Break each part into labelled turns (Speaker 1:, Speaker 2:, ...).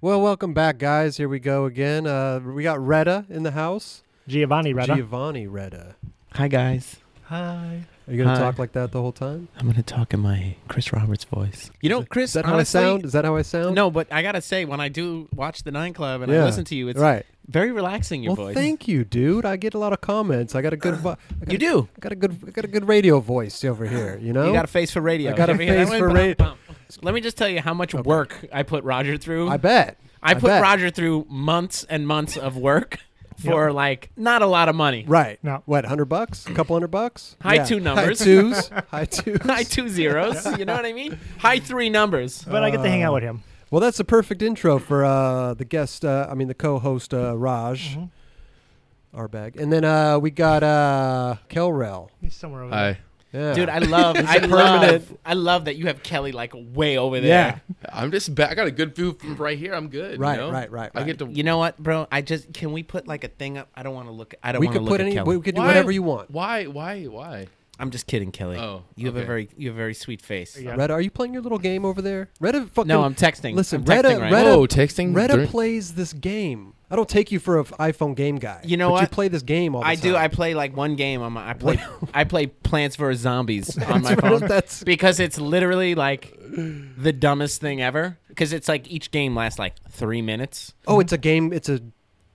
Speaker 1: Well, welcome back, guys. Here we go again. Uh, we got Retta in the house.
Speaker 2: Giovanni Retta.
Speaker 1: Giovanni Retta.
Speaker 3: Hi guys.
Speaker 2: Hi.
Speaker 1: Are you gonna
Speaker 3: Hi.
Speaker 1: talk like that the whole time?
Speaker 3: I'm gonna talk in my Chris Roberts voice. You know, Chris.
Speaker 1: Is that
Speaker 3: honestly,
Speaker 1: how I sound? Is that how I sound?
Speaker 3: No, but I gotta say, when I do watch the Nine Club and
Speaker 1: Yeah.
Speaker 3: I listen to you, it's
Speaker 1: right.
Speaker 3: very relaxing. Your
Speaker 1: well,
Speaker 3: voice.
Speaker 1: thank you, dude. I get a lot of comments. I got a good, vo- I got,
Speaker 3: you do.
Speaker 1: I got a good, I got a good radio voice over here. You know,
Speaker 3: You got a face for radio.
Speaker 1: I got a
Speaker 3: You ever hear that
Speaker 1: face
Speaker 3: one?
Speaker 1: for ra-
Speaker 3: Bum, bum. Let me just tell you how much work I put Roger through.
Speaker 1: I bet.
Speaker 3: I put
Speaker 1: bet.
Speaker 3: Roger through months and months of work for like not a lot of money.
Speaker 1: Right.
Speaker 2: No.
Speaker 1: What? Hundred bucks? A couple hundred bucks?
Speaker 3: High two numbers.
Speaker 1: High twos. High twos.
Speaker 3: High two zeros. You know what I mean? High three numbers.
Speaker 2: But I get to hang out with him.
Speaker 1: Well, that's the perfect intro for uh, the guest. Uh, I mean, the co-host uh,
Speaker 2: Mm-hmm.
Speaker 1: Raj, our bag, and then uh, we got uh, Kelrel.
Speaker 2: He's somewhere over there.
Speaker 4: Hi.
Speaker 1: Yeah.
Speaker 3: Dude, I love, I love,
Speaker 1: permanent-
Speaker 3: I love that you have Kelly like way over there.
Speaker 1: yeah.
Speaker 4: I'm just back. I got a good view from right here. I'm good. you
Speaker 1: Right,
Speaker 4: know?
Speaker 1: right, right,
Speaker 4: I
Speaker 1: right.
Speaker 4: get to.
Speaker 3: You know what, bro? I just can we put like a thing up? I don't want to look. I don't
Speaker 1: We
Speaker 3: want to
Speaker 1: could
Speaker 3: look
Speaker 1: put
Speaker 3: at
Speaker 1: any.
Speaker 3: Kelly.
Speaker 1: We could do
Speaker 4: Why-
Speaker 1: whatever you want.
Speaker 4: Why? Why? Why?
Speaker 3: I'm just kidding, Kelly.
Speaker 4: Oh,
Speaker 3: you have a
Speaker 4: okay.
Speaker 3: very you have a very sweet face.
Speaker 2: Yeah.
Speaker 1: Retta, are you playing your little game over there? Retta, fucking.
Speaker 3: No, I'm texting.
Speaker 1: Listen,
Speaker 3: I'm
Speaker 1: Retta,
Speaker 3: texting right
Speaker 1: Retta,
Speaker 4: Whoa, texting
Speaker 1: Retta
Speaker 4: during-
Speaker 1: plays this game. I don't take you for an iPhone game guy.
Speaker 3: You know
Speaker 1: but You
Speaker 3: what?
Speaker 1: play this game all the
Speaker 3: I
Speaker 1: time.
Speaker 3: do. I play like one game on my. I play. I play Plants vs Zombies on my
Speaker 1: That's right,
Speaker 3: phone.
Speaker 1: that's-
Speaker 3: because it's literally like the dumbest thing ever. Because it's like each game lasts like three minutes.
Speaker 1: Oh, it's a game. It's a.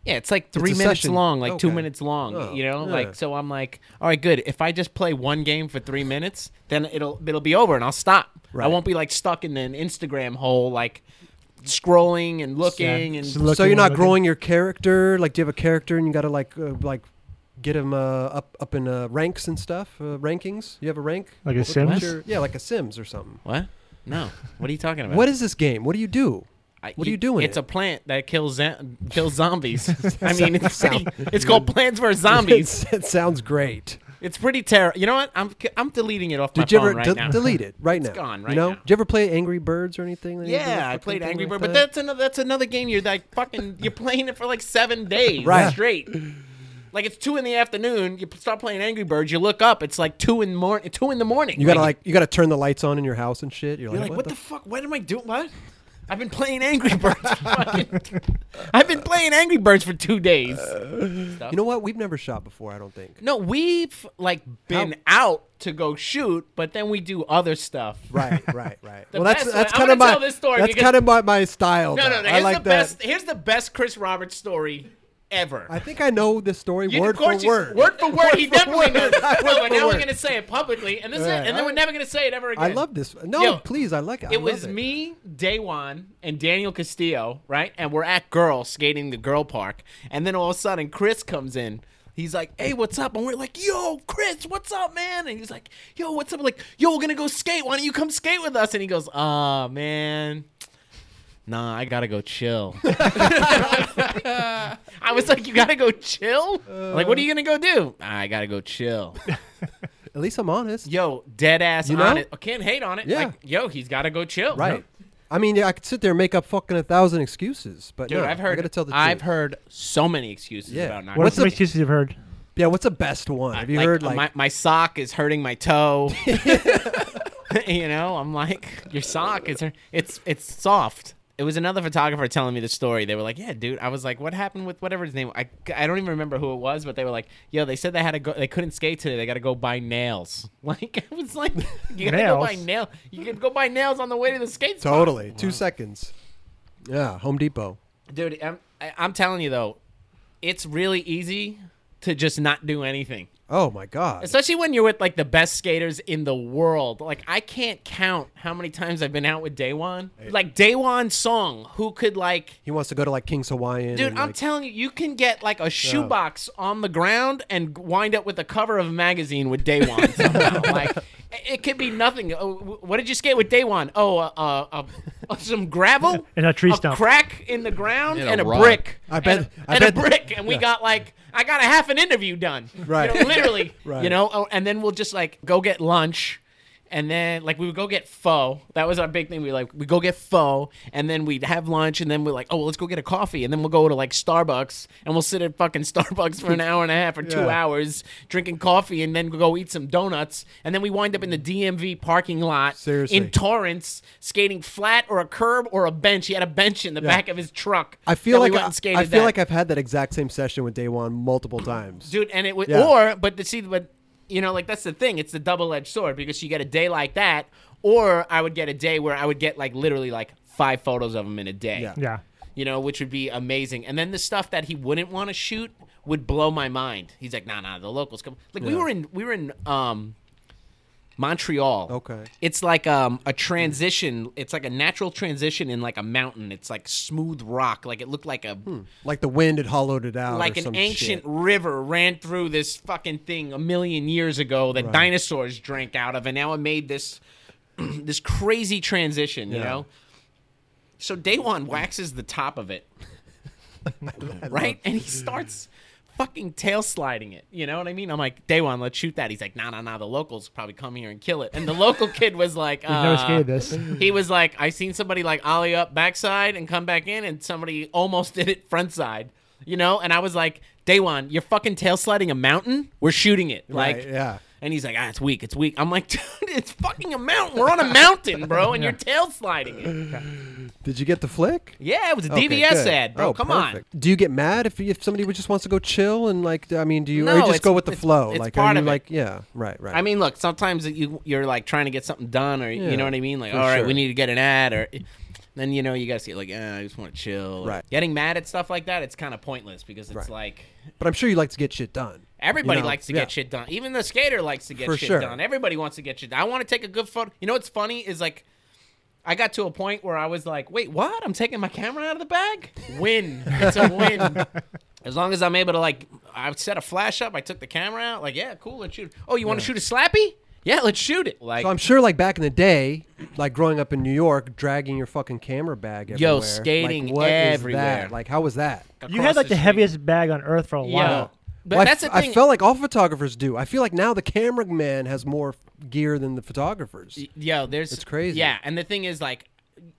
Speaker 3: Yeah, it's like three
Speaker 1: a
Speaker 3: minutes
Speaker 1: session.
Speaker 3: long, like two
Speaker 1: Okay.
Speaker 3: minutes long.
Speaker 1: Oh,
Speaker 3: you know,
Speaker 1: yeah.
Speaker 3: like so. I'm like, all right, good. If I just play one game for three minutes, then it'll it'll be over, and I'll stop. I
Speaker 1: Right.
Speaker 3: won't be like stuck in an Instagram hole, like scrolling and looking and
Speaker 2: Just looking
Speaker 1: so you're
Speaker 2: and
Speaker 1: not
Speaker 2: looking.
Speaker 1: growing your character. Like, do you have a character and you got to like uh, like get him uh, up up in uh, ranks and stuff? Uh, rankings. You have a rank.
Speaker 2: Like a
Speaker 1: What's
Speaker 2: Sims?
Speaker 1: your- yeah, like a Sims or something.
Speaker 3: what? No, what are you talking about?
Speaker 1: What is this game? What do you do?
Speaker 3: I-
Speaker 1: what are you doing
Speaker 3: It's
Speaker 1: it?
Speaker 3: a plant that kills zam- kills zombies. I mean, it's pretty, it's called Plants vs Zombies.
Speaker 1: It's- it sounds great.
Speaker 3: It's pretty terrible. You know what? I'm I'm deleting it off my
Speaker 1: Did you
Speaker 3: phone
Speaker 1: ever
Speaker 3: right
Speaker 1: de-
Speaker 3: now.
Speaker 1: delete it right now?
Speaker 3: gone
Speaker 1: you
Speaker 3: right
Speaker 1: know?
Speaker 3: now.
Speaker 1: Did you ever play Angry Birds or anything? like that?
Speaker 3: Yeah, I
Speaker 1: Fucking
Speaker 3: played
Speaker 1: thing
Speaker 3: Angry
Speaker 1: like
Speaker 3: Bird, but that's another that's another game you're like fucking you're playing it for like seven days
Speaker 1: Right.
Speaker 3: straight. Like it's two in the afternoon, you start playing Angry Birds, you look up, it's like two in morning, two in the morning.
Speaker 1: You gotta like you gotta turn the lights on in your house and shit. You're,
Speaker 3: you're like, what, the, fuck? What am I doing? What? I've been playing Angry Birds. for fucking- I've been playing Angry Birds for two days.
Speaker 1: Uh. you know what? We've never shot before. I don't think.
Speaker 3: No, we've like been out to go shoot, but then we do other stuff.
Speaker 1: Right, right, right.
Speaker 3: The
Speaker 1: well, that's
Speaker 3: best-
Speaker 1: that's
Speaker 3: I'm
Speaker 1: kind of
Speaker 3: gonna
Speaker 1: my
Speaker 3: tell this story
Speaker 1: that's
Speaker 3: because-
Speaker 1: kind of my, my style.
Speaker 3: No, no,
Speaker 1: though.
Speaker 3: no.
Speaker 1: I
Speaker 3: Here's
Speaker 1: like
Speaker 3: the
Speaker 1: that.
Speaker 3: best. Here's the best Chris Roberts story ever.
Speaker 1: I think I know this story
Speaker 3: You-
Speaker 1: word
Speaker 3: of
Speaker 1: for
Speaker 3: course you-
Speaker 1: word.
Speaker 3: Word for word, he
Speaker 1: for
Speaker 3: definitely
Speaker 1: word.
Speaker 3: knows.
Speaker 1: Word
Speaker 3: No,
Speaker 1: for
Speaker 3: but now
Speaker 1: word.
Speaker 3: we're gonna say it publicly, and this is
Speaker 1: Right,
Speaker 3: it, and
Speaker 1: I-
Speaker 3: then we're never gonna say it ever again.
Speaker 1: I love this. No,
Speaker 3: Yo,
Speaker 1: please, I like it. I
Speaker 3: It
Speaker 1: love
Speaker 3: was me, Daywan, and Daniel Castillo, right? And we're at Girl skating the Girl Park, and then all of a sudden Chris comes in. He's like, "Hey, what's up?" And we're like, "Yo, Chris, what's up, man?" And he's like, "Yo, what's up?" I'm like, "Yo, we're gonna go skate. Why don't you come skate with us?" And he goes, "Ah, man." Nah, I gotta go chill. I was like, you gotta go chill? like, what are you gonna go do? "Ah, I gotta go chill.
Speaker 1: At least I'm honest.
Speaker 3: Yo, dead ass
Speaker 1: You know?
Speaker 3: on it. I can't hate on it.
Speaker 1: Yeah.
Speaker 3: Like, yo, he's gotta go chill.
Speaker 1: Right. I mean, yeah, I could sit there and make up fucking a thousand excuses, but
Speaker 3: Dude,
Speaker 1: no,
Speaker 3: I've
Speaker 1: I
Speaker 3: heard
Speaker 1: gotta tell the
Speaker 3: I've
Speaker 1: truth.
Speaker 3: heard so many excuses
Speaker 1: Yeah.
Speaker 3: about not
Speaker 2: What's
Speaker 1: What's
Speaker 2: the
Speaker 1: the-
Speaker 2: excuses you've heard?
Speaker 1: Yeah, what's the best one? Have you heard like
Speaker 3: uh, my, my sock is hurting my toe. you know, I'm like, your sock is hurt. it's it's soft. It was another photographer telling me the story. They were like, "Yeah, dude." I was like, "What happened with whatever his name?" I, I don't even remember who it was, but they were like, "Yo, they said they had to go. They couldn't skate today. They got to go buy nails." Like it was like, "You got to go
Speaker 2: Nails?
Speaker 3: buy nail. You could go buy nails on the way to the skate." spot."
Speaker 1: totally two seconds? Yeah, Home Depot.
Speaker 3: dude I'm, I- I'm telling you though it's really easy to just not do anything
Speaker 1: Oh my god.
Speaker 3: especially when you're with like the best skaters in the world like i can't count how many times i've been out with daywan like daywan song who could like
Speaker 1: He wants to go to like King's Hawaiian.
Speaker 3: dude
Speaker 1: and,
Speaker 3: i'm
Speaker 1: like-
Speaker 3: telling you you can get like a shoebox on the ground and wind up with the cover of a magazine with daywan somehow. like it could be nothing oh, wh- what did you skate with daywan oh uh, uh, uh, uh, some gravel
Speaker 2: And a tree
Speaker 3: a
Speaker 2: stump.
Speaker 3: crack in the ground
Speaker 4: And a
Speaker 3: and a,
Speaker 4: rock.
Speaker 3: brick.
Speaker 1: I bet-
Speaker 3: And, a-
Speaker 1: I
Speaker 3: and
Speaker 1: bet-
Speaker 3: a brick, and we got like I got a half an interview done. You
Speaker 1: Right.
Speaker 3: know, literally.
Speaker 1: Right.
Speaker 3: You know, oh, and then we'll just like go get lunch. and then like we would go get pho. That was our big thing. We like we go get pho, and then we'd have lunch, and then we're like, oh, well, let's go get a coffee, and then we'll go to like Starbucks, and we'll sit at fucking Starbucks for an hour and a half or two
Speaker 1: Yeah.
Speaker 3: hours drinking coffee, and then go eat some donuts, and then we wind up in the DMV parking lot
Speaker 1: Seriously.
Speaker 3: in Torrance skating flat or a curb or a bench. He had a bench in the back of his truck.
Speaker 1: I feel
Speaker 3: that we
Speaker 1: like
Speaker 3: went
Speaker 1: I,
Speaker 3: and skated
Speaker 1: I feel
Speaker 3: that.
Speaker 1: like I've had that exact same session with Day One multiple times.
Speaker 3: dude. And it would,
Speaker 1: Yeah.
Speaker 3: or but to see, but you know, like that's the thing. It's the double edged sword because you get a day like that, or I would get a day where I would get like literally like five photos of him in a day.
Speaker 1: Yeah.
Speaker 2: Yeah.
Speaker 3: You know, which would be amazing. And then the stuff that he wouldn't want to shoot would blow my mind. He's like, nah, nah, the locals come. Like we
Speaker 1: Yeah.
Speaker 3: were in, we were in. um Montreal.
Speaker 1: Okay.
Speaker 3: It's like um, a transition. It's like a natural transition in like a mountain. It's like smooth rock. Like it looked like a
Speaker 1: Hmm. Like the wind had hollowed it out.
Speaker 3: like
Speaker 1: or
Speaker 3: an
Speaker 1: some
Speaker 3: ancient
Speaker 1: shit.
Speaker 3: river ran through this fucking thing a million years ago that dinosaurs drank out of, and now it made this this crazy transition. You
Speaker 1: Yeah.
Speaker 3: know, so Daywan waxes the top of it, right, and he starts fucking tail sliding it. You know what I mean? I'm like, Daywan, let's shoot that. He's like, Nah, nah, nah. The locals probably come here and kill it. And the local kid was like, uh,
Speaker 2: never skated this.
Speaker 3: He was like, I seen somebody like ollie up backside and come back in, and somebody almost did it front side. You know, and I was like, Daywan, you're fucking tail sliding a mountain. We're shooting it.
Speaker 1: Right,
Speaker 3: Like,
Speaker 1: yeah.
Speaker 3: and he's like, ah, it's weak, it's weak. I'm like, dude, it's fucking a mountain. We're on a mountain, bro, and you're tail sliding it.
Speaker 1: Did you get the flick?
Speaker 3: Yeah, it was a
Speaker 1: Okay,
Speaker 3: DVS
Speaker 1: good.
Speaker 3: ad, bro.
Speaker 1: Oh,
Speaker 3: Come on.
Speaker 1: perfect. Do you get mad if if somebody just wants to go chill and like? I mean, do you, or
Speaker 3: No,
Speaker 1: you just
Speaker 3: it's-
Speaker 1: go with the
Speaker 3: it's-
Speaker 1: flow?
Speaker 3: it's
Speaker 1: like,
Speaker 3: part
Speaker 1: are you
Speaker 3: of it.
Speaker 1: like, yeah, right, right.
Speaker 3: I mean, look, sometimes you you're like trying to get something done, or
Speaker 1: Yeah,
Speaker 3: you know what I mean. Like,
Speaker 1: for
Speaker 3: all right,
Speaker 1: sure.
Speaker 3: we need to get an ad, or then you know you guys get like, eh, I just want to chill.
Speaker 1: Right.
Speaker 3: Getting mad at stuff like that, it's kind of pointless because it's
Speaker 1: Right.
Speaker 3: like
Speaker 1: but I'm sure you like to get shit done.
Speaker 3: Everybody
Speaker 1: You know,
Speaker 3: likes to
Speaker 1: yeah.
Speaker 3: get shit done. Even the skater likes to get
Speaker 1: For
Speaker 3: shit
Speaker 1: sure.
Speaker 3: done. Everybody wants to get shit done. I want to take a good photo. You know what's funny is like I got to a point where I was like, "Wait, what? I'm taking my camera out of the bag? Win. It's a win." As long as I'm able to like I set a flash up, I took the camera out, like, "Yeah, cool, let's shoot." Oh, you want to shoot a slappy? Yeah, let's shoot it. Like
Speaker 1: So I'm sure, like back in the day, like growing up in New York, dragging your fucking camera bag everywhere.
Speaker 3: Yo, skating
Speaker 1: like, what is
Speaker 3: everywhere.
Speaker 1: that? Like, how was that?
Speaker 2: You had like the,
Speaker 3: street.
Speaker 2: heaviest bag on earth for a
Speaker 3: Yeah.
Speaker 2: while.
Speaker 3: But
Speaker 1: Well, I
Speaker 3: that's
Speaker 1: f-
Speaker 3: the thing.
Speaker 1: I felt like all photographers do. I feel like now the cameraman has more f- gear than the photographers.
Speaker 3: yo, there's
Speaker 1: It's crazy.
Speaker 3: Yeah, and the thing is, like,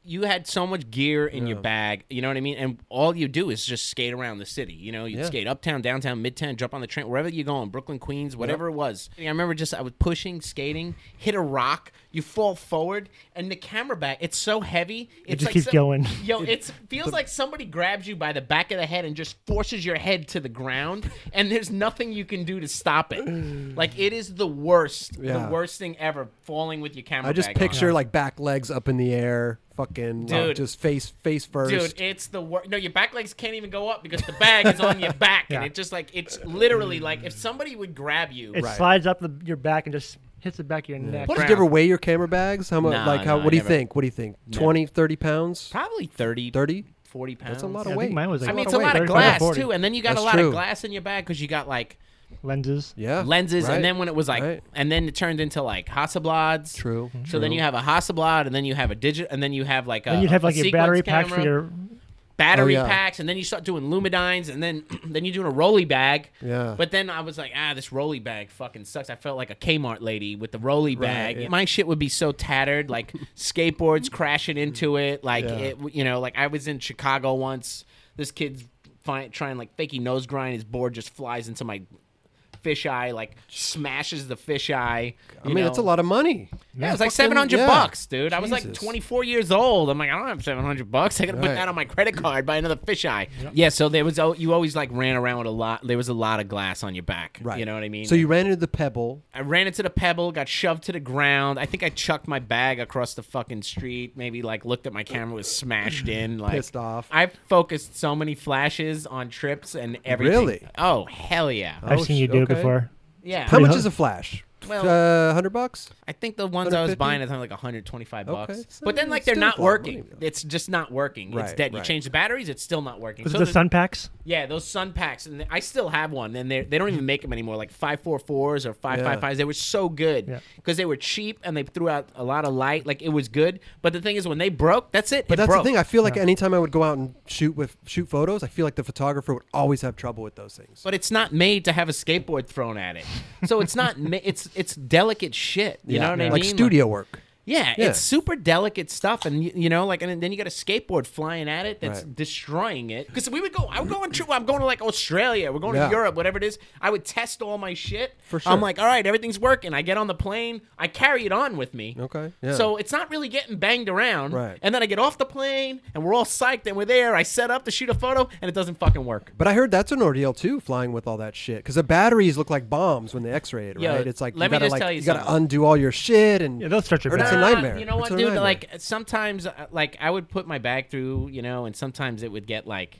Speaker 3: you had so much gear in your bag. You know what I mean? And all you do is just skate around the city. You know, you
Speaker 1: Yeah.
Speaker 3: would skate uptown, downtown, midtown, jump on the train, wherever you're going, Brooklyn, Queens, whatever it was. I remember just I was pushing, skating, hit a rock, you fall forward, and the camera bag. It's so heavy. It's
Speaker 2: just
Speaker 3: like
Speaker 2: keeps
Speaker 3: so-
Speaker 2: going.
Speaker 3: Yo, it feels like somebody grabs you by the back of the head and just forces your head to the ground, and there's nothing you can do to stop it. Like it is the worst,
Speaker 1: Yeah.
Speaker 3: the worst thing ever. Falling with your camera.
Speaker 1: I just
Speaker 3: bag on.
Speaker 1: picture like back legs up in the air, fucking like,
Speaker 3: Dude.
Speaker 1: just face face first.
Speaker 3: Dude, it's the worst. No, your back legs can't even go up because the bag is on your back, and
Speaker 2: Yeah.
Speaker 3: it just like it's literally like if somebody would grab you.
Speaker 2: It
Speaker 1: Right.
Speaker 2: slides up the, your back and just hits the back of your neck.
Speaker 3: What
Speaker 1: Did
Speaker 3: Brown.
Speaker 1: you ever weigh your camera bags? How much?
Speaker 3: No,
Speaker 1: like how?
Speaker 3: no,
Speaker 1: what do
Speaker 3: I
Speaker 1: you
Speaker 3: never-
Speaker 1: think? What do you think? Twenty, thirty 20, 30 pounds?
Speaker 3: Probably 30,
Speaker 1: 30?
Speaker 3: 40 pounds.
Speaker 1: That's a lot of
Speaker 2: Yeah, I
Speaker 1: weight.
Speaker 2: think mine was like
Speaker 3: I mean,
Speaker 2: lot
Speaker 3: it's
Speaker 2: of
Speaker 3: a
Speaker 2: weight,
Speaker 3: lot of
Speaker 2: 35 to
Speaker 3: glass
Speaker 2: 40.
Speaker 3: too, and then you got
Speaker 1: That's
Speaker 3: a lot
Speaker 1: true.
Speaker 3: of glass in your bag because you got like
Speaker 2: lenses.
Speaker 1: yeah.
Speaker 3: lenses,
Speaker 1: right.
Speaker 3: and then when it was like,
Speaker 1: Right.
Speaker 3: and then it turned into like Hasselblads.
Speaker 1: True.
Speaker 3: So then you have a Hasselblad, and then you have a digit, and then you have like a.
Speaker 2: Then you'd have
Speaker 3: a
Speaker 2: like your
Speaker 3: sequence
Speaker 2: battery packs for
Speaker 3: camera,
Speaker 2: your. oh,
Speaker 3: battery
Speaker 1: Oh, yeah.
Speaker 3: packs, and then you start doing Lumidines, and then then you're doing a rolly bag.
Speaker 1: Yeah.
Speaker 3: But then I was like, ah, this rolly bag fucking sucks. I felt like a Kmart lady with the rolly bag.
Speaker 1: yeah.
Speaker 3: My shit would be so tattered, like skateboards crashing into it. Like
Speaker 1: Yeah.
Speaker 3: it, you know, like I was in Chicago once. This kid's fi- trying like fakie nose grind. His board just flies into my fisheye, like smashes the fisheye.
Speaker 1: I mean, it's a lot of money.
Speaker 3: Yeah, it was like
Speaker 1: Fucking-
Speaker 3: seven hundred
Speaker 1: yeah.
Speaker 3: bucks, dude. I was like
Speaker 1: Jesus.
Speaker 3: twenty four years old. I'm like, I don't have seven hundred bucks. I gotta put
Speaker 1: Right.
Speaker 3: that on my credit card, buy another fisheye. Yeah, so there was al- you always like ran around with a lot. There was a lot of glass on your back.
Speaker 1: Right.
Speaker 3: You know what I mean?
Speaker 1: So you ran into the pebble.
Speaker 3: I ran into the pebble, got shoved to the ground. I think I chucked my bag across the fucking street. Maybe like looked at my camera was smashed in. Like
Speaker 1: Pissed off.
Speaker 3: I focused so many flashes on trips and everything.
Speaker 1: Really?
Speaker 3: Oh hell yeah.
Speaker 2: I've
Speaker 1: Oh,
Speaker 2: seen you
Speaker 1: sh-
Speaker 2: do
Speaker 1: okay.
Speaker 2: it before.
Speaker 3: Yeah.
Speaker 1: How much
Speaker 2: hot.
Speaker 1: is a flash?
Speaker 3: Well-
Speaker 1: uh, hundred bucks.
Speaker 3: I think the ones I
Speaker 1: 150?
Speaker 3: was buying, I think like 125 bucks.
Speaker 1: so
Speaker 3: but then like
Speaker 1: it's
Speaker 3: they're
Speaker 1: still a lot
Speaker 3: not
Speaker 1: of
Speaker 3: working.
Speaker 1: money, though.
Speaker 3: it's just not working. it's
Speaker 1: Right,
Speaker 3: dead. You
Speaker 1: right.
Speaker 3: change the batteries, it's still not working.
Speaker 2: Was
Speaker 3: So
Speaker 2: it the
Speaker 3: there's-
Speaker 2: sun packs?
Speaker 3: Yeah, those sun packs, and I still have one. And they they don't even make them anymore. Like five four fours or five five fives. They were so good
Speaker 2: Yeah.
Speaker 3: because they were cheap and they threw out a lot of light. Like it was good. But the thing is, when they broke, that's it.
Speaker 1: But
Speaker 3: it
Speaker 1: that's
Speaker 3: broke.
Speaker 1: the thing. I feel like anytime I would go out and shoot with shoot photos, I feel like the photographer would always have trouble with those things.
Speaker 3: but it's not made to have a skateboard thrown at it. So it's not. Ma- it's it's delicate shit. You know what I mean?
Speaker 1: Like studio work.
Speaker 3: Yeah,
Speaker 1: Yeah.
Speaker 3: it's super delicate stuff, and you, you know, like, and then you got a skateboard flying at it that's
Speaker 1: Right.
Speaker 3: destroying it. Because we would go, I would go on trip. I'm going to like Australia. We're going
Speaker 1: Yeah.
Speaker 3: to Europe, whatever it is. I would test all my shit.
Speaker 1: For sure.
Speaker 3: I'm like, all right, everything's working. I get on the plane. I carry it on with me.
Speaker 1: Okay, yeah.
Speaker 3: So it's not really getting banged around.
Speaker 1: Right.
Speaker 3: And then I get off the plane, and we're all psyched, and we're there. I set up to shoot a photo, and it doesn't fucking work.
Speaker 1: But I heard that's an ordeal too, flying with all that shit. Because the batteries look like bombs when they X-ray it,
Speaker 3: Yo,
Speaker 1: right? It's like
Speaker 3: let
Speaker 1: you
Speaker 3: me
Speaker 1: gotta
Speaker 3: just
Speaker 1: like
Speaker 3: tell you
Speaker 1: gotta
Speaker 3: something.
Speaker 1: undo all your shit and
Speaker 2: Yeah, they'll stretch your
Speaker 1: Or it's
Speaker 2: back.
Speaker 1: a
Speaker 3: Nah,
Speaker 1: nightmare.
Speaker 3: Um, You know
Speaker 1: It's
Speaker 3: what,
Speaker 1: a
Speaker 3: dude?
Speaker 1: nightmare.
Speaker 3: Like sometimes, uh, like I would put my bag through, you know, and sometimes it would get like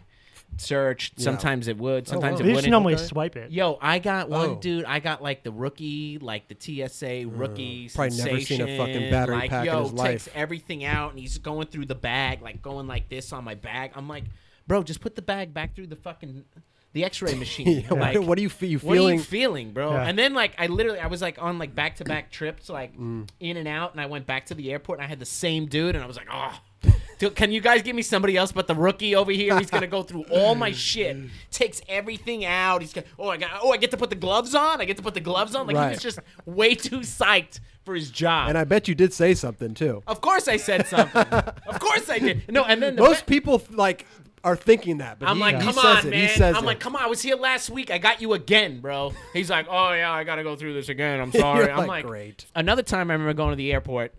Speaker 3: searched. Sometimes it would.
Speaker 1: wow.
Speaker 3: Sometimes
Speaker 2: They
Speaker 3: it wouldn't.
Speaker 2: just normally
Speaker 1: okay.
Speaker 2: swipe it.
Speaker 3: Yo, I got one
Speaker 1: Oh. Uh,
Speaker 3: dude. I got like the rookie, like the TSA rookie.
Speaker 1: probably never seen a
Speaker 3: sensation,
Speaker 1: fucking battery
Speaker 3: like,
Speaker 1: pack in
Speaker 3: yo,
Speaker 1: his
Speaker 3: takes
Speaker 1: life.
Speaker 3: everything out, and he's going through the bag, like going like this on my bag. I'm like, bro, just put the bag back through the fucking the X-ray machine.
Speaker 1: Yeah,
Speaker 3: like,
Speaker 1: what, what are you, fe- you
Speaker 3: what are
Speaker 1: feeling?
Speaker 3: you feeling, bro?
Speaker 2: Yeah.
Speaker 3: And then like I literally I was like on like back to back trips, like
Speaker 1: Mm.
Speaker 3: in and out, and I went back to the airport and I had the same dude, and I was like, oh. dude, Can you guys give me somebody else but the rookie over here? He's gonna go through all my shit, takes everything out. He's gonna, oh I got oh I get to put the gloves on. I get to put the gloves on. Like
Speaker 1: Right.
Speaker 3: he was just way too psyched for his job.
Speaker 1: and I bet you did say something too.
Speaker 3: of course I said something. of course I did. No, and then Oh, the
Speaker 1: Most
Speaker 3: be-
Speaker 1: people like are thinking that, but
Speaker 3: I'm
Speaker 1: he,
Speaker 3: like,
Speaker 1: he
Speaker 3: come
Speaker 1: says
Speaker 3: on,
Speaker 1: it.
Speaker 3: man.
Speaker 1: He says
Speaker 3: I'm
Speaker 1: it.
Speaker 3: like, come on. I was here last week. I got you again, bro. He's like, oh yeah, I gotta go through this again. I'm sorry.
Speaker 1: You're
Speaker 3: I'm
Speaker 1: like,
Speaker 3: like,
Speaker 1: "Great."
Speaker 3: Another time, I remember going to the airport,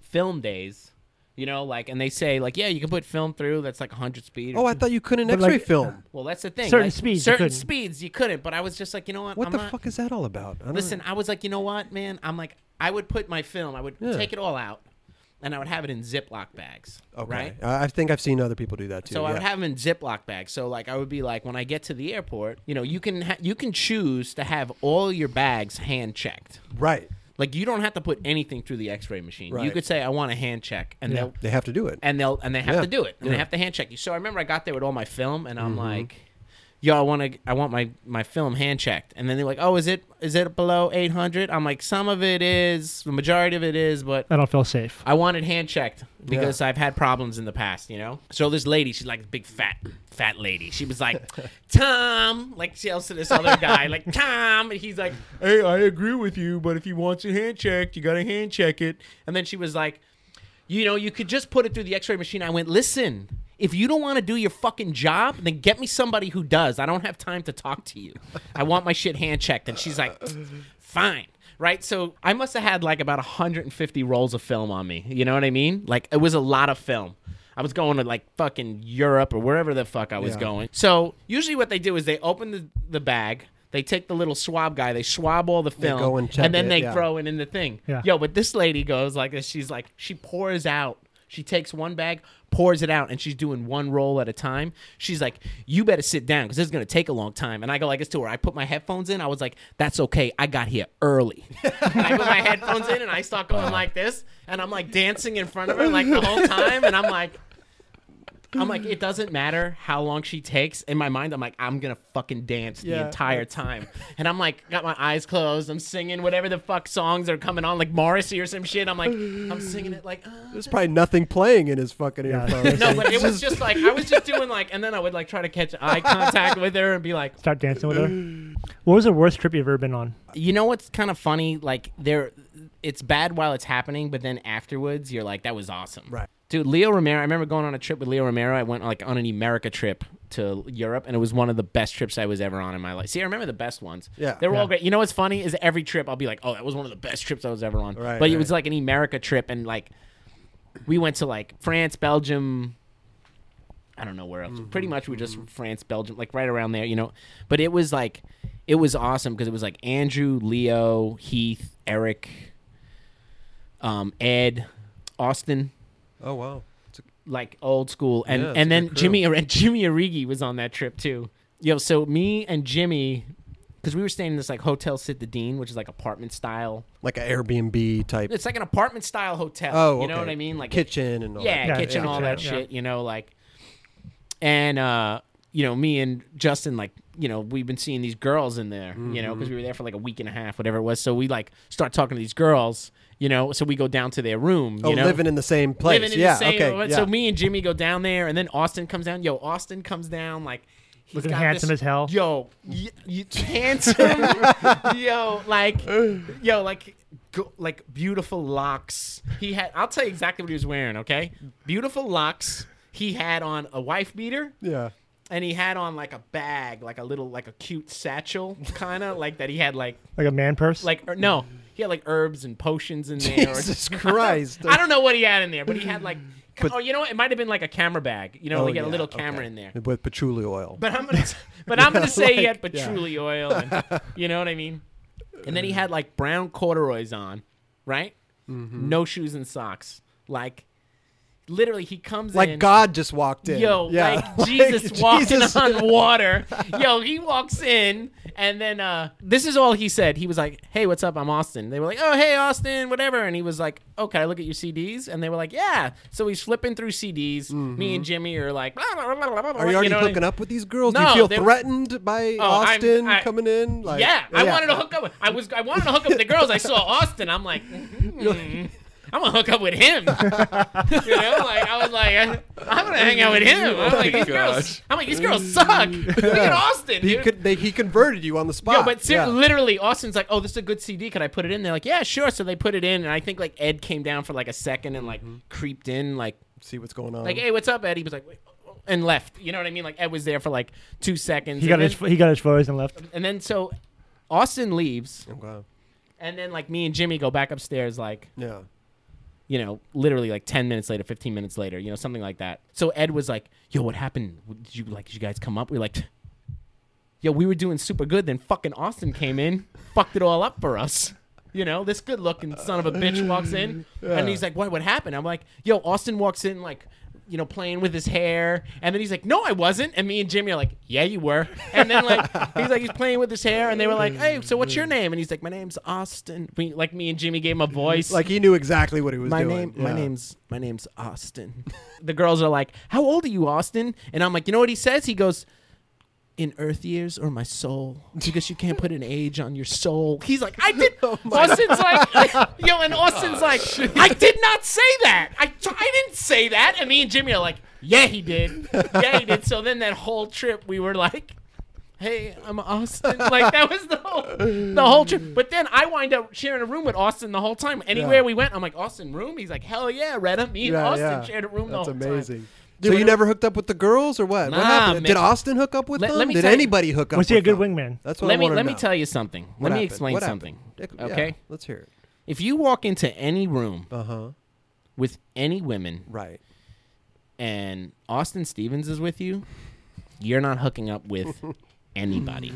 Speaker 3: film days. You know, like, and they say like, yeah, you can put film through. That's like 100 speed. or
Speaker 1: oh, I
Speaker 3: two-
Speaker 1: thought you couldn't
Speaker 2: But,
Speaker 1: X-ray
Speaker 3: uh,
Speaker 2: like,
Speaker 1: film.
Speaker 3: well, that's the thing.
Speaker 2: Certain
Speaker 3: like,
Speaker 2: speeds you
Speaker 3: certain
Speaker 2: couldn't.
Speaker 3: speeds you couldn't. But I was just like, you know what?
Speaker 1: What
Speaker 3: I'm
Speaker 1: the
Speaker 3: not-
Speaker 1: fuck is that all about? I don't
Speaker 3: Listen, I was like, you know what, man? I'm like, I would put my film. I would
Speaker 1: Yeah.
Speaker 3: take it all out, and I would have it in Ziploc bags.
Speaker 1: Okay.
Speaker 3: Right.
Speaker 1: I I think I've seen other people do that too.
Speaker 3: So I
Speaker 1: yeah.
Speaker 3: would have them in Ziploc bags. So like I would be like, when I get to the airport, you know, you can ha- you can choose to have all your bags hand checked.
Speaker 1: right.
Speaker 3: Like you don't have to put anything through the X-ray machine. You
Speaker 1: Right.
Speaker 3: could say I want a hand check, and they'll
Speaker 1: They have to do it.
Speaker 3: and they'll and they have
Speaker 1: Yeah.
Speaker 3: to do it,
Speaker 1: Yeah.
Speaker 3: and
Speaker 1: Mm-hmm.
Speaker 3: they have to hand check you. So I remember I got there with all my film, and I'm like, yo, I want to I want my my film hand checked, and then they're like, oh, is it is it below 800? I'm like, some of it is, the majority of it is, but
Speaker 2: I don't feel safe.
Speaker 3: I wanted hand checked because I've had problems in the past, you know? So this lady, she's like a big fat, fat lady. She was like, Tom, like she yells to this other guy, like, Tom. And he's like, hey, I agree with you, but if you want your hand checked, you got to hand check it. And then she was like, you know, you could just put it through the x ray machine. I went, listen, if you don't want to do your fucking job, then get me somebody who does. I don't have time to talk to you. I want my shit hand checked. And she's like, fine. Right? So I must have had like about 150 rolls of film on me. You know what I mean? Like, it was a lot of film. I was going to like fucking Europe or wherever the fuck I was
Speaker 1: Yeah.
Speaker 3: going. So usually what they do is they open the, the bag. They take the little swab guy, they swab all the film,
Speaker 1: go and check
Speaker 3: then
Speaker 1: it,
Speaker 3: they
Speaker 1: yeah.
Speaker 3: throw it in the thing.
Speaker 2: Yeah.
Speaker 3: Yo, but this lady goes like this. She's like, she pours out. She takes one bag, pours it out, and she's doing one roll at a time. She's like, "You better sit down because this is gonna take a long time." And I go like this to her. I put my headphones in. I was like, "That's okay. I got here early." and I put my headphones in and I start going like this, and I'm like dancing in front of her like the whole time, and I'm like. I'm like, it doesn't matter how long she takes. In my mind, I'm like, I'm gonna fucking dance
Speaker 1: Yeah.
Speaker 3: the entire time. And I'm like, got my eyes closed. I'm singing whatever the fuck songs are coming on, like Morrissey or some shit. I'm like, I'm singing it like. Uh.
Speaker 1: There's probably nothing playing in his fucking
Speaker 2: Yeah.
Speaker 1: earphone.
Speaker 3: No, but it was just like I was just doing like, and then I would like try to catch eye contact with her and be like,
Speaker 2: Start dancing with her. What was the worst trip you've ever been on?
Speaker 3: you know what's kind of funny? Like there, it's bad while it's happening, but then afterwards, you're like, that was awesome.
Speaker 1: Right.
Speaker 3: Dude, Leo Romero. I remember going on a trip with Leo Romero. I went like on an America trip to Europe, and it was one of the best trips I was ever on in my life. See, I remember the best ones.
Speaker 1: Yeah.
Speaker 3: they were all
Speaker 2: Yeah.
Speaker 3: great. You know what's funny is every trip I'll be like, oh, that was one of the best trips I was ever on.
Speaker 1: Right,
Speaker 3: but it
Speaker 1: right.
Speaker 3: was like an America trip, and like we went to like France, Belgium. I don't know where
Speaker 1: Mm-hmm.
Speaker 3: else. Pretty much we just France, Belgium, like right around there, you know. But it was like it was awesome because it was like Andrew, Leo, Heath, Eric, um, Ed, Austin,
Speaker 1: oh wow. It's a-
Speaker 3: like old school, and
Speaker 1: Yeah, it's a
Speaker 3: and then
Speaker 1: good crew.
Speaker 3: Jimmy and Jimmy Origi was on that trip too. Yo, so me and Jimmy, because we were staying in this like hotel Citadine, which is like apartment style.
Speaker 1: like an Airbnb type.
Speaker 3: It's like an apartment style hotel.
Speaker 1: oh,
Speaker 3: you know
Speaker 1: okay.
Speaker 3: what I mean? Like it-
Speaker 1: kitchen and all
Speaker 3: yeah,
Speaker 1: that.
Speaker 2: Yeah,
Speaker 3: kitchen,
Speaker 2: yeah,
Speaker 3: all
Speaker 2: yeah,
Speaker 3: that
Speaker 2: yeah.
Speaker 3: shit, you know, like, and, uh, you know, me and Justin, like, you know, we've been seeing these girls in there, you know,
Speaker 1: Mm-hmm.
Speaker 3: because we were there for like a week and a half, whatever it was. So we like start talking to these girls, you know, so we go down to their room,
Speaker 1: Oh,
Speaker 3: you know,
Speaker 1: living in the same place.
Speaker 3: Living in
Speaker 1: yeah.
Speaker 3: the same.
Speaker 1: okay.
Speaker 3: So
Speaker 1: yeah.
Speaker 3: me and Jimmy go down there, and then Austin comes down. Yo, Austin comes down like he's
Speaker 2: Looking
Speaker 3: got
Speaker 2: handsome
Speaker 3: this-
Speaker 2: as hell.
Speaker 3: Yo, y- y- handsome. yo, like, yo, like, go, like beautiful locks. He had. I'll tell you exactly what he was wearing. Okay, beautiful locks. He had on a wife beater
Speaker 1: Yeah.
Speaker 3: and he had on like a bag, like a little, like a cute satchel, kind of like that. He had like,
Speaker 2: Like a man purse.
Speaker 3: like er, no, he had like herbs and potions in there. or-
Speaker 1: Jesus Christ.
Speaker 3: I don't know what he had in there, but he had like, oh, you know what? It might have been like a camera bag. You know,
Speaker 1: Oh,
Speaker 3: he had
Speaker 1: yeah,
Speaker 3: a little camera
Speaker 1: okay.
Speaker 3: in there.
Speaker 1: With patchouli oil.
Speaker 3: But I'm gonna, but I'm gonna say he had
Speaker 1: like,
Speaker 3: patchouli oil, and, you know what I mean. And then he had like brown corduroys on, right?
Speaker 1: Mm-hmm.
Speaker 3: No shoes and socks. Like, literally, he comes
Speaker 1: Like
Speaker 3: in.
Speaker 1: God just walked in.
Speaker 3: Yo,
Speaker 1: yeah.
Speaker 3: like Jesus walking
Speaker 1: Jesus-
Speaker 3: on water. Yo, he walks in, and then uh, this is all he said. He was like, "Hey, what's up? I'm Austin." They were like, "Oh, hey, Austin, whatever." And he was like, "Oh, can I look at your CDs?" And they were like, "Yeah." So he's flipping through CDs. Me and Jimmy are like, blah, blah, blah, blah, blah,
Speaker 1: Mm-hmm. Are you already
Speaker 3: know what I-
Speaker 1: hooking up with these girls? Do
Speaker 3: No,
Speaker 1: you feel
Speaker 3: they-
Speaker 1: threatened by
Speaker 3: Oh, I'm-
Speaker 1: Austin
Speaker 3: I-
Speaker 1: coming in? Like,
Speaker 3: yeah, I wanted to hook up. With, I was I wanted to hook up with the girls. I saw Austin. I'm like, "Mm, I'm gonna hook up with him. you know, like I was like, I, am gonna hang out with him. I'm like, these girls.
Speaker 4: Gosh.
Speaker 3: I'm like, these girls suck. Look at Austin.
Speaker 1: He,
Speaker 3: dude.
Speaker 1: could, they, he converted you on the spot.
Speaker 3: Yo, but ser-
Speaker 1: yeah.
Speaker 3: literally, Austin's like, "Oh, this is a good CD. Could I put it in?" They're like, "Yeah, sure." So they put it in, and I think like Ed came down for like a second and like creeped in, like
Speaker 1: see what's going on.
Speaker 3: like, "Hey, what's up, Ed?" He was like, "Wait," oh, and left. You know what I mean? Like Ed was there for like two seconds.
Speaker 2: he got
Speaker 3: and
Speaker 2: his
Speaker 3: then,
Speaker 2: he got his photos and left.
Speaker 3: and then so Austin leaves,
Speaker 1: Okay.
Speaker 3: and then like me and Jimmy go back upstairs, like
Speaker 1: Yeah.
Speaker 3: you know, literally like 10 minutes later, 15 minutes later, you know, something like that. So Ed was like, yo, what happened? Did you like, did you guys come up? We were like, yo, we were doing super good. Then fucking Austin came in, fucked it all up for us. You know, this good looking son of a bitch walks in and he's like, what, what happened? I'm like, yo, Austin walks in like, you know, playing with his hair. And then he's like, no, I wasn't. And me and Jimmy are like, yeah, you were. And then like, he's like, he's playing with his hair. And they were like, hey, so what's your name? And he's like, my name's Austin. We, like me and Jimmy gave him a voice
Speaker 1: Like he knew exactly what he was
Speaker 3: my
Speaker 1: doing.
Speaker 3: name my
Speaker 1: Yeah.
Speaker 3: name's my name's austin the girls are like how old are you austin and i'm like you know what he says he goes in earth years or my soul because you can't put an age on your soul he's like i did austin's like yo and austin's like i did not say that I, t- I didn't say that and me and jimmy are like yeah he did yeah he did so then that whole trip we were like hey, I'm Austin. Like that was the whole the whole trip. But then I wind up sharing a room with Austin the whole time. Anywhere
Speaker 1: Yeah.
Speaker 3: we went, I'm like Austin room. He's like, hell yeah, Retta. Me and
Speaker 1: Yeah,
Speaker 3: Austin
Speaker 1: yeah.
Speaker 3: shared a room
Speaker 1: That's
Speaker 3: the whole
Speaker 1: amazing.
Speaker 3: time.
Speaker 1: So
Speaker 3: Dude,
Speaker 1: you
Speaker 3: it-
Speaker 1: never hooked up with the girls or what? what
Speaker 3: Nah,
Speaker 1: happened? Did
Speaker 3: man.
Speaker 1: Austin hook up with
Speaker 3: Let-
Speaker 1: them?
Speaker 3: let me
Speaker 1: Did
Speaker 3: tell you-
Speaker 1: anybody hook up
Speaker 2: Was he
Speaker 1: with
Speaker 2: a good
Speaker 1: them?
Speaker 2: wingman?
Speaker 1: That's what
Speaker 3: Let
Speaker 1: I
Speaker 3: me
Speaker 1: want to
Speaker 3: let
Speaker 1: know.
Speaker 3: me tell you something.
Speaker 1: What
Speaker 3: let me
Speaker 1: happened?
Speaker 3: explain
Speaker 1: What happened?
Speaker 3: something.
Speaker 1: Yeah,
Speaker 3: Okay.
Speaker 1: let's hear it.
Speaker 3: If you walk into any room
Speaker 1: Uh-huh.
Speaker 3: with any women
Speaker 1: Right.
Speaker 3: and Austin Stevens is with you, you're not hooking up with anybody.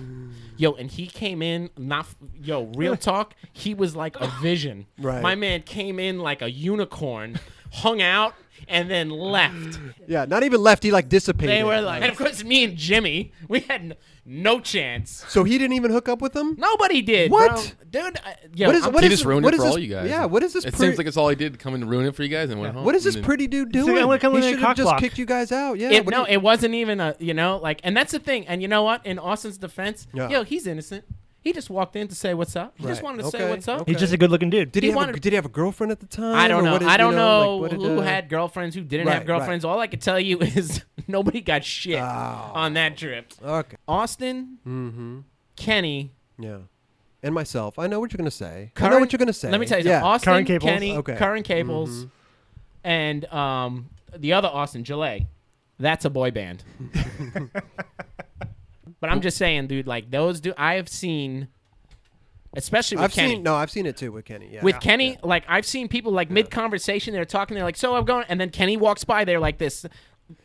Speaker 3: Yo, and he came in not yo, real talk, he was like a vision.
Speaker 1: Right.
Speaker 3: My man came in like a unicorn, hung out and then left.
Speaker 1: Yeah, not even left. He like dissipated.
Speaker 3: They were like And of course me and Jimmy, we had n- no chance.
Speaker 1: so he didn't even hook up with them.
Speaker 3: Nobody did.
Speaker 1: What?
Speaker 3: bro. Dude, I, yo,
Speaker 1: What is-
Speaker 3: I'm-
Speaker 1: what
Speaker 4: he
Speaker 1: is-
Speaker 4: just ruined
Speaker 1: what
Speaker 4: it
Speaker 1: is
Speaker 4: for
Speaker 1: this-
Speaker 4: all you guys.
Speaker 1: yeah, what is this
Speaker 4: It
Speaker 1: pre-
Speaker 4: seems like it's all he did, come and ruin it for you guys and went home.
Speaker 1: What is this
Speaker 4: and
Speaker 1: pretty dude doing?
Speaker 2: like, "I'm gonna come
Speaker 1: he
Speaker 2: in and
Speaker 1: should have just
Speaker 2: cock block."
Speaker 1: kicked you guys out. Yeah.
Speaker 3: It-
Speaker 1: what do
Speaker 3: no,
Speaker 1: you-
Speaker 3: it wasn't even a you know like, and that's the thing. And you know what? In Austin's defense,
Speaker 1: Yeah.
Speaker 3: yo, he's innocent. He just walked in to say what's up. He just
Speaker 1: Right.
Speaker 3: wanted to
Speaker 1: Okay.
Speaker 3: say what's up.
Speaker 1: Okay.
Speaker 2: He's just a good looking dude.
Speaker 1: did he,
Speaker 3: he
Speaker 1: have a,
Speaker 3: wanted-
Speaker 1: did he have a girlfriend at the time?
Speaker 3: I don't
Speaker 1: or
Speaker 3: know.
Speaker 1: what did-
Speaker 3: I
Speaker 1: you
Speaker 3: don't know,
Speaker 1: like, what did,
Speaker 3: who
Speaker 1: uh,
Speaker 3: had girlfriends, who didn't
Speaker 1: Right,
Speaker 3: have girlfriends. All I could tell you is nobody got shit
Speaker 1: Oh.
Speaker 3: on that trip.
Speaker 1: Okay.
Speaker 3: Austin,
Speaker 1: Mm-hmm.
Speaker 3: Kenny,
Speaker 1: Yeah. And myself. I know what you're gonna say. I know
Speaker 3: Current-
Speaker 1: what you're gonna say.
Speaker 3: let me tell you
Speaker 1: Yeah.
Speaker 3: something. Austin,
Speaker 2: Current Cables. Mm-hmm.
Speaker 3: Kenny,
Speaker 1: Okay.
Speaker 3: Current Cables, and um, the other Austin, Gillette. That's a boy band. but I'm just saying, dude, like those dude I have seen especially with
Speaker 1: I've
Speaker 3: Kenny.
Speaker 1: seen. No, I've seen it too with Kenny. Yeah.
Speaker 3: with Kenny, like I've seen people like mid conversation, they're talking, they're like, "So I'm going," and then Kenny walks by, they're like this,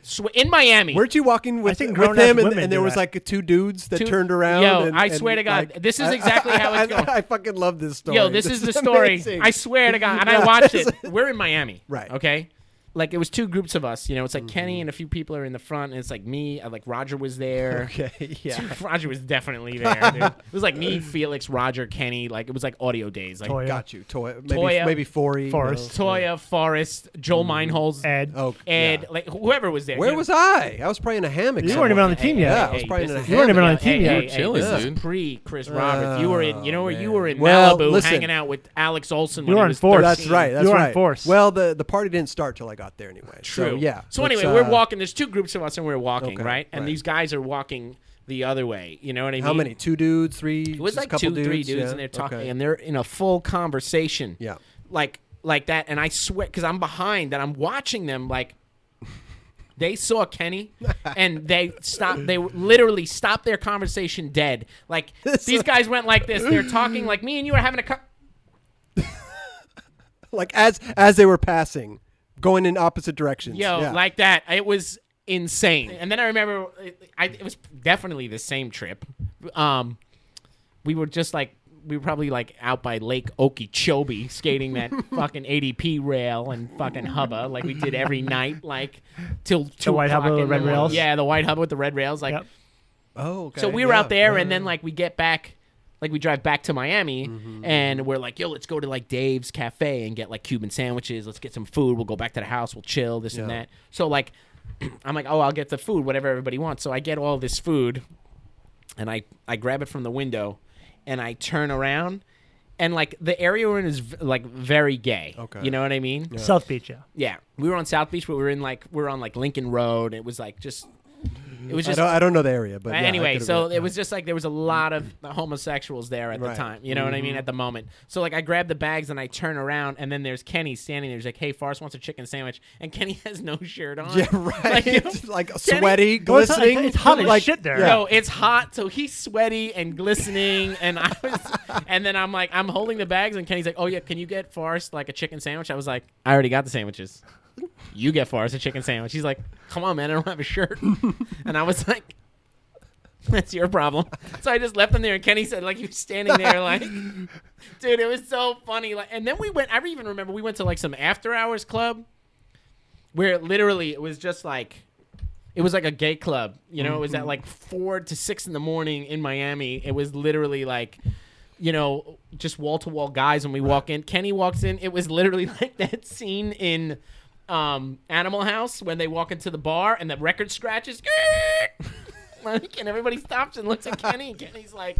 Speaker 3: sw- in Miami.
Speaker 1: Weren't you walking with,
Speaker 2: think
Speaker 1: with
Speaker 2: grown-ass
Speaker 1: him and,
Speaker 2: women
Speaker 1: and there
Speaker 2: do
Speaker 1: was
Speaker 2: that.
Speaker 1: like two dudes that
Speaker 3: Two-
Speaker 1: turned around?
Speaker 3: Yo,
Speaker 1: and,
Speaker 3: I
Speaker 1: and,
Speaker 3: swear to God,
Speaker 1: like,
Speaker 3: this is
Speaker 1: I-
Speaker 3: exactly how it's
Speaker 1: I-
Speaker 3: going.
Speaker 1: I fucking love this story.
Speaker 3: Yo, this, is the story.
Speaker 1: amazing.
Speaker 3: I swear to God, and
Speaker 1: Yeah,
Speaker 3: I watched
Speaker 1: this
Speaker 3: it. We're in Miami,
Speaker 1: Right. Mm-hmm.
Speaker 3: Okay, like it was two groups of us. You know, it's like Kenny and a few people are in the front, and it's like me. uh, Like Roger was there.
Speaker 1: Okay, yeah.
Speaker 3: Roger was definitely there. Dude. It was like me, Felix, Roger, Kenny. Like it was like audio days. Like
Speaker 2: Toya,
Speaker 1: Got you. Toy, maybe,
Speaker 3: Toya.
Speaker 1: maybe Forey.
Speaker 2: Forrest.
Speaker 3: Toya, Forrest, Joel Meinholz,
Speaker 2: Ed.
Speaker 1: No. Oh,
Speaker 3: Ed,
Speaker 1: Mm-hmm. yeah.
Speaker 3: like whoever was there.
Speaker 1: Where
Speaker 3: you know.
Speaker 1: was I? I was probably in a hammock.
Speaker 2: You weren't even on the team
Speaker 1: Yeah,
Speaker 2: yet.
Speaker 1: I was probably
Speaker 3: this
Speaker 1: in a
Speaker 3: is-
Speaker 1: hammock. You weren't
Speaker 2: even on the team
Speaker 3: Hey,
Speaker 2: yet.
Speaker 3: hey,
Speaker 2: You
Speaker 3: hey,
Speaker 4: chilling,
Speaker 3: this is
Speaker 4: dude.
Speaker 3: pre Chris Roberts. You were in, you know, where you were in
Speaker 1: Oh. Well,
Speaker 3: Malibu
Speaker 1: listen.
Speaker 3: hanging out with Alex Olsen.
Speaker 2: You
Speaker 3: when
Speaker 2: were
Speaker 3: he
Speaker 2: on
Speaker 3: was
Speaker 2: force.
Speaker 1: That's
Speaker 3: 13.
Speaker 1: right. That's
Speaker 2: You were on
Speaker 1: right.
Speaker 2: Force.
Speaker 1: Well, the the party didn't start till like got there anyway.
Speaker 3: True.
Speaker 1: So, yeah.
Speaker 3: So
Speaker 1: let's,
Speaker 3: anyway, we're
Speaker 1: uh,
Speaker 3: walking. There's two groups of us, and we're walking,
Speaker 1: Okay,
Speaker 3: right? And
Speaker 1: right.
Speaker 3: these guys are walking the other way. You know what I mean?
Speaker 1: How many? Two dudes, three.
Speaker 3: It was like
Speaker 1: couple
Speaker 3: two, three dudes,
Speaker 1: yeah,
Speaker 3: and they're talking,
Speaker 1: okay.
Speaker 3: and they're in a full conversation.
Speaker 1: Yeah.
Speaker 3: Like like that, and I sweat because I'm behind, and I'm watching them like. They saw Kenny, and they stopped. They literally stopped their conversation dead. Like these guys went like this. They're talking like me and you are having a. Co-
Speaker 1: like as as they were passing, going in opposite directions.
Speaker 3: Yo,
Speaker 1: yeah.
Speaker 3: like that. It was insane. And then I remember, it, I, it was definitely the same trip. Um, we were just like we were probably like out by Lake Okeechobee skating that fucking ADP rail and fucking hubba like we did every night, like till two
Speaker 2: white
Speaker 3: o'clock
Speaker 2: hubba with
Speaker 3: in
Speaker 2: the red
Speaker 3: morning.
Speaker 2: rails?
Speaker 3: Yeah, the white hubba with the red rails. Like
Speaker 2: Yep.
Speaker 1: oh, okay.
Speaker 3: so we were
Speaker 1: yeah,
Speaker 3: out there,
Speaker 1: yeah. Mm-hmm,
Speaker 3: and then like we get back, like we drive back to Miami, and we're like, yo, let's go to like Dave's Cafe and get like Cuban sandwiches. Let's get some food. We'll go back to the house. We'll chill. This and
Speaker 1: Yeah.
Speaker 3: that. So like, I'm like, oh, I'll get the food, whatever everybody wants. So I get all this food, and I I grab it from the window, and I turn around. And like the area we're in is v- like very gay.
Speaker 1: Okay.
Speaker 3: You know what I mean? Yeah.
Speaker 2: South Beach, yeah.
Speaker 3: We were on South Beach, but we were in like we were on like Lincoln Road. It was like just it was
Speaker 1: I
Speaker 3: just
Speaker 1: don't, I don't know the area, but yeah, I
Speaker 3: anyway,
Speaker 1: could've
Speaker 3: so
Speaker 1: been-
Speaker 3: it was just like there was a lot of homosexuals there at the
Speaker 1: Right. Mm-hmm.
Speaker 3: time. You know what I mean? At the moment. So like I grab the bags and I turn around and then there's Kenny standing there. He's like, Hey, Forrest wants a chicken sandwich and Kenny has no shirt on.
Speaker 1: yeah,
Speaker 3: Like,
Speaker 1: right.
Speaker 3: you know,
Speaker 1: Like,
Speaker 3: Kenny-
Speaker 1: sweaty,
Speaker 2: Well, it's-
Speaker 1: glistening.
Speaker 2: it's hot as
Speaker 1: like,
Speaker 2: shit there.
Speaker 1: Yeah.
Speaker 3: Yo, it's hot, so he's sweaty and glistening, and I was, and then I'm like, I'm holding the bags, and Kenny's like, "Oh yeah, can you get Forrest like a chicken sandwich?" I was like, "I already got the sandwiches. You get Forrest a chicken sandwich." He's like, "Come on, man, I don't have a shirt," and I was like, "That's your problem." So I just left him there, and Kenny said, like, he was standing there, like, dude, it was so funny. Like, and then we went. I even remember we went to like some after hours club, where literally it was just like it was like a gay club. You know, it was at like four to six in the morning in Miami. It was literally like, you know, just wall to wall guys when we walk in. Kenny walks in. It was literally like that scene in um, Animal House when they walk into the bar and the record scratches. Like, and everybody stops and looks at Kenny. And Kenny's like,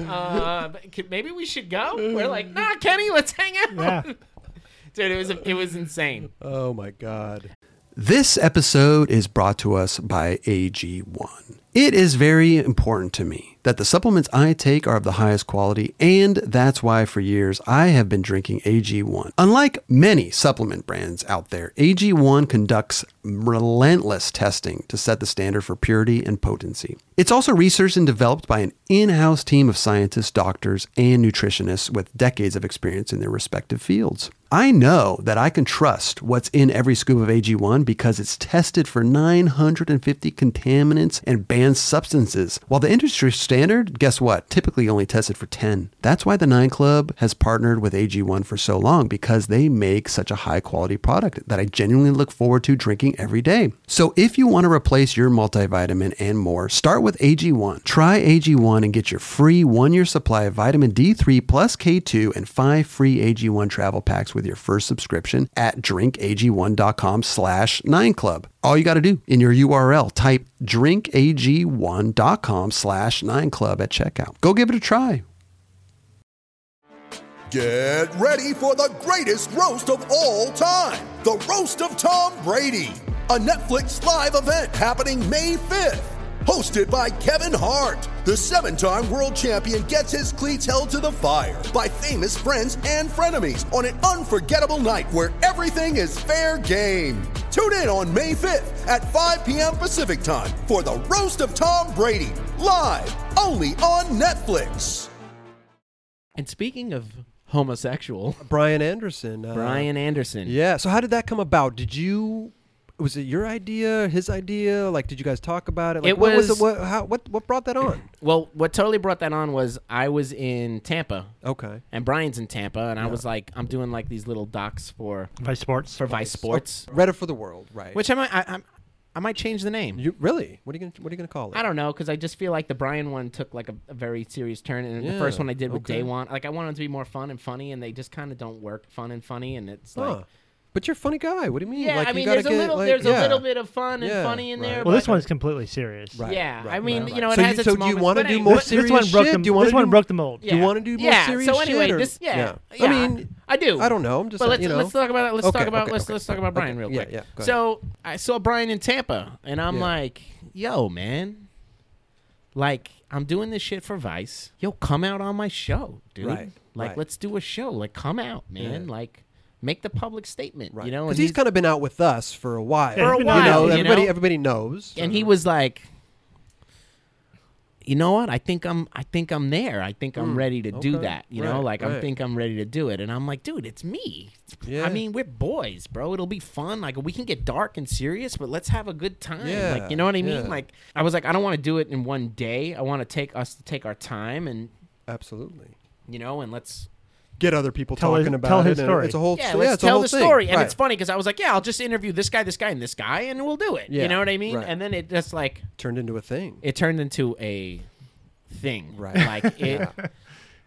Speaker 3: uh, but could- maybe we should go. We're like, nah, Kenny, let's hang out.
Speaker 2: Yeah.
Speaker 3: Dude, it was it was insane.
Speaker 1: Oh my god.
Speaker 5: This episode is brought to us by AG1. It is very important to me that the supplements I take are of the highest quality, and that's why for years I have been drinking AG1. Unlike many supplement brands out there, AG1 conducts relentless testing to set the standard for purity and potency. It's also researched and developed by an in house team of scientists, doctors, and nutritionists with decades of experience in their respective fields. I know that I can trust what's in every scoop of AG1 because it's tested for 950 contaminants and banned substances, while the industry standard, guess what, typically only tested for 10. That's why the 9 Club has partnered with AG1 for so long because they make such a high quality product that I genuinely look forward to drinking every day. So if you want to replace your multivitamin and more, start with AG1. Try AG1 and get your free one year supply of vitamin D3 plus K2 and five free AG1 travel packs with your first subscription at drinkag1.com slash 9club. All you got to do in your URL, type drinkag1.com slash 9club at checkout. Go give it a try.
Speaker 6: Get ready for the greatest roast of all time the Roast of Tom Brady, a Netflix live event happening May 5th. Hosted by Kevin Hart, the seven time world champion gets his cleats held to the fire by famous friends and frenemies on an unforgettable night where everything is fair game. Tune in on May 5th at 5 p.m. Pacific time for the Roast of Tom Brady, live only on Netflix.
Speaker 3: And speaking of homosexual,
Speaker 1: Brian Anderson. Uh,
Speaker 3: Brian Anderson.
Speaker 1: Yeah. So how did that come about? Did you? Was it your idea? His idea? Like, did you guys talk about it? Like,
Speaker 3: It
Speaker 1: what was,
Speaker 3: was-
Speaker 1: it? What? How? What? What brought that on?
Speaker 3: Well, what totally brought that on was I was in Tampa,
Speaker 1: Okay.
Speaker 3: and Brian's in Tampa, and I was like, I'm doing like these little docs for
Speaker 2: By sports.
Speaker 3: for Vice Sports,
Speaker 1: Reddit for the world, right?
Speaker 3: which I might I, I, I might change the name.
Speaker 1: you really? What are you gonna? What are you gonna call it?
Speaker 3: I don't know because I just feel like the Brian one took like a, a very serious turn, and the
Speaker 1: Yeah,
Speaker 3: first one I did with
Speaker 1: okay.
Speaker 3: Day One, like I wanted to be more fun and funny, and they just kind of don't work fun and funny, and it's
Speaker 1: Huh.
Speaker 3: like.
Speaker 1: but you're a funny guy. What do you mean?
Speaker 3: Yeah,
Speaker 1: like,
Speaker 3: I
Speaker 1: you
Speaker 3: mean,
Speaker 1: gotta
Speaker 3: there's a
Speaker 1: get,
Speaker 3: little,
Speaker 1: like-
Speaker 3: there's
Speaker 1: yeah.
Speaker 3: a little bit of fun and
Speaker 1: Yeah,
Speaker 3: funny in
Speaker 1: right.
Speaker 3: there.
Speaker 2: Well, this
Speaker 3: but-
Speaker 2: one's completely serious.
Speaker 1: Right,
Speaker 3: yeah.
Speaker 1: right,
Speaker 3: I mean,
Speaker 1: right,
Speaker 3: you know,
Speaker 1: right. so
Speaker 3: it has
Speaker 1: you, so
Speaker 3: its
Speaker 1: do you
Speaker 3: moments,
Speaker 1: wanna
Speaker 3: but
Speaker 1: do
Speaker 3: anyway.
Speaker 1: more
Speaker 3: But-
Speaker 2: This
Speaker 1: serious
Speaker 2: one broke
Speaker 1: shit?
Speaker 2: the-
Speaker 1: do you wanna
Speaker 2: this one
Speaker 1: do-
Speaker 2: broke the mold.
Speaker 1: Do you
Speaker 3: Yeah.
Speaker 1: want to do more
Speaker 3: Yeah,
Speaker 1: serious
Speaker 3: so anyway,
Speaker 1: shit? or-
Speaker 3: this- yeah,
Speaker 1: I
Speaker 3: yeah.
Speaker 1: mean,
Speaker 3: I do.
Speaker 1: I don't know. I'm just
Speaker 3: But let's,
Speaker 1: you know.
Speaker 3: let's talk about let's
Speaker 1: Okay,
Speaker 3: talk about
Speaker 1: okay,
Speaker 3: let's
Speaker 1: okay,
Speaker 3: let's talk about
Speaker 1: okay.
Speaker 3: Brian real
Speaker 1: Yeah,
Speaker 3: quick.
Speaker 1: yeah, go ahead.
Speaker 3: so I saw Brian in Tampa, and I'm
Speaker 1: Yeah.
Speaker 3: like, yo, man, like I'm doing this shit for Vice. Yo, come out on my show, dude.
Speaker 1: Right,
Speaker 3: Like
Speaker 1: right.
Speaker 3: let's do a show. Like come out, man.
Speaker 1: Yeah.
Speaker 3: Like make the public statement.
Speaker 1: Right.
Speaker 3: You know,
Speaker 1: because he's, kind of been out with us for a while.
Speaker 2: For a
Speaker 1: you know,
Speaker 2: while, you
Speaker 1: everybody
Speaker 3: know?
Speaker 1: everybody knows.
Speaker 3: and he was like you know what i think i'm i think i'm there i think i'm ready to do
Speaker 1: Hmm. okay,
Speaker 3: that you
Speaker 1: right,
Speaker 3: know like i
Speaker 1: right.
Speaker 3: think i'm ready to do it and i'm like dude it's me
Speaker 1: Yeah.
Speaker 3: i mean we're boys bro it'll be fun like we can get dark and serious but let's have a good time
Speaker 1: Yeah,
Speaker 3: like you know what i mean
Speaker 1: yeah.
Speaker 3: like i was like i don't want to do it in one day i want to take us to take our time and
Speaker 1: absolutely
Speaker 3: you know and let's
Speaker 1: get other people
Speaker 2: Tell his-
Speaker 1: talking about
Speaker 2: tell
Speaker 1: it.
Speaker 2: his
Speaker 1: and
Speaker 2: story.
Speaker 1: It's a whole
Speaker 3: yeah,
Speaker 1: sto-
Speaker 3: let's
Speaker 1: it's a
Speaker 3: tell
Speaker 1: whole
Speaker 3: the
Speaker 1: thing.
Speaker 3: story. And
Speaker 1: Right.
Speaker 3: it's funny because I was like, yeah, I'll just interview this guy, this guy, and this guy, and we'll do it.
Speaker 1: Yeah,
Speaker 3: You know what I mean?
Speaker 1: right.
Speaker 3: And then it just like
Speaker 1: turned into a thing.
Speaker 3: it turned into a thing
Speaker 1: Right.
Speaker 3: like it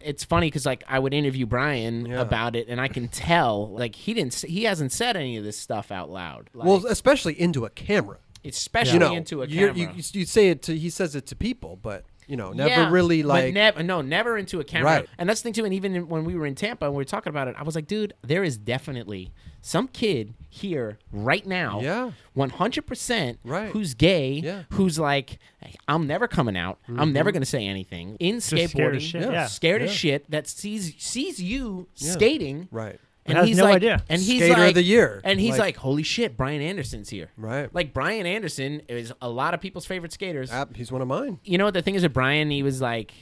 Speaker 3: it's funny because like i would interview brian
Speaker 1: Yeah.
Speaker 3: about it and i can tell like he didn't s- he hasn't said any of this stuff out loud like,
Speaker 1: well, especially into a camera.
Speaker 3: especially
Speaker 1: You know,
Speaker 3: into a
Speaker 1: you're-
Speaker 3: camera
Speaker 1: You, you, you say it to he says it to people, but you know, never
Speaker 3: Yeah,
Speaker 1: really
Speaker 3: but
Speaker 1: like
Speaker 3: never no never into a camera
Speaker 1: Right.
Speaker 3: and that's the thing too and even in- when we were in tampa and we were talking about it i was like dude there is definitely some kid here right now
Speaker 1: Yeah.
Speaker 3: 100%
Speaker 1: Right.
Speaker 3: who's gay
Speaker 1: Yeah. Mm-hmm.
Speaker 3: who's like i'm never coming out i'm never going to say anything in skateboarding
Speaker 2: scared as shit, Yeah. yeah.
Speaker 3: scared as
Speaker 1: Yeah.
Speaker 3: shit that sees sees you skating
Speaker 1: right.
Speaker 3: and
Speaker 2: Has
Speaker 3: he's
Speaker 2: no
Speaker 3: like,
Speaker 2: idea.
Speaker 3: And he's
Speaker 1: Skater of
Speaker 3: like,
Speaker 1: the year.
Speaker 3: And he's like,
Speaker 1: Like-
Speaker 3: holy shit, Brian Anderson's here.
Speaker 1: Right.
Speaker 3: Like Brian Anderson is a lot of people's favorite skaters
Speaker 1: Ah, he's one of mine.
Speaker 3: you know what the thing is with Brian, he was like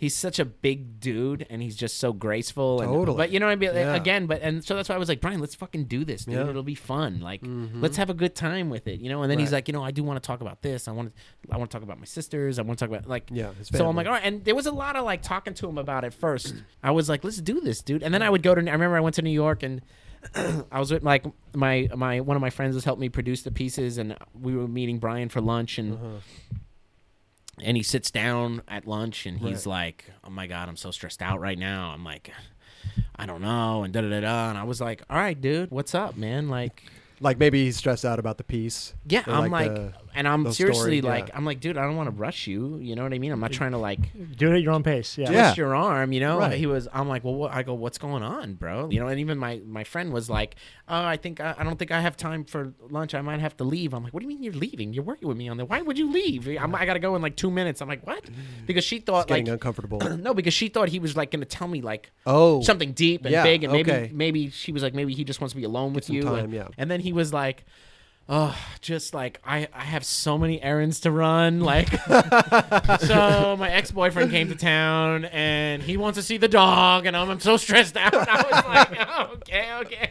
Speaker 3: he's such a big dude and he's just so graceful and
Speaker 1: Totally.
Speaker 3: but you know what I mean
Speaker 1: Yeah.
Speaker 3: again but and so that's why I was like Brian let's fucking do this dude
Speaker 1: Yeah. Mm-hmm.
Speaker 3: it'll be fun like let's have a good time with it you know and then he's
Speaker 1: Right.
Speaker 3: like you know I do want to talk about this I want to I want to talk about my sisters I want to talk about like
Speaker 1: Yeah, his
Speaker 3: so I'm
Speaker 1: family.
Speaker 3: like all right and there was a lot of like talking to him about it first I was like let's do this dude and then I would go to I remember I went to New York and I was with like my my one of my friends has helped me produce the pieces, and we were meeting Brian for lunch, and
Speaker 1: Uh-huh.
Speaker 3: and he sits down at lunch, and he's like, "Oh my god, I'm so stressed out right now." I'm like, "I don't know," and da da da da, and I was like, "All right, dude, what's up, man?" Like,
Speaker 1: Like maybe he's stressed out about the piece.
Speaker 3: yeah,
Speaker 1: or,
Speaker 3: I'm like,
Speaker 1: the-
Speaker 3: and I'm
Speaker 1: those
Speaker 3: seriously
Speaker 1: stories,
Speaker 3: like,
Speaker 1: yeah.
Speaker 3: I'm like, dude, I don't want to rush you. You know what I mean? I'm not trying to like
Speaker 2: Do it at your own pace. Yeah.
Speaker 1: Yeah.
Speaker 3: twist your arm, you know?
Speaker 1: Right.
Speaker 3: He was, I'm like, well, what? I go, what's going on, bro? You know, and even my, my friend was like, oh, I think, I, I don't think I have time for lunch. I might have to leave. I'm like, what do you mean you're leaving? You're working with me on there. Why would you leave? I'm, I got to go in like two minutes. I'm like, what? Because she thought
Speaker 1: getting
Speaker 3: like,
Speaker 1: uncomfortable.
Speaker 3: no, because she thought he was like going to tell me like,
Speaker 1: Oh.
Speaker 3: something deep and
Speaker 1: Yeah,
Speaker 3: big. And maybe,
Speaker 1: okay.
Speaker 3: maybe she was like, maybe he just wants to be alone with
Speaker 1: some
Speaker 3: you.
Speaker 1: time,
Speaker 3: and,
Speaker 1: yeah.
Speaker 3: and then he was like, Oh, just like I, I have so many errands to run. Like, so my ex boyfriend came to town and he wants to see the dog, and I'm, I'm so stressed out. I was like, oh, okay, okay.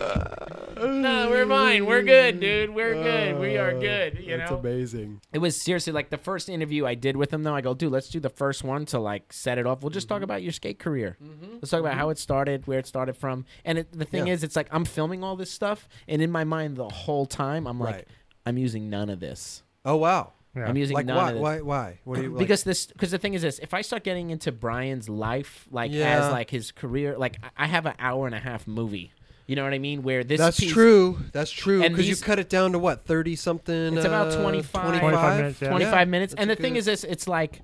Speaker 3: No, we're fine. We're good, dude. We're good. We are good. You
Speaker 1: That's
Speaker 3: know,
Speaker 1: amazing.
Speaker 3: it was seriously like the first interview I did with him. Though I go, dude, let's do the first one to like set it off. We'll
Speaker 1: Mm-hmm.
Speaker 3: just talk about your skate career. Let's talk about how it started, where it started from. And it, the thing
Speaker 1: Yeah.
Speaker 3: is, it's like I'm filming all this stuff, and in my mind the whole time I'm like,
Speaker 1: Right.
Speaker 3: I'm using none of this.
Speaker 1: Oh wow.
Speaker 2: Yeah.
Speaker 3: I'm using
Speaker 1: Like
Speaker 3: none
Speaker 1: why?
Speaker 3: of this
Speaker 1: Why? Why? What do you like,
Speaker 3: because this because the thing is this if i start getting into brian's life like
Speaker 1: Yeah.
Speaker 3: as like his career like I- i have an hour and a half movie you know what i mean where this
Speaker 1: That's
Speaker 3: piece-
Speaker 1: true. That's true.
Speaker 3: And
Speaker 1: Because you
Speaker 3: these-
Speaker 1: cut it down to what thirty something.
Speaker 3: It's about
Speaker 1: uh,
Speaker 3: 25.
Speaker 1: 25?
Speaker 2: minutes, yeah.
Speaker 3: 25
Speaker 1: Yeah,
Speaker 3: minutes
Speaker 1: that's
Speaker 3: and
Speaker 1: a
Speaker 3: the thing
Speaker 1: good-
Speaker 3: is this it's like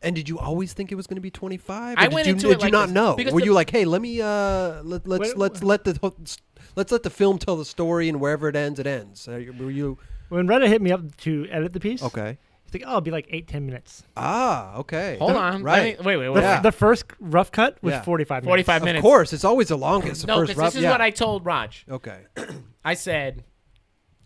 Speaker 1: And did you always think it was going to be 25?
Speaker 3: I
Speaker 1: did
Speaker 3: went
Speaker 1: you,
Speaker 3: into
Speaker 1: did
Speaker 3: it
Speaker 1: you
Speaker 3: like
Speaker 1: not
Speaker 3: this,
Speaker 1: know?
Speaker 3: because
Speaker 1: Were
Speaker 3: the-
Speaker 1: you like, "Hey, let me uh let, let's
Speaker 2: Wait,
Speaker 1: let's let the whole- let's let the film tell the story and wherever it ends it ends." Uh, Were you
Speaker 2: When Reddit hit me up to edit the piece,
Speaker 1: Okay.
Speaker 2: It's like, oh, it'll be like eight, ten minutes.
Speaker 1: Ah, okay.
Speaker 3: hold on let
Speaker 1: Right.
Speaker 3: me- wait wait
Speaker 2: The,
Speaker 3: wait,
Speaker 1: Oh, Yeah.
Speaker 2: the first rough cut was
Speaker 1: Yeah.
Speaker 2: 45 minutes.
Speaker 3: 45
Speaker 1: Of
Speaker 3: minutes
Speaker 1: course, it's always the longest. the
Speaker 3: no
Speaker 1: first
Speaker 3: because
Speaker 1: rough-
Speaker 3: this is
Speaker 1: yeah.
Speaker 3: what i told raj
Speaker 1: Okay.
Speaker 3: i said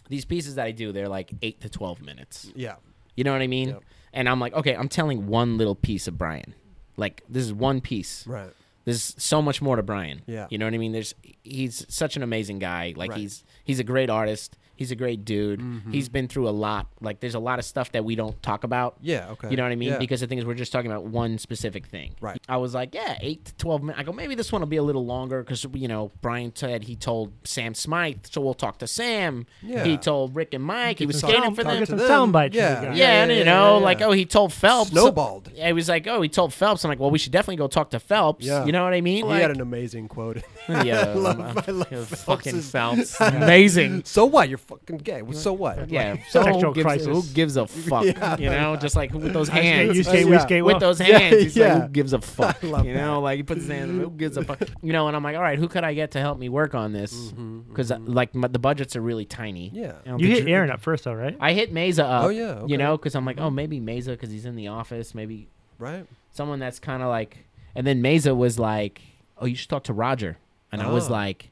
Speaker 3: these pieces that i do they're like 8 to 12 minutes
Speaker 1: Yeah.
Speaker 3: you know what i mean
Speaker 1: Yep.
Speaker 3: and i'm like okay i'm telling one little piece of brian like this is one piece
Speaker 1: Right.
Speaker 3: There's so much more to Brian.
Speaker 1: Yeah.
Speaker 3: You know what I mean? There's he's such an amazing guy. Like
Speaker 1: Right. Mm-hmm.
Speaker 3: he's he's a great artist. He's a great dude. He's been through a lot. Like there's a lot of stuff that we don't talk about.
Speaker 1: Yeah, okay.
Speaker 3: You know what I mean?
Speaker 1: Yeah.
Speaker 3: Because the thing is we're just talking about one specific thing.
Speaker 1: Right.
Speaker 3: I was like, yeah, 8 to 12 minutes. I go maybe this one will be a little longer cuz you know, Brian said he told Sam Smythe, so we'll talk to Sam.
Speaker 1: Yeah.
Speaker 3: He told Rick and Mike. He was
Speaker 2: some
Speaker 3: skating
Speaker 2: sound-
Speaker 3: for
Speaker 2: I'll
Speaker 3: them.
Speaker 2: get some
Speaker 1: To
Speaker 2: sound bites.
Speaker 1: Yeah.
Speaker 2: Yeah,
Speaker 3: Yeah, and, you know, like oh, he told Phelps.
Speaker 1: Snowballed.
Speaker 3: It was like oh, he told Phelps. I'm like, well, we should definitely go talk to Phelps.
Speaker 1: Yeah.
Speaker 3: You know what I mean?
Speaker 1: he
Speaker 3: like,
Speaker 1: had an amazing quote. in there.
Speaker 3: yeah,
Speaker 1: I love,
Speaker 3: um,
Speaker 1: I love
Speaker 3: yeah, fucking
Speaker 1: Phelps's-
Speaker 3: Phelps, amazing.
Speaker 1: So what? You're fucking gay. Well, So what?
Speaker 3: Yeah, so
Speaker 2: Sexual
Speaker 3: who gives,
Speaker 2: crisis.
Speaker 3: who gives a fuck? you know, just like with those hands.
Speaker 2: You skate, we
Speaker 1: Yeah.
Speaker 2: skate
Speaker 3: with
Speaker 2: well.
Speaker 3: those
Speaker 1: Yeah,
Speaker 3: hands. He's like,
Speaker 1: yeah.
Speaker 3: who gives a fuck?
Speaker 1: love
Speaker 3: you know, like he puts his hands. Who gives a fuck? You know, and I'm like, all right, who could I get to help me work on this? Because like my, the budgets are really tiny.
Speaker 1: Yeah.
Speaker 3: You, know,
Speaker 2: You
Speaker 3: the
Speaker 2: hit
Speaker 3: dr-
Speaker 2: Aaron up first, though, right?
Speaker 3: I hit Mesa up.
Speaker 1: Oh, yeah, okay.
Speaker 3: You know, because I'm like, oh, maybe Mesa because he's in the office. Maybe
Speaker 1: Right.
Speaker 3: someone that's kind of like. And then Mesa was like, oh, you should talk to Roger. And I was
Speaker 1: Oh.
Speaker 3: like,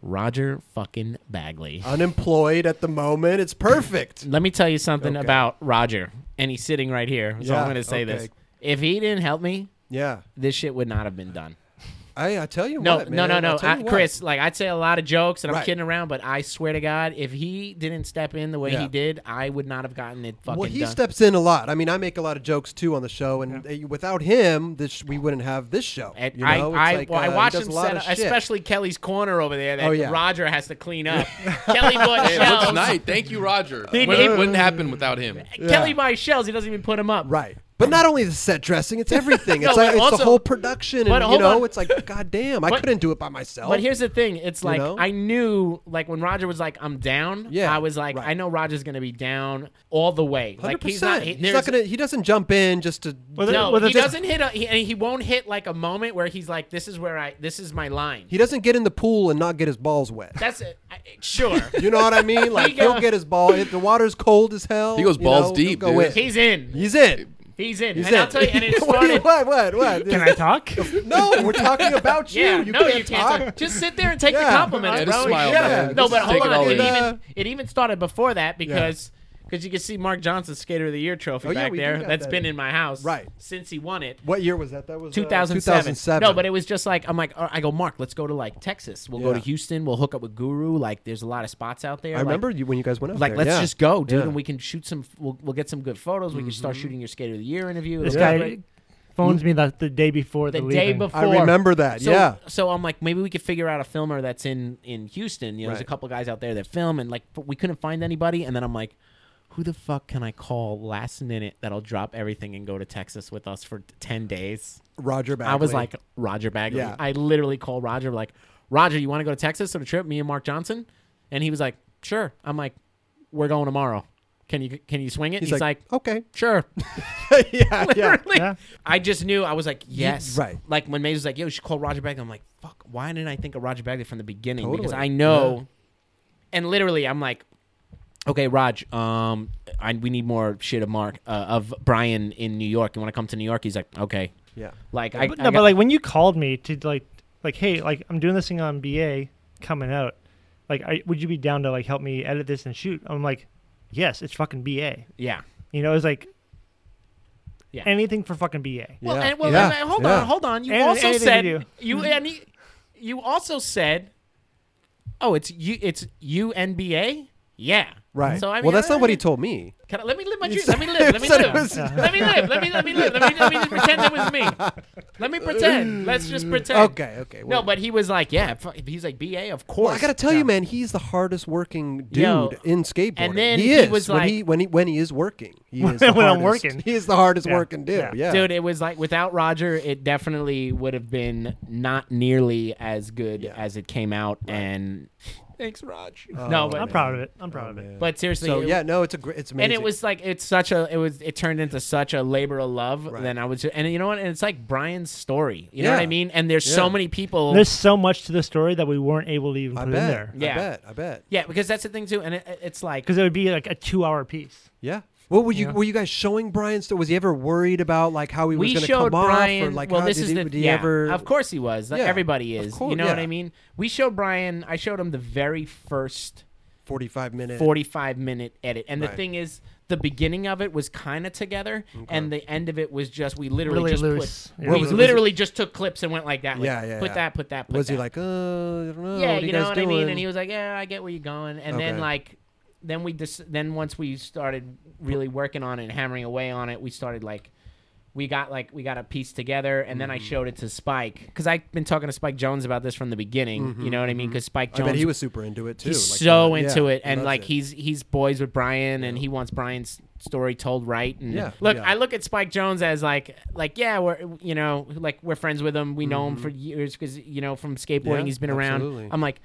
Speaker 3: Roger fucking Bagley.
Speaker 1: Unemployed at the moment. It's perfect.
Speaker 3: Let me tell you something
Speaker 1: Okay.
Speaker 3: about Roger, and he's sitting right here. So
Speaker 1: Yeah,
Speaker 3: I'm going to say this:
Speaker 1: okay.
Speaker 3: if he didn't help me,
Speaker 1: Yeah.
Speaker 3: this shit would not have been done.
Speaker 1: I I tell you
Speaker 3: No,
Speaker 1: what, man,
Speaker 3: no, no, no,
Speaker 1: I'll tell
Speaker 3: I-
Speaker 1: you what.
Speaker 3: Chris. Like I'd say a lot of jokes, and I'm
Speaker 1: Right.
Speaker 3: kidding around, but I swear to God, if he didn't step in the way
Speaker 1: Yeah.
Speaker 3: he did, I would not have gotten it fucking
Speaker 1: Well, he
Speaker 3: done.
Speaker 1: steps in a lot. I mean, I make a lot of jokes too on the show, and uh, without him, this we wouldn't have this show.
Speaker 3: And
Speaker 1: you
Speaker 3: I,
Speaker 1: know, It's
Speaker 3: I,
Speaker 1: like,
Speaker 3: well, I
Speaker 1: uh, he
Speaker 3: watch
Speaker 1: does
Speaker 3: him
Speaker 1: a lot
Speaker 3: set
Speaker 1: of
Speaker 3: up,
Speaker 1: shit.
Speaker 3: especially Kelly's corner over there that
Speaker 1: Oh, yeah.
Speaker 3: Roger has to clean up. Kelly bought
Speaker 4: Hey, it looks
Speaker 3: shells.
Speaker 4: nice. Thank you, Roger.
Speaker 3: He
Speaker 4: Wouldn't-
Speaker 3: did.
Speaker 4: wouldn't happen without him.
Speaker 3: Kelly buys shells. He doesn't even put them up.
Speaker 1: Right. But not only the set dressing, it's everything.
Speaker 3: No,
Speaker 1: It's
Speaker 3: but
Speaker 1: like, it's
Speaker 3: also-
Speaker 1: the whole production, and
Speaker 3: but
Speaker 1: you
Speaker 3: hold
Speaker 1: know,
Speaker 3: on.
Speaker 1: it's like, god damn, I
Speaker 3: But-
Speaker 1: couldn't do it by myself.
Speaker 3: But here's the thing: it's like
Speaker 1: know?
Speaker 3: I knew, like when Roger was like, "I'm down."
Speaker 1: Yeah,
Speaker 3: I was like,
Speaker 1: right.
Speaker 3: I know Roger's gonna be down all the way.
Speaker 1: hundred
Speaker 3: Like he's not.
Speaker 1: percent.
Speaker 3: He,
Speaker 1: He's not
Speaker 3: there's-
Speaker 1: gonna. He doesn't jump in just to.
Speaker 2: Well, the-
Speaker 3: No,
Speaker 2: well, the
Speaker 3: he
Speaker 2: thing-
Speaker 3: doesn't hit. A, he, and he won't hit like a moment where he's like, "This is where I. This is my line."
Speaker 1: he doesn't get in the pool and not get his balls wet.
Speaker 3: That's it. I, sure.
Speaker 1: You know what I mean? Like
Speaker 3: go-
Speaker 1: he'll get his ball. If the water's cold as hell,
Speaker 4: He goes
Speaker 1: you
Speaker 4: balls
Speaker 1: know,
Speaker 4: deep,
Speaker 1: he'll Go
Speaker 4: dude.
Speaker 1: in.
Speaker 3: he's in.
Speaker 1: He's in.
Speaker 3: He's in.
Speaker 1: He's
Speaker 3: and
Speaker 1: in.
Speaker 3: I'll tell you. And it
Speaker 1: what, do you-
Speaker 3: started.
Speaker 1: what? What? What?
Speaker 2: Can I talk?
Speaker 1: No, we're talking about you.
Speaker 3: Yeah,
Speaker 1: you
Speaker 3: no,
Speaker 1: can't
Speaker 3: you can't. Talk. Just sit there and take the
Speaker 1: Yeah.
Speaker 3: compliments,
Speaker 4: Yeah,
Speaker 3: bro.
Speaker 4: just smile,
Speaker 1: man.
Speaker 3: No,
Speaker 1: Just
Speaker 3: but
Speaker 4: take
Speaker 3: hold on.
Speaker 4: it all
Speaker 3: It
Speaker 4: in.
Speaker 3: even, it even started before that because because you can see Mark Johnson's Skater of the Year trophy
Speaker 1: Oh, yeah,
Speaker 3: back
Speaker 1: we do
Speaker 3: there.
Speaker 1: got
Speaker 3: That's
Speaker 1: that.
Speaker 3: been in my house
Speaker 1: Right.
Speaker 3: since he won it.
Speaker 1: What year was that? That was uh,
Speaker 3: 2007.
Speaker 1: 2007.
Speaker 3: No, but it was just like I'm like I go Mark, let's go to like Texas. We'll go to
Speaker 1: Yeah.
Speaker 3: Houston. We'll hook up with Guru. Like there's a lot of spots out
Speaker 1: I
Speaker 3: there. Like,
Speaker 1: remember you, when you guys went out
Speaker 3: Like
Speaker 1: there.
Speaker 3: let's
Speaker 1: yeah.
Speaker 3: just go, dude,
Speaker 1: Yeah.
Speaker 3: and we can shoot some. We'll, we'll get some good photos. We can start shooting your Skater of the Year interview.
Speaker 2: This
Speaker 3: It'll
Speaker 2: guy
Speaker 3: be great.
Speaker 2: phones me the, the day before
Speaker 3: the
Speaker 2: the
Speaker 3: day
Speaker 2: leaving.
Speaker 3: before.
Speaker 1: I remember that.
Speaker 3: So,
Speaker 1: yeah.
Speaker 3: So I'm like, maybe we could figure out a filmer that's in in Houston. You know, there's a
Speaker 1: Right.
Speaker 3: couple guys out there that film, and like, but we couldn't find anybody. And then I'm like, who the fuck can I call last minute that'll drop everything and go to Texas with us for ten days?
Speaker 1: Roger Bagley.
Speaker 3: I was like, Roger Bagley.
Speaker 1: Yeah.
Speaker 3: I literally called Roger, like, Roger, you want to go to Texas on a trip? Me and Mark Johnson, and he was like, sure. I'm like, we're going tomorrow. Can you can you swing it?
Speaker 1: he's,
Speaker 3: He's, like,
Speaker 1: okay.
Speaker 3: sure.
Speaker 1: yeah, yeah.
Speaker 3: Literally.
Speaker 2: Yeah.
Speaker 3: I just knew. I was like, yes.
Speaker 1: right.
Speaker 3: Like when Maze was like, yo, you should call Roger Bagley. I'm like, fuck, why didn't I think of Roger Bagley from the beginning? Because
Speaker 1: Totally.
Speaker 3: I know. And literally, I'm like, okay, Raj, um, I, we need more shit of Mark, uh, of Brian in New York. You want to come to New York? He's like, okay.
Speaker 1: Yeah.
Speaker 3: Like, I,
Speaker 2: but,
Speaker 3: I
Speaker 2: no,
Speaker 3: got-
Speaker 2: but like when you called me to like, like, hey, like I'm doing this thing on BA coming out. Like, I, would you be down to like help me edit this and shoot? I'm like, yes, it's fucking BA.
Speaker 3: yeah.
Speaker 2: You know, it's like
Speaker 3: Yeah.
Speaker 2: anything for fucking BA.
Speaker 3: Well,
Speaker 1: Yeah.
Speaker 3: and, well
Speaker 1: Yeah.
Speaker 3: and- and hold
Speaker 1: Yeah.
Speaker 3: on, hold on. You
Speaker 2: And-
Speaker 3: also
Speaker 2: anything
Speaker 3: said
Speaker 2: you
Speaker 3: you,
Speaker 2: do.
Speaker 3: and he- you also said, oh, it's you, it's UNBA. Yeah.
Speaker 1: Right.
Speaker 3: So I mean,
Speaker 1: well, that's
Speaker 3: I-
Speaker 1: not what he
Speaker 3: I-
Speaker 1: told me.
Speaker 3: Can I, let me live my
Speaker 1: You
Speaker 3: dream.
Speaker 1: said-
Speaker 3: Let me live. Let me
Speaker 1: you said
Speaker 3: live.
Speaker 1: it was-
Speaker 3: Let me live. Let me let me live. Let me let me just pretend that was me. Let me pretend. Let's just pretend.
Speaker 1: Okay, okay.
Speaker 3: No,
Speaker 1: whatever.
Speaker 3: but he was like, yeah. fu- He's like, BA, of course.
Speaker 1: Well, I gotta tell you, man, he's the hardest working dude
Speaker 3: Yo.
Speaker 1: in skateboarding.
Speaker 3: And then
Speaker 1: he
Speaker 3: he
Speaker 1: is
Speaker 3: was
Speaker 1: when
Speaker 3: like-
Speaker 1: he when he when he is working. He is the
Speaker 2: When I'm
Speaker 1: hardest-
Speaker 2: working.
Speaker 1: he is the hardest
Speaker 2: Yeah.
Speaker 1: working dude. Yeah,
Speaker 2: Yeah.
Speaker 3: Dude, it was like without Roger, it definitely would have been not nearly as good
Speaker 1: Yeah.
Speaker 3: as it came out. And thanks, Rog.
Speaker 1: Oh,
Speaker 3: no, but
Speaker 2: I'm proud of it. I'm proud of it.
Speaker 3: But seriously,
Speaker 1: so
Speaker 3: it-
Speaker 1: yeah, no, it's a great, it's amazing.
Speaker 3: and it was like it's such a it was it turned into such a labor of love.
Speaker 1: Right.
Speaker 3: Then I was ju- and you know what? And it's like Brian's story. You know
Speaker 1: Yeah.
Speaker 3: what I mean? And there's so
Speaker 1: Yeah.
Speaker 3: many people.
Speaker 2: There's so much to the story that we weren't able to even
Speaker 1: I
Speaker 2: put
Speaker 1: bet,
Speaker 2: in there
Speaker 1: I
Speaker 3: Yeah.
Speaker 1: bet, I bet,
Speaker 3: yeah, because that's the thing too. And it, it's like
Speaker 2: because it would be like a two-hour piece.
Speaker 1: yeah. What were you were you guys showing Brian? Still, was he ever worried about like how he was
Speaker 3: we
Speaker 1: going to
Speaker 3: showed
Speaker 1: come
Speaker 3: Brian.
Speaker 1: off or like
Speaker 3: well,
Speaker 1: how
Speaker 3: this
Speaker 1: did,
Speaker 3: is
Speaker 1: he,
Speaker 3: the
Speaker 1: did he
Speaker 3: yeah,
Speaker 1: ever?
Speaker 3: Of course he was. Like,
Speaker 1: Yeah,
Speaker 3: everybody
Speaker 1: of
Speaker 3: is.
Speaker 1: course,
Speaker 3: you know what
Speaker 1: yeah.
Speaker 3: I mean? We showed Brian. I showed him the very first
Speaker 1: Forty-five minutes.
Speaker 3: 45 minute edit. And the
Speaker 1: Right.
Speaker 3: thing is, the beginning of it was kind of together, and the end of it was just we literally
Speaker 2: Really
Speaker 3: just
Speaker 2: loose.
Speaker 3: put
Speaker 2: Yeah.
Speaker 3: we
Speaker 1: Was it-
Speaker 3: literally just took clips and went like that. Like,
Speaker 1: Yeah, yeah,
Speaker 3: Put
Speaker 1: yeah.
Speaker 3: that. Put that. Put
Speaker 1: was
Speaker 3: that.
Speaker 1: he like, uh, I don't know,
Speaker 3: yeah,
Speaker 1: what are
Speaker 3: you
Speaker 1: guys
Speaker 3: know what I mean?
Speaker 1: doing?
Speaker 3: And he was like, yeah, I get where you're going. And then
Speaker 1: Okay.
Speaker 3: like, then we just then once we started really working on it and hammering away on it, we started like. We got like we got a piece together, and
Speaker 1: Mm-hmm.
Speaker 3: then I showed it to Spike because I've been talking to Spike Jones about this from the beginning. You know what I mean? Because Spike
Speaker 1: Mm-hmm, I
Speaker 3: Jones,
Speaker 1: bet he was super into it too.
Speaker 3: he's
Speaker 1: like, uh,
Speaker 3: so
Speaker 1: yeah,
Speaker 3: into it,
Speaker 1: he
Speaker 3: and
Speaker 1: loves
Speaker 3: like
Speaker 1: it.
Speaker 3: he's he's boys with Brian, and he wants Brian's story told right. And
Speaker 1: Yeah,
Speaker 3: look,
Speaker 1: yeah.
Speaker 3: I look at Spike Jones as like like yeah, we're you know like we're friends with him. We know him for years because you know from skateboarding
Speaker 1: Mm-hmm. Yeah,
Speaker 3: he's been
Speaker 1: absolutely.
Speaker 3: around. I'm like.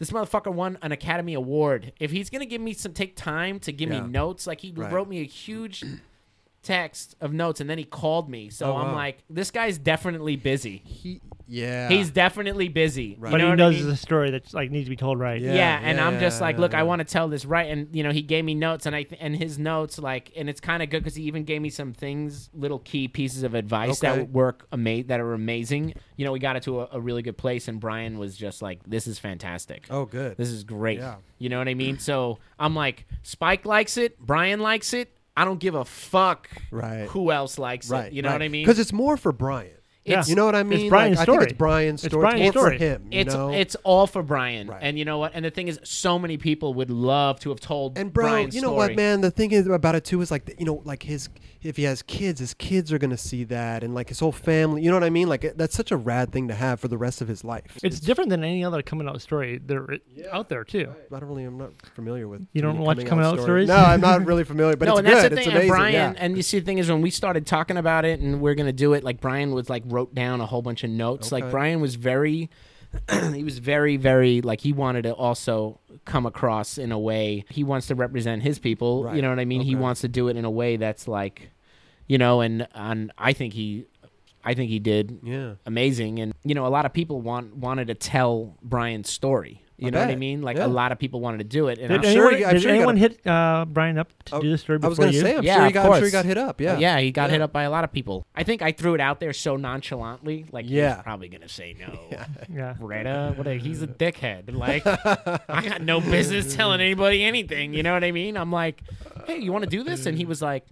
Speaker 3: This motherfucker won an Academy Award. If he's gonna give me some, take time to give
Speaker 1: Yeah.
Speaker 3: me notes, like he
Speaker 1: Right.
Speaker 3: wrote me a huge text of notes, and then he called me. So
Speaker 1: Oh,
Speaker 3: I'm
Speaker 1: wow.
Speaker 3: like, this guy's definitely busy.
Speaker 1: He, yeah.
Speaker 3: He's definitely busy.
Speaker 1: Right.
Speaker 3: You
Speaker 2: but
Speaker 3: know
Speaker 2: he
Speaker 3: what I
Speaker 2: knows
Speaker 3: mean?
Speaker 2: the story that's like needs to be told right.
Speaker 1: Yeah.
Speaker 3: yeah, and
Speaker 1: yeah,
Speaker 3: i'm just
Speaker 1: yeah,
Speaker 3: like
Speaker 1: yeah,
Speaker 3: look
Speaker 1: yeah.
Speaker 3: i want to tell this right and you know he gave me notes and i th- and his notes like and it's kind of good because he even gave me some things little key pieces of advice
Speaker 1: Okay.
Speaker 3: that work ama- that are amazing you know we got it to a, a really good place and brian was just like this is fantastic
Speaker 1: Oh, good.
Speaker 3: this is great
Speaker 1: Yeah.
Speaker 3: you know what i mean so i'm like spike likes it brian likes it i don't give a fuck
Speaker 1: Right.
Speaker 3: who else likes
Speaker 1: right.
Speaker 3: it you know what i mean
Speaker 1: Because it's more for Brian.
Speaker 3: It's-
Speaker 1: you know what I
Speaker 2: It's
Speaker 1: mean?
Speaker 2: Brian's
Speaker 1: like, I think
Speaker 2: story.
Speaker 1: it's Brian's
Speaker 2: It's
Speaker 1: story.
Speaker 2: Brian's
Speaker 1: more
Speaker 2: story.
Speaker 1: for him. You
Speaker 3: it's
Speaker 1: know?
Speaker 3: it's all for Brian,
Speaker 1: Right.
Speaker 3: and you know what? And the thing is, so many people would love to have told
Speaker 1: and bro,
Speaker 3: Brian's
Speaker 1: you know
Speaker 3: story.
Speaker 1: what, man? The thing is about it too is like you know, like his if he has kids, his kids are gonna see that, and like his whole family. You know what I mean? Like it- that's such a rad thing to have for the rest of his life.
Speaker 2: It's, different than any other coming out story there out there too.
Speaker 1: I don't really, I'm not familiar with.
Speaker 2: You don't
Speaker 1: any
Speaker 2: watch coming out stories?
Speaker 1: No, I'm not really familiar, but
Speaker 3: no,
Speaker 1: it's
Speaker 3: and
Speaker 1: good.
Speaker 3: that's the
Speaker 1: it's
Speaker 3: thing.
Speaker 1: amazing.
Speaker 3: and Brian,
Speaker 1: yeah.
Speaker 3: and you see, the thing is, when we started talking about it, and we're gonna do it, like Brian was like wrote down a whole bunch of notes.
Speaker 1: Okay.
Speaker 3: Like Brian was very, he was very, very like he wanted to also come across in a way he wants to represent his people.
Speaker 1: Right.
Speaker 3: You know what I mean? He
Speaker 1: Okay.
Speaker 3: wants to do it in a way that's like, you know, and and I think he, I think he did
Speaker 1: yeah.
Speaker 3: amazing and you know a lot of people want wanted to tell brian's story you
Speaker 1: I
Speaker 3: know what i
Speaker 1: bet.
Speaker 3: mean like
Speaker 1: Yeah.
Speaker 3: a lot of people wanted to do it and
Speaker 2: Did
Speaker 3: I'm
Speaker 1: sure
Speaker 2: anyone,
Speaker 1: he- I'm
Speaker 2: did
Speaker 1: sure he got
Speaker 2: anyone
Speaker 1: a-
Speaker 2: hit uh, Brian up to
Speaker 1: I-
Speaker 2: do the story
Speaker 1: I
Speaker 2: before
Speaker 1: was gonna
Speaker 2: you?
Speaker 1: say, I'm
Speaker 3: Yeah,
Speaker 1: sure he
Speaker 3: of
Speaker 1: got, I'm sure he
Speaker 3: course.
Speaker 1: got hit up. Yeah,
Speaker 3: yeah. he got hit up by a lot of people i think i threw it out there so nonchalantly like
Speaker 1: Yeah.
Speaker 3: he's probably gonna say no
Speaker 2: yeah.
Speaker 3: Greta, what a, he's a dickhead. Like, I got no business telling anybody anything. You know what I mean? I'm like, hey, you want to do this? And he was like,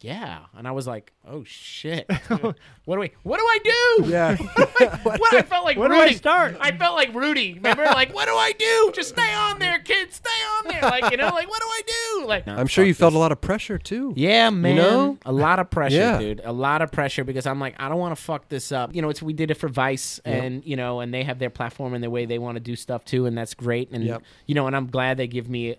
Speaker 3: yeah. And I was like, oh shit. what do we? What do I do?
Speaker 1: yeah.
Speaker 3: What I felt like
Speaker 2: Where do I
Speaker 3: Rudy.
Speaker 2: start?
Speaker 3: I felt like Rudy. Remember, like, what do I do? Just stay on there, kid. Stay on there. Like, you know, like, what do I do? Like,
Speaker 1: I'm sure you felt a lot of pressure too.
Speaker 3: Yeah, man.
Speaker 1: know?
Speaker 3: A lot of pressure,
Speaker 1: Yeah.
Speaker 3: dude. A lot of pressure because I'm like, I don't want to fuck this up. You know, it's we did it for Vice and you know, and they have their platform and their way they want to do stuff too, and that's great. And
Speaker 1: Yep.
Speaker 3: you know, and I'm glad they give me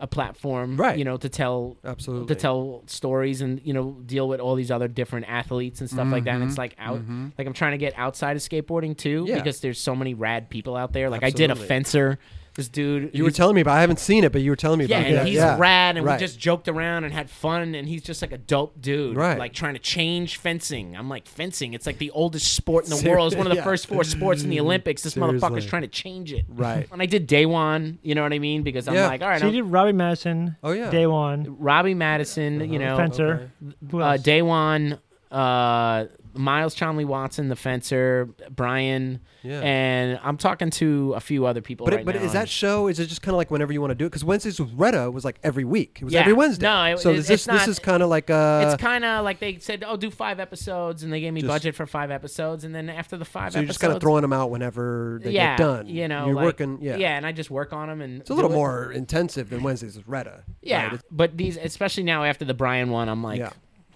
Speaker 3: a platform,
Speaker 1: Right.
Speaker 3: You know, to tell
Speaker 1: Absolutely.
Speaker 3: to tell stories and you know deal with all these other different athletes and stuff like that. And it's like out, like I'm trying to get outside of skateboarding too
Speaker 1: Mm-hmm. Yeah.
Speaker 3: because there's so many rad people out there. Like I did a
Speaker 1: Absolutely.
Speaker 3: fencer. This dude,
Speaker 1: You were telling me, but I haven't seen it. But you were telling me
Speaker 3: yeah,
Speaker 1: about
Speaker 3: and
Speaker 1: that.
Speaker 3: he's
Speaker 1: yeah.
Speaker 3: rad, and
Speaker 1: right.
Speaker 3: we just joked around and had fun, and he's just like a dope dude,
Speaker 1: Right.
Speaker 3: Like trying to change fencing. I'm like fencing. It's like the oldest sport in the world. It's one of the
Speaker 1: Yeah. Mm.
Speaker 3: first four sports in the Olympics. This motherfucker's
Speaker 1: Seriously.
Speaker 3: trying to change it,
Speaker 1: Right.
Speaker 3: And I did day one. You know what I mean? Because I'm
Speaker 1: Yeah.
Speaker 3: like, all right,
Speaker 2: So you
Speaker 3: I'm-
Speaker 2: did Robbie Madison.
Speaker 1: Oh, yeah.
Speaker 2: Day one.
Speaker 3: Robbie Madison.
Speaker 1: Uh-huh.
Speaker 3: You know,
Speaker 2: Fencer. Who
Speaker 3: Oh, uh,
Speaker 2: else?
Speaker 3: day one, uh, Miles Chomley Watson, the fencer, Brian,
Speaker 1: Yeah.
Speaker 3: and I'm talking to a few other people.
Speaker 1: But
Speaker 3: right
Speaker 1: it, but
Speaker 3: now,
Speaker 1: is that
Speaker 3: and-
Speaker 1: show? Is it just kind of like whenever you want to do it? Because Wednesdays with Retta was like every week. It was
Speaker 3: Yeah.
Speaker 1: every Wednesday.
Speaker 3: No, it-
Speaker 1: so
Speaker 3: it-
Speaker 1: is this
Speaker 3: it's not-
Speaker 1: this is kind of like uh
Speaker 3: it's kind of like they said, "Oh, do five episodes," and they gave me
Speaker 1: Just-
Speaker 3: budget for five episodes, and then after the five,
Speaker 1: so you're just kind of
Speaker 3: episodes-
Speaker 1: throwing them out whenever they
Speaker 3: yeah,
Speaker 1: get done.
Speaker 3: You know,
Speaker 1: you're
Speaker 3: like-
Speaker 1: working. Yeah,
Speaker 3: yeah, and I just work on them, and
Speaker 1: It's a little
Speaker 3: do it.
Speaker 1: more intensive than Wednesdays with Retta.
Speaker 3: yeah.
Speaker 1: right? It's-
Speaker 3: But these, especially now after the Brian one, I'm like,
Speaker 1: Yeah.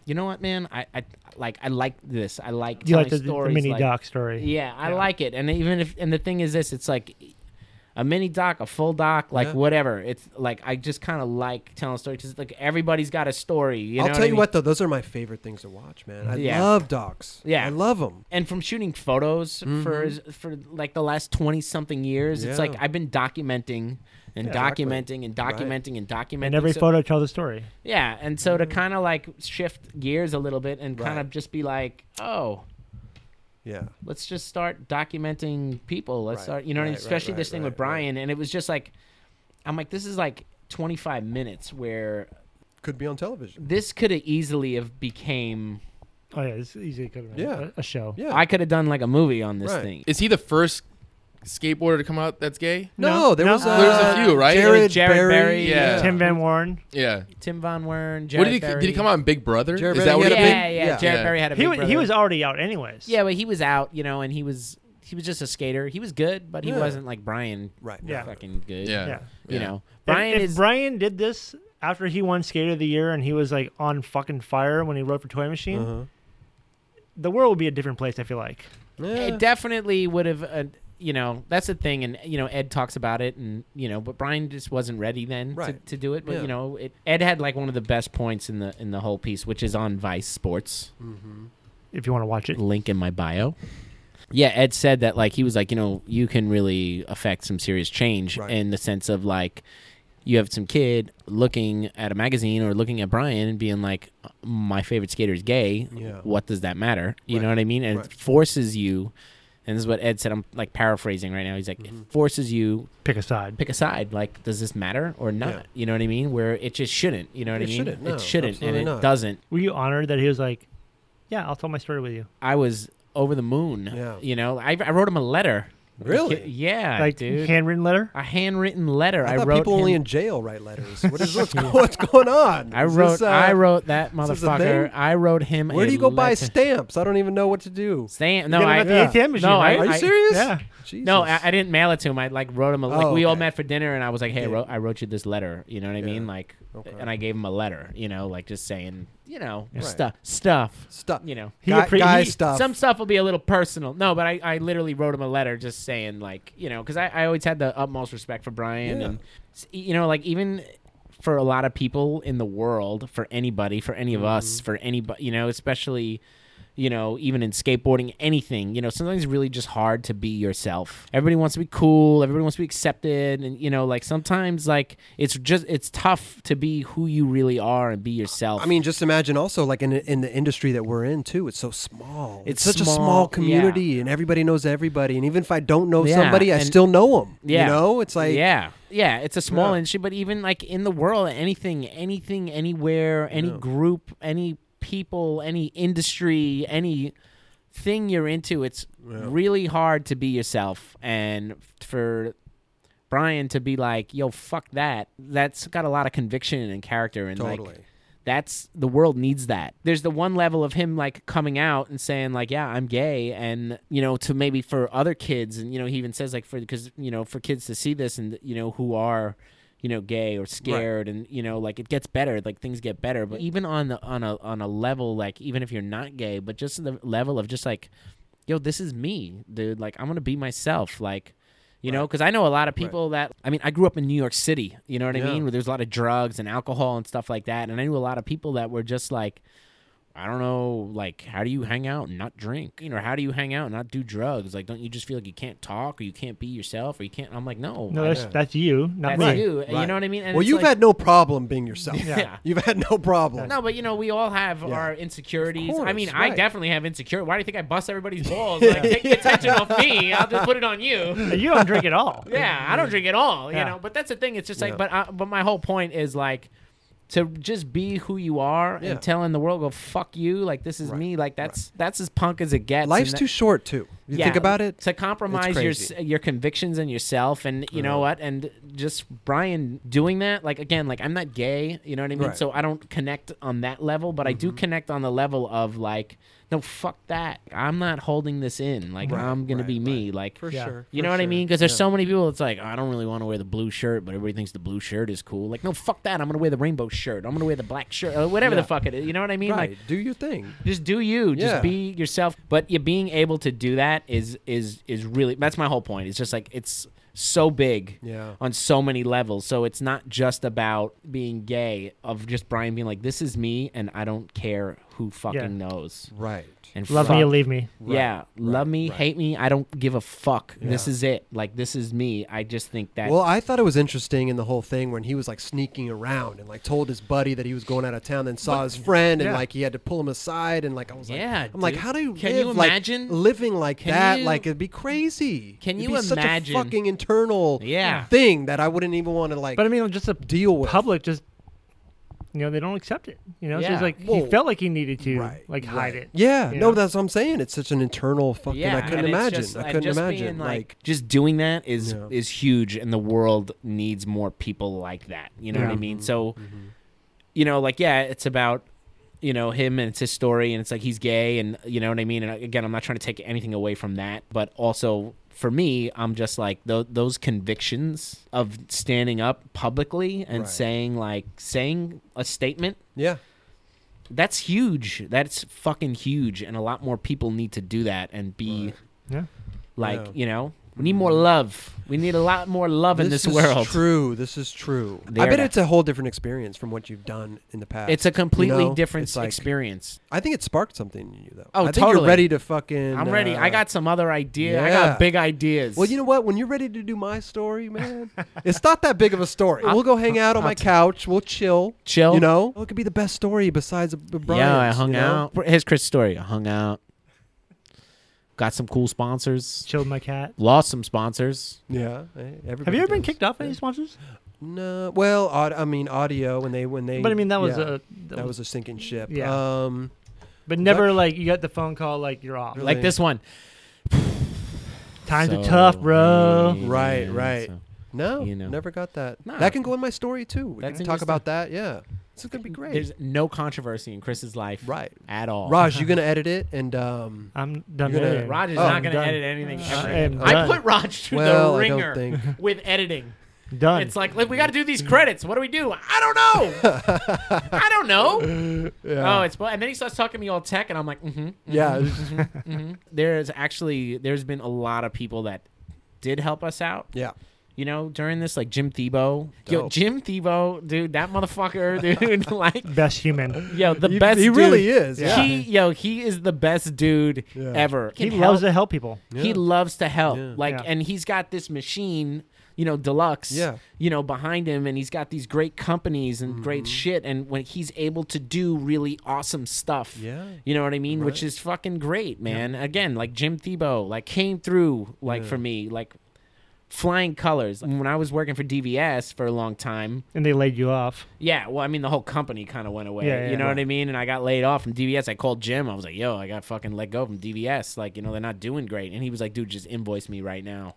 Speaker 3: you know what, man, I, I like I like this. I like
Speaker 2: you like
Speaker 3: telling
Speaker 2: the, the
Speaker 3: stories
Speaker 2: mini
Speaker 3: like-
Speaker 2: doc story.
Speaker 3: Yeah, I like it, and even if and the thing is this, it's like. A mini doc, a full doc, like
Speaker 1: Yeah.
Speaker 3: whatever. It's like I just kind of like telling stories because like everybody's got a story. You know
Speaker 1: I'll
Speaker 3: what
Speaker 1: tell
Speaker 3: I
Speaker 1: you
Speaker 3: mean?
Speaker 1: what though, those are my favorite things to watch, man. I
Speaker 3: Yeah.
Speaker 1: love docs.
Speaker 3: Yeah.
Speaker 1: I love them.
Speaker 3: and from shooting photos for for like the last 20 something years it's like
Speaker 1: Mm-hmm. Yeah.
Speaker 3: i've been documenting and
Speaker 1: exactly.
Speaker 3: documenting and
Speaker 1: Right.
Speaker 3: documenting and documenting
Speaker 2: And every
Speaker 3: So-
Speaker 2: photo tells a story.
Speaker 3: yeah and so to kind of like shift gears a little bit and kind
Speaker 1: Mm-hmm. Right.
Speaker 3: of just be like oh
Speaker 1: Yeah,
Speaker 3: let's just start documenting people let's
Speaker 1: Right,
Speaker 3: start you know what I mean?
Speaker 1: right, right,
Speaker 3: especially this
Speaker 1: right,
Speaker 3: thing with
Speaker 1: right, right.
Speaker 3: brian and it was just like i'm like this is like 25 minutes where
Speaker 1: could be on television.
Speaker 3: this could have easily have became
Speaker 2: Oh yeah, it's easily could have been
Speaker 1: Yeah.
Speaker 2: a, a show.
Speaker 1: Yeah,
Speaker 3: i could have done like a movie on this
Speaker 1: Right.
Speaker 3: thing
Speaker 4: Is he the first skateboarder to come out that's gay?
Speaker 1: no,
Speaker 2: No,
Speaker 1: there
Speaker 2: no.
Speaker 1: was uh,
Speaker 4: There's a few, right?
Speaker 1: Jared,
Speaker 3: Jared
Speaker 1: Berry,
Speaker 3: Berry,
Speaker 4: Yeah.
Speaker 2: Tim Van Warren.
Speaker 4: Yeah.
Speaker 3: tim von wern
Speaker 4: what did he
Speaker 3: Jared
Speaker 4: did
Speaker 3: Berry.
Speaker 4: he come out in Big Brother?
Speaker 1: Jared
Speaker 4: Is
Speaker 1: Berry
Speaker 4: that what
Speaker 1: had
Speaker 4: it
Speaker 1: a
Speaker 4: been?
Speaker 3: yeah, yeah,
Speaker 1: Yeah.
Speaker 3: Jared
Speaker 4: Yeah.
Speaker 3: Berry had a
Speaker 2: He
Speaker 3: big
Speaker 2: wa- he
Speaker 3: brother.
Speaker 2: was already out anyways.
Speaker 3: Yeah, but he was out, you know, and he was he was just a skater. He was good, but he
Speaker 1: Yeah.
Speaker 3: wasn't like Brian.
Speaker 1: Right.
Speaker 2: Yeah.
Speaker 3: Fucking good.
Speaker 4: Yeah.
Speaker 2: Yeah.
Speaker 3: You
Speaker 4: Yeah.
Speaker 3: know,
Speaker 2: If-
Speaker 3: Brian
Speaker 2: if
Speaker 3: is
Speaker 2: Brian did this after he won Skater of the Year and he was like on fucking fire when he wrote for Toy Machine,
Speaker 3: Uh-huh.
Speaker 2: the world would be a different place. I feel like.
Speaker 1: Yeah.
Speaker 3: it definitely would have. Uh, you know, that's the thing, and you know, Ed talks about it, and you know, but Brian just wasn't ready then
Speaker 1: Right.
Speaker 3: to, to do it. But
Speaker 1: Yeah.
Speaker 3: you know, it, Ed had like one of the best points in the in the whole piece, which is on Vice Sports.
Speaker 2: If you want to watch it,
Speaker 3: Link in my bio. Yeah, Ed said that like he was like, you know, you can really affect some serious change
Speaker 5: Right.
Speaker 3: in the sense of like you have some kid looking at a magazine or looking at Brian and being like, my favorite skater is gay.
Speaker 5: Yeah.
Speaker 3: What does that matter? You know
Speaker 5: Right.
Speaker 3: what I mean? And
Speaker 5: Right.
Speaker 3: it forces you. And this is what Ed said. I'm like paraphrasing right now. He's like,
Speaker 5: Mm-hmm.
Speaker 3: it forces you
Speaker 2: Pick a side.
Speaker 3: pick a side. Like, does this matter or not?
Speaker 5: Yeah.
Speaker 3: You know what I mean? Where it just shouldn't. You know what
Speaker 5: It
Speaker 3: I mean?
Speaker 5: shouldn't, no,
Speaker 3: it shouldn't, and
Speaker 5: absolutely
Speaker 3: it
Speaker 5: not.
Speaker 3: doesn't.
Speaker 2: Were you honored that he was like, "Yeah, I'll tell my story with you."
Speaker 3: I was over the moon.
Speaker 5: Yeah.
Speaker 3: You know, I, I wrote him a letter.
Speaker 1: Really?
Speaker 3: Yeah,
Speaker 2: like
Speaker 3: dude.
Speaker 2: handwritten letter.
Speaker 3: a handwritten letter. I,
Speaker 1: I, thought
Speaker 3: wrote
Speaker 1: people only
Speaker 3: him-
Speaker 1: in jail write letters. What is what's, go- what's going on?
Speaker 3: I
Speaker 1: Is
Speaker 3: wrote.
Speaker 1: this, uh,
Speaker 3: I wrote that
Speaker 1: this is a
Speaker 3: motherfucker.
Speaker 1: thing?
Speaker 3: I wrote him.
Speaker 1: Where
Speaker 3: a
Speaker 1: do you go buy
Speaker 3: letter.
Speaker 1: stamps? I don't even know what to do.
Speaker 3: Stamp? No,
Speaker 2: You got
Speaker 3: I.
Speaker 2: him at the ATM machine,
Speaker 3: no,
Speaker 2: right?
Speaker 3: I-
Speaker 1: Are you
Speaker 3: I-
Speaker 1: serious?
Speaker 2: yeah.
Speaker 1: Jesus.
Speaker 3: No, I, I didn't mail it to him. I like wrote him a like
Speaker 1: Oh,
Speaker 3: we all
Speaker 1: okay.
Speaker 3: met for dinner, and I was like, "Hey, I
Speaker 1: Yeah.
Speaker 3: wrote, I wrote you this letter." You know what I
Speaker 1: Yeah.
Speaker 3: mean? Like,
Speaker 1: Okay.
Speaker 3: and I gave him a letter. You know, like just saying, you know,
Speaker 1: Right.
Speaker 3: stuff, stuff.
Speaker 1: Stuff.
Speaker 3: You know,
Speaker 1: guy,
Speaker 2: appre-
Speaker 1: guy
Speaker 2: he-
Speaker 1: stuff.
Speaker 3: Some stuff will be a little personal. No, but I, I literally wrote him a letter just saying, like, you know, because I, I always had the utmost respect for Brian.
Speaker 1: Yeah.
Speaker 3: And, s- you know, like, even for a lot of people in the world, for anybody, for any of us,
Speaker 1: Mm-hmm.
Speaker 3: for anybody, you know, especially, you know, even in skateboarding, anything, you know, sometimes it's really just hard to be yourself. Everybody wants to be cool. Everybody wants to be accepted. And, you know, like, sometimes, like, it's just, it's tough to be who you really are and be yourself.
Speaker 1: I mean, just imagine also like in in the industry that we're in too. It's so small.
Speaker 3: It's
Speaker 1: such a
Speaker 3: small,
Speaker 1: small
Speaker 3: yeah.
Speaker 1: community, and everybody knows everybody. And even if I don't know
Speaker 3: Yeah,
Speaker 1: somebody, I
Speaker 3: and-
Speaker 1: still know them.
Speaker 3: Yeah.
Speaker 1: You know, it's like
Speaker 3: Yeah. Yeah. It's a small
Speaker 1: Yeah.
Speaker 3: industry, but even like in the world, anything, anything, anywhere, any group, any people, any industry, any thing you're into, it's really hard to be yourself. And for Brian to be like, yo, fuck that, that's got a lot of conviction and character and like
Speaker 1: Totally.
Speaker 3: that's the world needs that. There's the one level of him like coming out and saying like, yeah, I'm gay, and you know, to maybe for other kids, and you know, he even says like for because you know, for kids to see this and you know who are you know gay or scared and you know like it gets better like things get better but even on the on a on a level like even if you're not gay but just the level of just like yo this is me dude like i'm gonna be myself like you know, 'cause know because i know a lot of people that i mean i grew up in new york city you know what i mean where there's a lot of drugs and alcohol and stuff like that and i knew a lot of people that were just like I don't know, like, how do you hang out and not drink? You know, how do you hang out and not do drugs? Like, don't you just feel like you can't talk or you can't be yourself or you can't? I'm like, no,
Speaker 2: No,
Speaker 3: I-
Speaker 2: that's that's you, not
Speaker 3: that's
Speaker 2: me.
Speaker 3: you. You
Speaker 1: Right.
Speaker 3: know what I mean? And
Speaker 1: well,
Speaker 3: it's
Speaker 1: you've
Speaker 3: like-
Speaker 1: had no problem being yourself.
Speaker 3: Yeah.
Speaker 1: You've had no problem.
Speaker 3: No, but you know, we all have our insecurities.
Speaker 1: Of course,
Speaker 3: I mean, I
Speaker 1: right.
Speaker 3: definitely have insecurity. Why do you think I bust everybody's balls? Like, take the attention off me. I'll just put it on you.
Speaker 2: You don't drink at all.
Speaker 3: Yeah,
Speaker 1: Mm-hmm.
Speaker 3: I don't drink at all. You
Speaker 2: Yeah.
Speaker 3: know, but that's the thing. It's just like, but I, but my whole point is like. To just be who you are
Speaker 1: Yeah.
Speaker 3: and telling the world, go fuck you, like this is me, like that's that's as punk as it gets. and
Speaker 1: Life's
Speaker 3: that-
Speaker 1: too short too. You
Speaker 3: yeah,
Speaker 1: think about it.
Speaker 3: to compromise your s- your convictions and yourself and you know what and just Brian doing that like again like I'm not gay you know what I mean
Speaker 1: Right. Mm-hmm.
Speaker 3: so I don't connect on that level but I do connect on the level of like no fuck that I'm not holding this in like I'm gonna be me like
Speaker 1: For
Speaker 2: Yeah.
Speaker 1: sure.
Speaker 3: you
Speaker 1: for
Speaker 3: know what I
Speaker 1: sure.
Speaker 3: mean? Because there's so many people that's like, "Oh, I don't really want to wear the blue shirt, but everybody thinks the blue shirt is cool. Like, no, fuck that. I'm going to wear the rainbow shirt. I'm going to wear the black shirt, uh, whatever the fuck it is. You know what I mean?
Speaker 1: Right.
Speaker 3: Like,
Speaker 1: Do your thing.
Speaker 3: just do you just
Speaker 1: Yeah.
Speaker 3: be yourself but you being able to do that is is is really that's my whole point it's just like it's so big
Speaker 1: Yeah.
Speaker 3: on so many levels so it's not just about being gay of just brian being like this is me and i don't care who fucking
Speaker 2: Yeah.
Speaker 3: knows
Speaker 1: Right.
Speaker 3: and
Speaker 2: Love me or
Speaker 3: fuck-
Speaker 2: leave me.
Speaker 3: yeah love me hate me i don't give a fuck this is it like this is me i just think that
Speaker 1: Well, I thought it was interesting in the whole thing when he was like sneaking around and like told his buddy that he was going out of town, then saw his friend and
Speaker 2: yeah.
Speaker 1: like he had to pull him aside and like I was like,
Speaker 3: Yeah,
Speaker 1: I'm like,
Speaker 3: dude.
Speaker 1: how do you
Speaker 3: Can
Speaker 1: live
Speaker 3: you
Speaker 1: like
Speaker 3: imagine?
Speaker 1: living like
Speaker 3: Can
Speaker 1: that?
Speaker 3: you-
Speaker 1: like it'd be crazy.
Speaker 3: Can
Speaker 1: It'd
Speaker 3: you
Speaker 1: be
Speaker 3: imagine-
Speaker 1: such a fucking internal
Speaker 3: Yeah.
Speaker 1: thing that I wouldn't even want to like?
Speaker 2: But I mean, just the
Speaker 1: Deal with.
Speaker 2: public just. You know they don't accept it. You know, so
Speaker 3: Yeah.
Speaker 2: it's like
Speaker 1: Well,
Speaker 2: he felt like he needed to
Speaker 1: right,
Speaker 2: like hide it.
Speaker 1: yeah,
Speaker 2: you
Speaker 1: no,
Speaker 2: know?
Speaker 1: that's what I'm saying. It's such an internal fucking. I couldn't
Speaker 3: and it's
Speaker 1: imagine.
Speaker 3: just-
Speaker 1: I
Speaker 3: and
Speaker 1: couldn't
Speaker 3: just
Speaker 1: imagine.
Speaker 3: being, just doing that is
Speaker 1: Yeah.
Speaker 3: is huge, and the world needs more people like that. You know what I
Speaker 2: Yeah.
Speaker 3: mean? So,
Speaker 1: Mm-hmm.
Speaker 3: you know, like yeah, it's about you know him and it's his story, and it's like he's gay, and you know what I mean. And uh, again, I'm not trying to take anything away from that, but also for me, I'm just like tho- those convictions of standing up publicly and
Speaker 1: Right.
Speaker 3: saying like saying a statement
Speaker 1: yeah,
Speaker 3: that's huge. That's fucking huge, and a lot more people need to do that and be
Speaker 2: Yeah.
Speaker 3: like
Speaker 1: Yeah.
Speaker 3: you know We need more love. We need a lot more love in this
Speaker 1: is
Speaker 3: world.
Speaker 1: True. This is true. I
Speaker 3: There
Speaker 1: bet
Speaker 3: it-
Speaker 1: it's a whole different experience from what you've done in the past.
Speaker 3: It's a
Speaker 1: you
Speaker 3: completely
Speaker 1: know?
Speaker 3: different
Speaker 1: It's like-
Speaker 3: experience.
Speaker 1: I think it sparked something in you though.
Speaker 3: Oh,
Speaker 1: I think you're
Speaker 3: totally.
Speaker 1: ready to fucking.
Speaker 3: I'm ready.
Speaker 1: uh,
Speaker 3: I got some other idea. I
Speaker 1: yeah.
Speaker 3: got big ideas.
Speaker 1: Well, you know what? When you're ready to do my story, man, it's not that big of a story. we'll go hang out on my couch. We'll chill.
Speaker 3: Chill.
Speaker 1: You know, it could be the best story besides Brian.
Speaker 3: yeah, I hung out. Here's Chris' story. I hung out. Got some cool sponsors.
Speaker 2: Chilled my cat.
Speaker 3: Lost some sponsors.
Speaker 1: Yeah. eh,
Speaker 2: Have
Speaker 1: everybody
Speaker 2: you ever been
Speaker 1: does.
Speaker 2: kicked off any sponsors?
Speaker 1: No. Well, aud- I mean audio when they when they.
Speaker 2: But I mean, that was
Speaker 1: yeah,
Speaker 2: a
Speaker 1: that was a sinking ship.
Speaker 2: Yeah.
Speaker 1: Um,
Speaker 2: But never like you got the phone call like you're off.
Speaker 1: Really?
Speaker 3: Like this one.
Speaker 2: Times are
Speaker 3: So,
Speaker 2: tough, bro.
Speaker 3: yeah,
Speaker 1: Right, right.
Speaker 3: so-
Speaker 1: no,
Speaker 3: You know.
Speaker 1: never got that.
Speaker 3: Nah.
Speaker 1: That can go in my story too. We
Speaker 3: That's
Speaker 1: can talk about that. Yeah, it's gonna be great.
Speaker 3: There's no controversy in Chris's life.
Speaker 1: Right.
Speaker 3: At all.
Speaker 1: Raj, you gonna edit it and um.
Speaker 2: I'm done.
Speaker 1: You're gonna-
Speaker 2: editing.
Speaker 3: Raj is
Speaker 1: Oh, Uh,
Speaker 3: not going to
Speaker 2: done.
Speaker 3: edit anything. ever
Speaker 2: I
Speaker 3: again.
Speaker 2: am
Speaker 3: I
Speaker 2: done.
Speaker 3: put Raj to
Speaker 1: Well,
Speaker 3: the
Speaker 1: I don't
Speaker 3: ringer
Speaker 1: think-
Speaker 3: with editing.
Speaker 2: done.
Speaker 3: It's like, look, we got to do these credits. What do we do? I don't know. I don't know.
Speaker 1: Yeah.
Speaker 3: Oh, it's and then he starts talking to me all tech, and I'm like, mm-hmm.
Speaker 1: yeah. it's just-
Speaker 3: There's actually there's been a lot of people that did help us out.
Speaker 1: yeah.
Speaker 3: You know, during this, like Jim Thebo. Yo,
Speaker 1: Dope.
Speaker 3: Jim Thebo, dude, that motherfucker, dude, like,
Speaker 2: best human.
Speaker 3: yo, the
Speaker 1: He-
Speaker 3: best.
Speaker 1: he
Speaker 3: dude.
Speaker 1: really is, yeah.
Speaker 3: He, yo, he is the best dude
Speaker 1: Yeah.
Speaker 3: ever.
Speaker 2: He
Speaker 3: Can
Speaker 2: loves
Speaker 3: help-
Speaker 2: to help people.
Speaker 1: Yeah.
Speaker 3: He loves to help.
Speaker 1: Yeah.
Speaker 3: Like,
Speaker 2: Yeah.
Speaker 3: and he's got this machine, you know, deluxe,
Speaker 1: Yeah.
Speaker 3: you know, behind him, and he's got these great companies and
Speaker 1: Mm-hmm.
Speaker 3: great shit. And when he's able to do really awesome stuff,
Speaker 1: Yeah.
Speaker 3: you know what I mean? Which is fucking great, man. Again, like Jim Thebo, like came through, like for me, like flying colors. When I was working for DVS for a long time,
Speaker 2: And they laid you off.
Speaker 3: yeah, well, I mean, the whole company kind of went away.
Speaker 2: Yeah, yeah,
Speaker 3: you know
Speaker 2: yeah.
Speaker 3: what I mean? And I got laid off from DVS. I called Jim. I was like, yo, I got fucking let go from DVS. Like, you know, they're not doing great. And he was like, dude, just invoice me right now.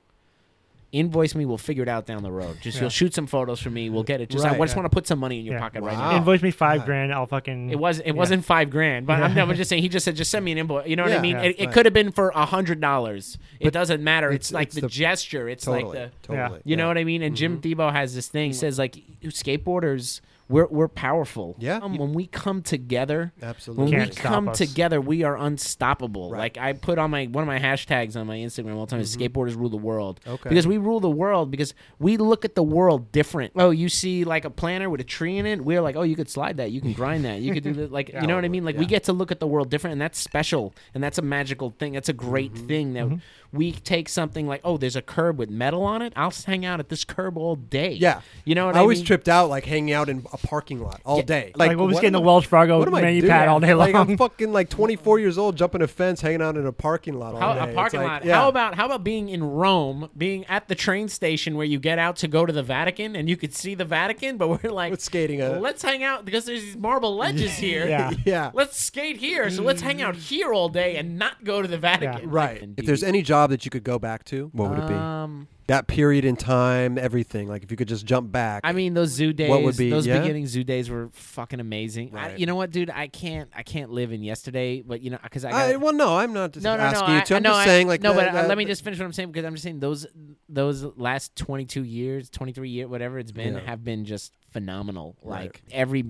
Speaker 3: Invoice me. We'll figure it out down the road. Just,
Speaker 2: Yeah.
Speaker 3: you'll shoot some photos for me. We'll get it. Just, I
Speaker 1: Right.
Speaker 3: just want to put some money in your
Speaker 2: Yeah.
Speaker 3: pocket right
Speaker 1: Wow.
Speaker 3: now.
Speaker 1: Oh.
Speaker 2: Invoice me five grand. I'll fucking.
Speaker 3: It was it
Speaker 2: Yeah.
Speaker 3: wasn't five grand, but I'm, no, I'm just saying he just said just send me an invoice. You know what
Speaker 1: Yeah,
Speaker 3: I mean?
Speaker 2: yeah,
Speaker 3: it it
Speaker 1: right.
Speaker 3: could have been for a hundred dollars. It doesn't matter. It's,
Speaker 1: it's-
Speaker 3: like
Speaker 1: it's
Speaker 3: the,
Speaker 1: the-
Speaker 3: gesture. It's
Speaker 1: Totally.
Speaker 3: like the
Speaker 1: totally.
Speaker 3: you know what I mean? And Jim
Speaker 2: Mm-hmm.
Speaker 3: Thebo has this thing. He says like skateboarders, we're we're powerful.
Speaker 1: Yeah.
Speaker 3: Um, when we come together,
Speaker 1: Absolutely.
Speaker 3: When we
Speaker 2: Can't stop
Speaker 3: come
Speaker 2: us.
Speaker 3: together, we are unstoppable.
Speaker 1: Right.
Speaker 3: Like I put on my one of my hashtags on my Instagram all the time is skateboarders rule the world.
Speaker 1: Okay.
Speaker 3: Because we rule the world because we look at the world different. Oh, you see like a planter with a tree in it. We're like, oh, you could slide that. You can grind that. You could do that. Like you know what I mean? Like we get to look at the world different, and that's special, and that's a magical thing. That's a great thing that we take something like, oh, there's a curb with metal on it. I'll s- hang out at this curb all day.
Speaker 1: Yeah.
Speaker 3: You know what I,
Speaker 1: I always
Speaker 3: mean?
Speaker 1: tripped out like hanging out in a parking lot all
Speaker 3: Yeah,
Speaker 1: day.
Speaker 2: Like, what was getting the Welsh Fargo
Speaker 1: what am I
Speaker 2: menu
Speaker 1: doing?
Speaker 2: pad all day long?
Speaker 1: Like I'm fucking like 24 years old, jumping a fence, hanging out in a parking lot all
Speaker 3: How,
Speaker 1: day.
Speaker 3: a
Speaker 1: It's
Speaker 3: parking
Speaker 1: like,
Speaker 3: lot.
Speaker 1: yeah.
Speaker 3: How about how about being in Rome, being at the train station where you get out to go to the Vatican and you could see the Vatican, but we're like
Speaker 1: With skating a-
Speaker 3: Let's hang out because there's these marble ledges here.
Speaker 2: Yeah.
Speaker 1: Yeah.
Speaker 3: Let's skate here. So let's hang out here all day and not go to the Vatican.
Speaker 1: Right. If there's any job that you could go back to, what would it be?
Speaker 3: um,
Speaker 1: that period in time, everything. Like if you could just jump back.
Speaker 3: I mean, those zoo days.
Speaker 1: What would be-
Speaker 3: those
Speaker 1: yeah?
Speaker 3: beginning zoo days were fucking amazing. I,
Speaker 1: Right.
Speaker 3: you know what, dude? I can't. I can't live in yesterday, but you know, because I.
Speaker 1: I,
Speaker 3: gotta-
Speaker 1: well, no, I'm not just
Speaker 3: no, no,
Speaker 1: asking
Speaker 3: no,
Speaker 1: you
Speaker 3: I-
Speaker 1: to. I'm
Speaker 3: no,
Speaker 1: just
Speaker 3: I-
Speaker 1: saying, like,
Speaker 3: no,
Speaker 1: that-
Speaker 3: but uh,
Speaker 1: that-
Speaker 3: let me just finish what I'm saying because I'm just saying those those last 22 years, 23 year, whatever it's been,
Speaker 1: Yeah.
Speaker 3: have been just phenomenal. Like every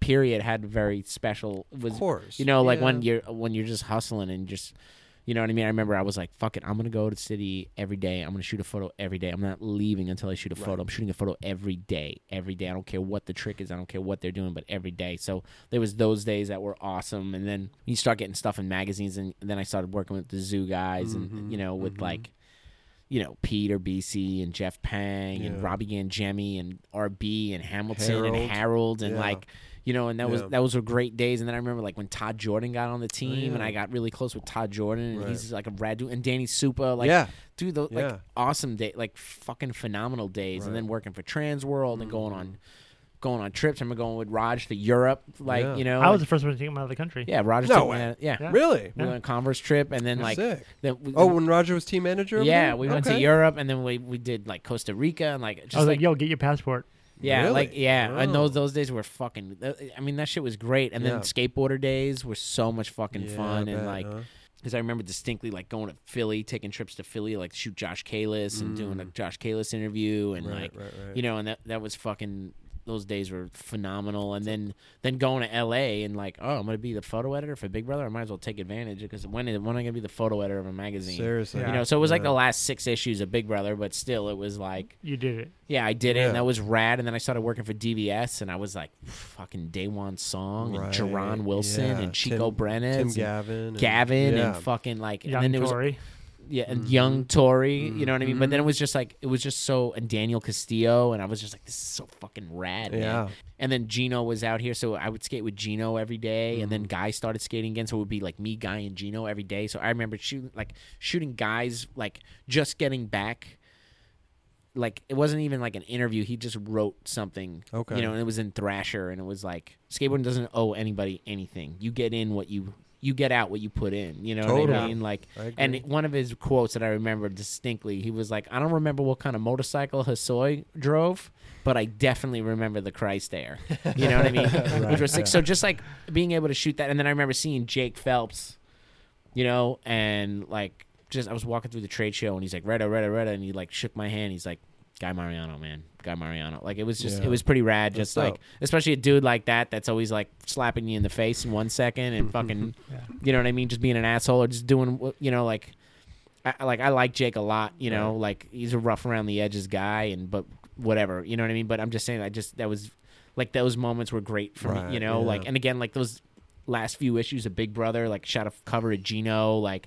Speaker 3: period had very special. Was
Speaker 1: course,
Speaker 3: you know, like when
Speaker 1: yeah.
Speaker 3: you're when you're just hustling and just. You know what I mean? I remember I was like, "Fuck it, I'm gonna go to the city every day. I'm gonna shoot a photo every day. I'm not leaving until I shoot a photo. I'm shooting a photo every day, every day. I don't care what the trick is. I don't care what they're doing, but every day." So there was those days that were awesome, and then you start getting stuff in magazines, and then I started working with the Zoo guys, and you know, with like you know, Peter BC and Jeff Pang and Robbie Gangemi and RB and Hamilton and Harold and
Speaker 1: Yeah.
Speaker 3: like you know, and that was
Speaker 1: Yeah. Oh,
Speaker 3: that was were great days. And then I remember like when Todd Jordan got on the team, and I got really close with Todd Jordan, and he's like a rad dude. And Danny Supa, like,
Speaker 1: Yeah.
Speaker 3: dude, those
Speaker 1: Yeah.
Speaker 3: like awesome day, like fucking phenomenal days. And then working for Trans World and going on, going on trips. I remember going with Raj to Europe, like
Speaker 1: Mm. Yeah.
Speaker 3: you know,
Speaker 2: I was the
Speaker 3: like-
Speaker 2: first one to take him out of the country.
Speaker 3: yeah, Raj
Speaker 1: No
Speaker 3: took me
Speaker 1: way.
Speaker 3: out- yeah,
Speaker 2: Yeah.
Speaker 1: Really?
Speaker 3: we went on a Converse trip, and then like
Speaker 1: Sick.
Speaker 3: then we-
Speaker 1: Oh, when Roger was team manager? over
Speaker 3: yeah,
Speaker 1: there?
Speaker 3: we went to
Speaker 1: Okay.
Speaker 3: Europe and then we, we did like Costa Rica and like just
Speaker 2: I was like,
Speaker 3: like,
Speaker 2: yo, get your passport.
Speaker 3: yeah,
Speaker 1: Really?
Speaker 3: like yeah, and
Speaker 1: Oh.
Speaker 3: those those days were fucking. th- I mean, that shit was great. And
Speaker 1: Yeah.
Speaker 3: then skateboarder days were so much fucking
Speaker 1: Yeah, I
Speaker 3: fun and
Speaker 1: bet,
Speaker 3: like.
Speaker 1: huh?
Speaker 3: Because I remember distinctly, like going to Philly, taking trips to Philly, like shoot Josh Kalis and doing a Josh Kalis interview, and
Speaker 1: Mm. Right,
Speaker 3: like,
Speaker 1: right, right.
Speaker 3: you know, and that that was fucking those days were phenomenal. And then then going to L.A. and like, oh, I'm gonna be the photo editor for Big Brother. I might as well take advantage because when when am I gonna be the photo editor of a magazine?
Speaker 1: Seriously.
Speaker 3: You know, so it was like the last six issues of Big Brother, but still, it was like
Speaker 2: You did it.
Speaker 3: yeah, I did it, and that was rad. And then I started working for DVS, and I was like, fucking Daywan Song and
Speaker 1: Right,
Speaker 3: Jerron Wilson
Speaker 1: yeah.
Speaker 3: and Chico
Speaker 1: Tim-
Speaker 3: Brennan,
Speaker 1: Tim
Speaker 3: and
Speaker 1: Gavin and-
Speaker 3: Gavin,
Speaker 1: yeah.
Speaker 3: and fucking like,
Speaker 2: Young
Speaker 3: and then there was
Speaker 2: Tory.
Speaker 3: yeah, and
Speaker 1: Mm-hmm.
Speaker 3: young Tory, you know what I mean. But then it was just like it was just so, and Daniel Castillo, and I was just like, this is so fucking rad, man.
Speaker 1: Yeah.
Speaker 3: And then Gino was out here, so I would skate with Gino every day, and then
Speaker 1: Mm-hmm.
Speaker 3: Guy started skating again, so it would be like me, Guy, and Gino every day. So I remember shooting like shooting guys like just getting back like it wasn't even like an interview. He just wrote something.
Speaker 1: Okay.
Speaker 3: You know, and it was in Thrasher, and it was like skateboarding doesn't owe anybody anything. You get in what you you get out what you put in. You know what
Speaker 1: Totally.
Speaker 3: I mean? Like,
Speaker 1: I agree.
Speaker 3: and one of his quotes that I remember distinctly, he was like, "I don't remember what kind of motorcycle Hassoy drove, but I definitely remember the Christ Air." You know what I mean? Which was sick. So just like being able to shoot that, and then I remember seeing Jake Phelps you know, and like just I was walking through the trade show and he's like Retta, Retta, Retta, and he like shook my hand. He's like Guy Mariano, man, Guy Mariano. Like it was just it was pretty rad. Just
Speaker 1: dope.
Speaker 3: like especially a dude like that that's always like slapping you in the face in one second and fucking, you know what I mean, just being an asshole or just doing what- you know like. I, I- like I like Jake a lot, you know. Like he's a rough around the edges guy, and but whatever, you know what I mean. But I'm just saying, I just that was like those moments were great for
Speaker 1: Right,
Speaker 3: me, you know.
Speaker 1: yeah.
Speaker 3: Like and again, like those last few issues of Big Brother, like shot a cover of Gino, like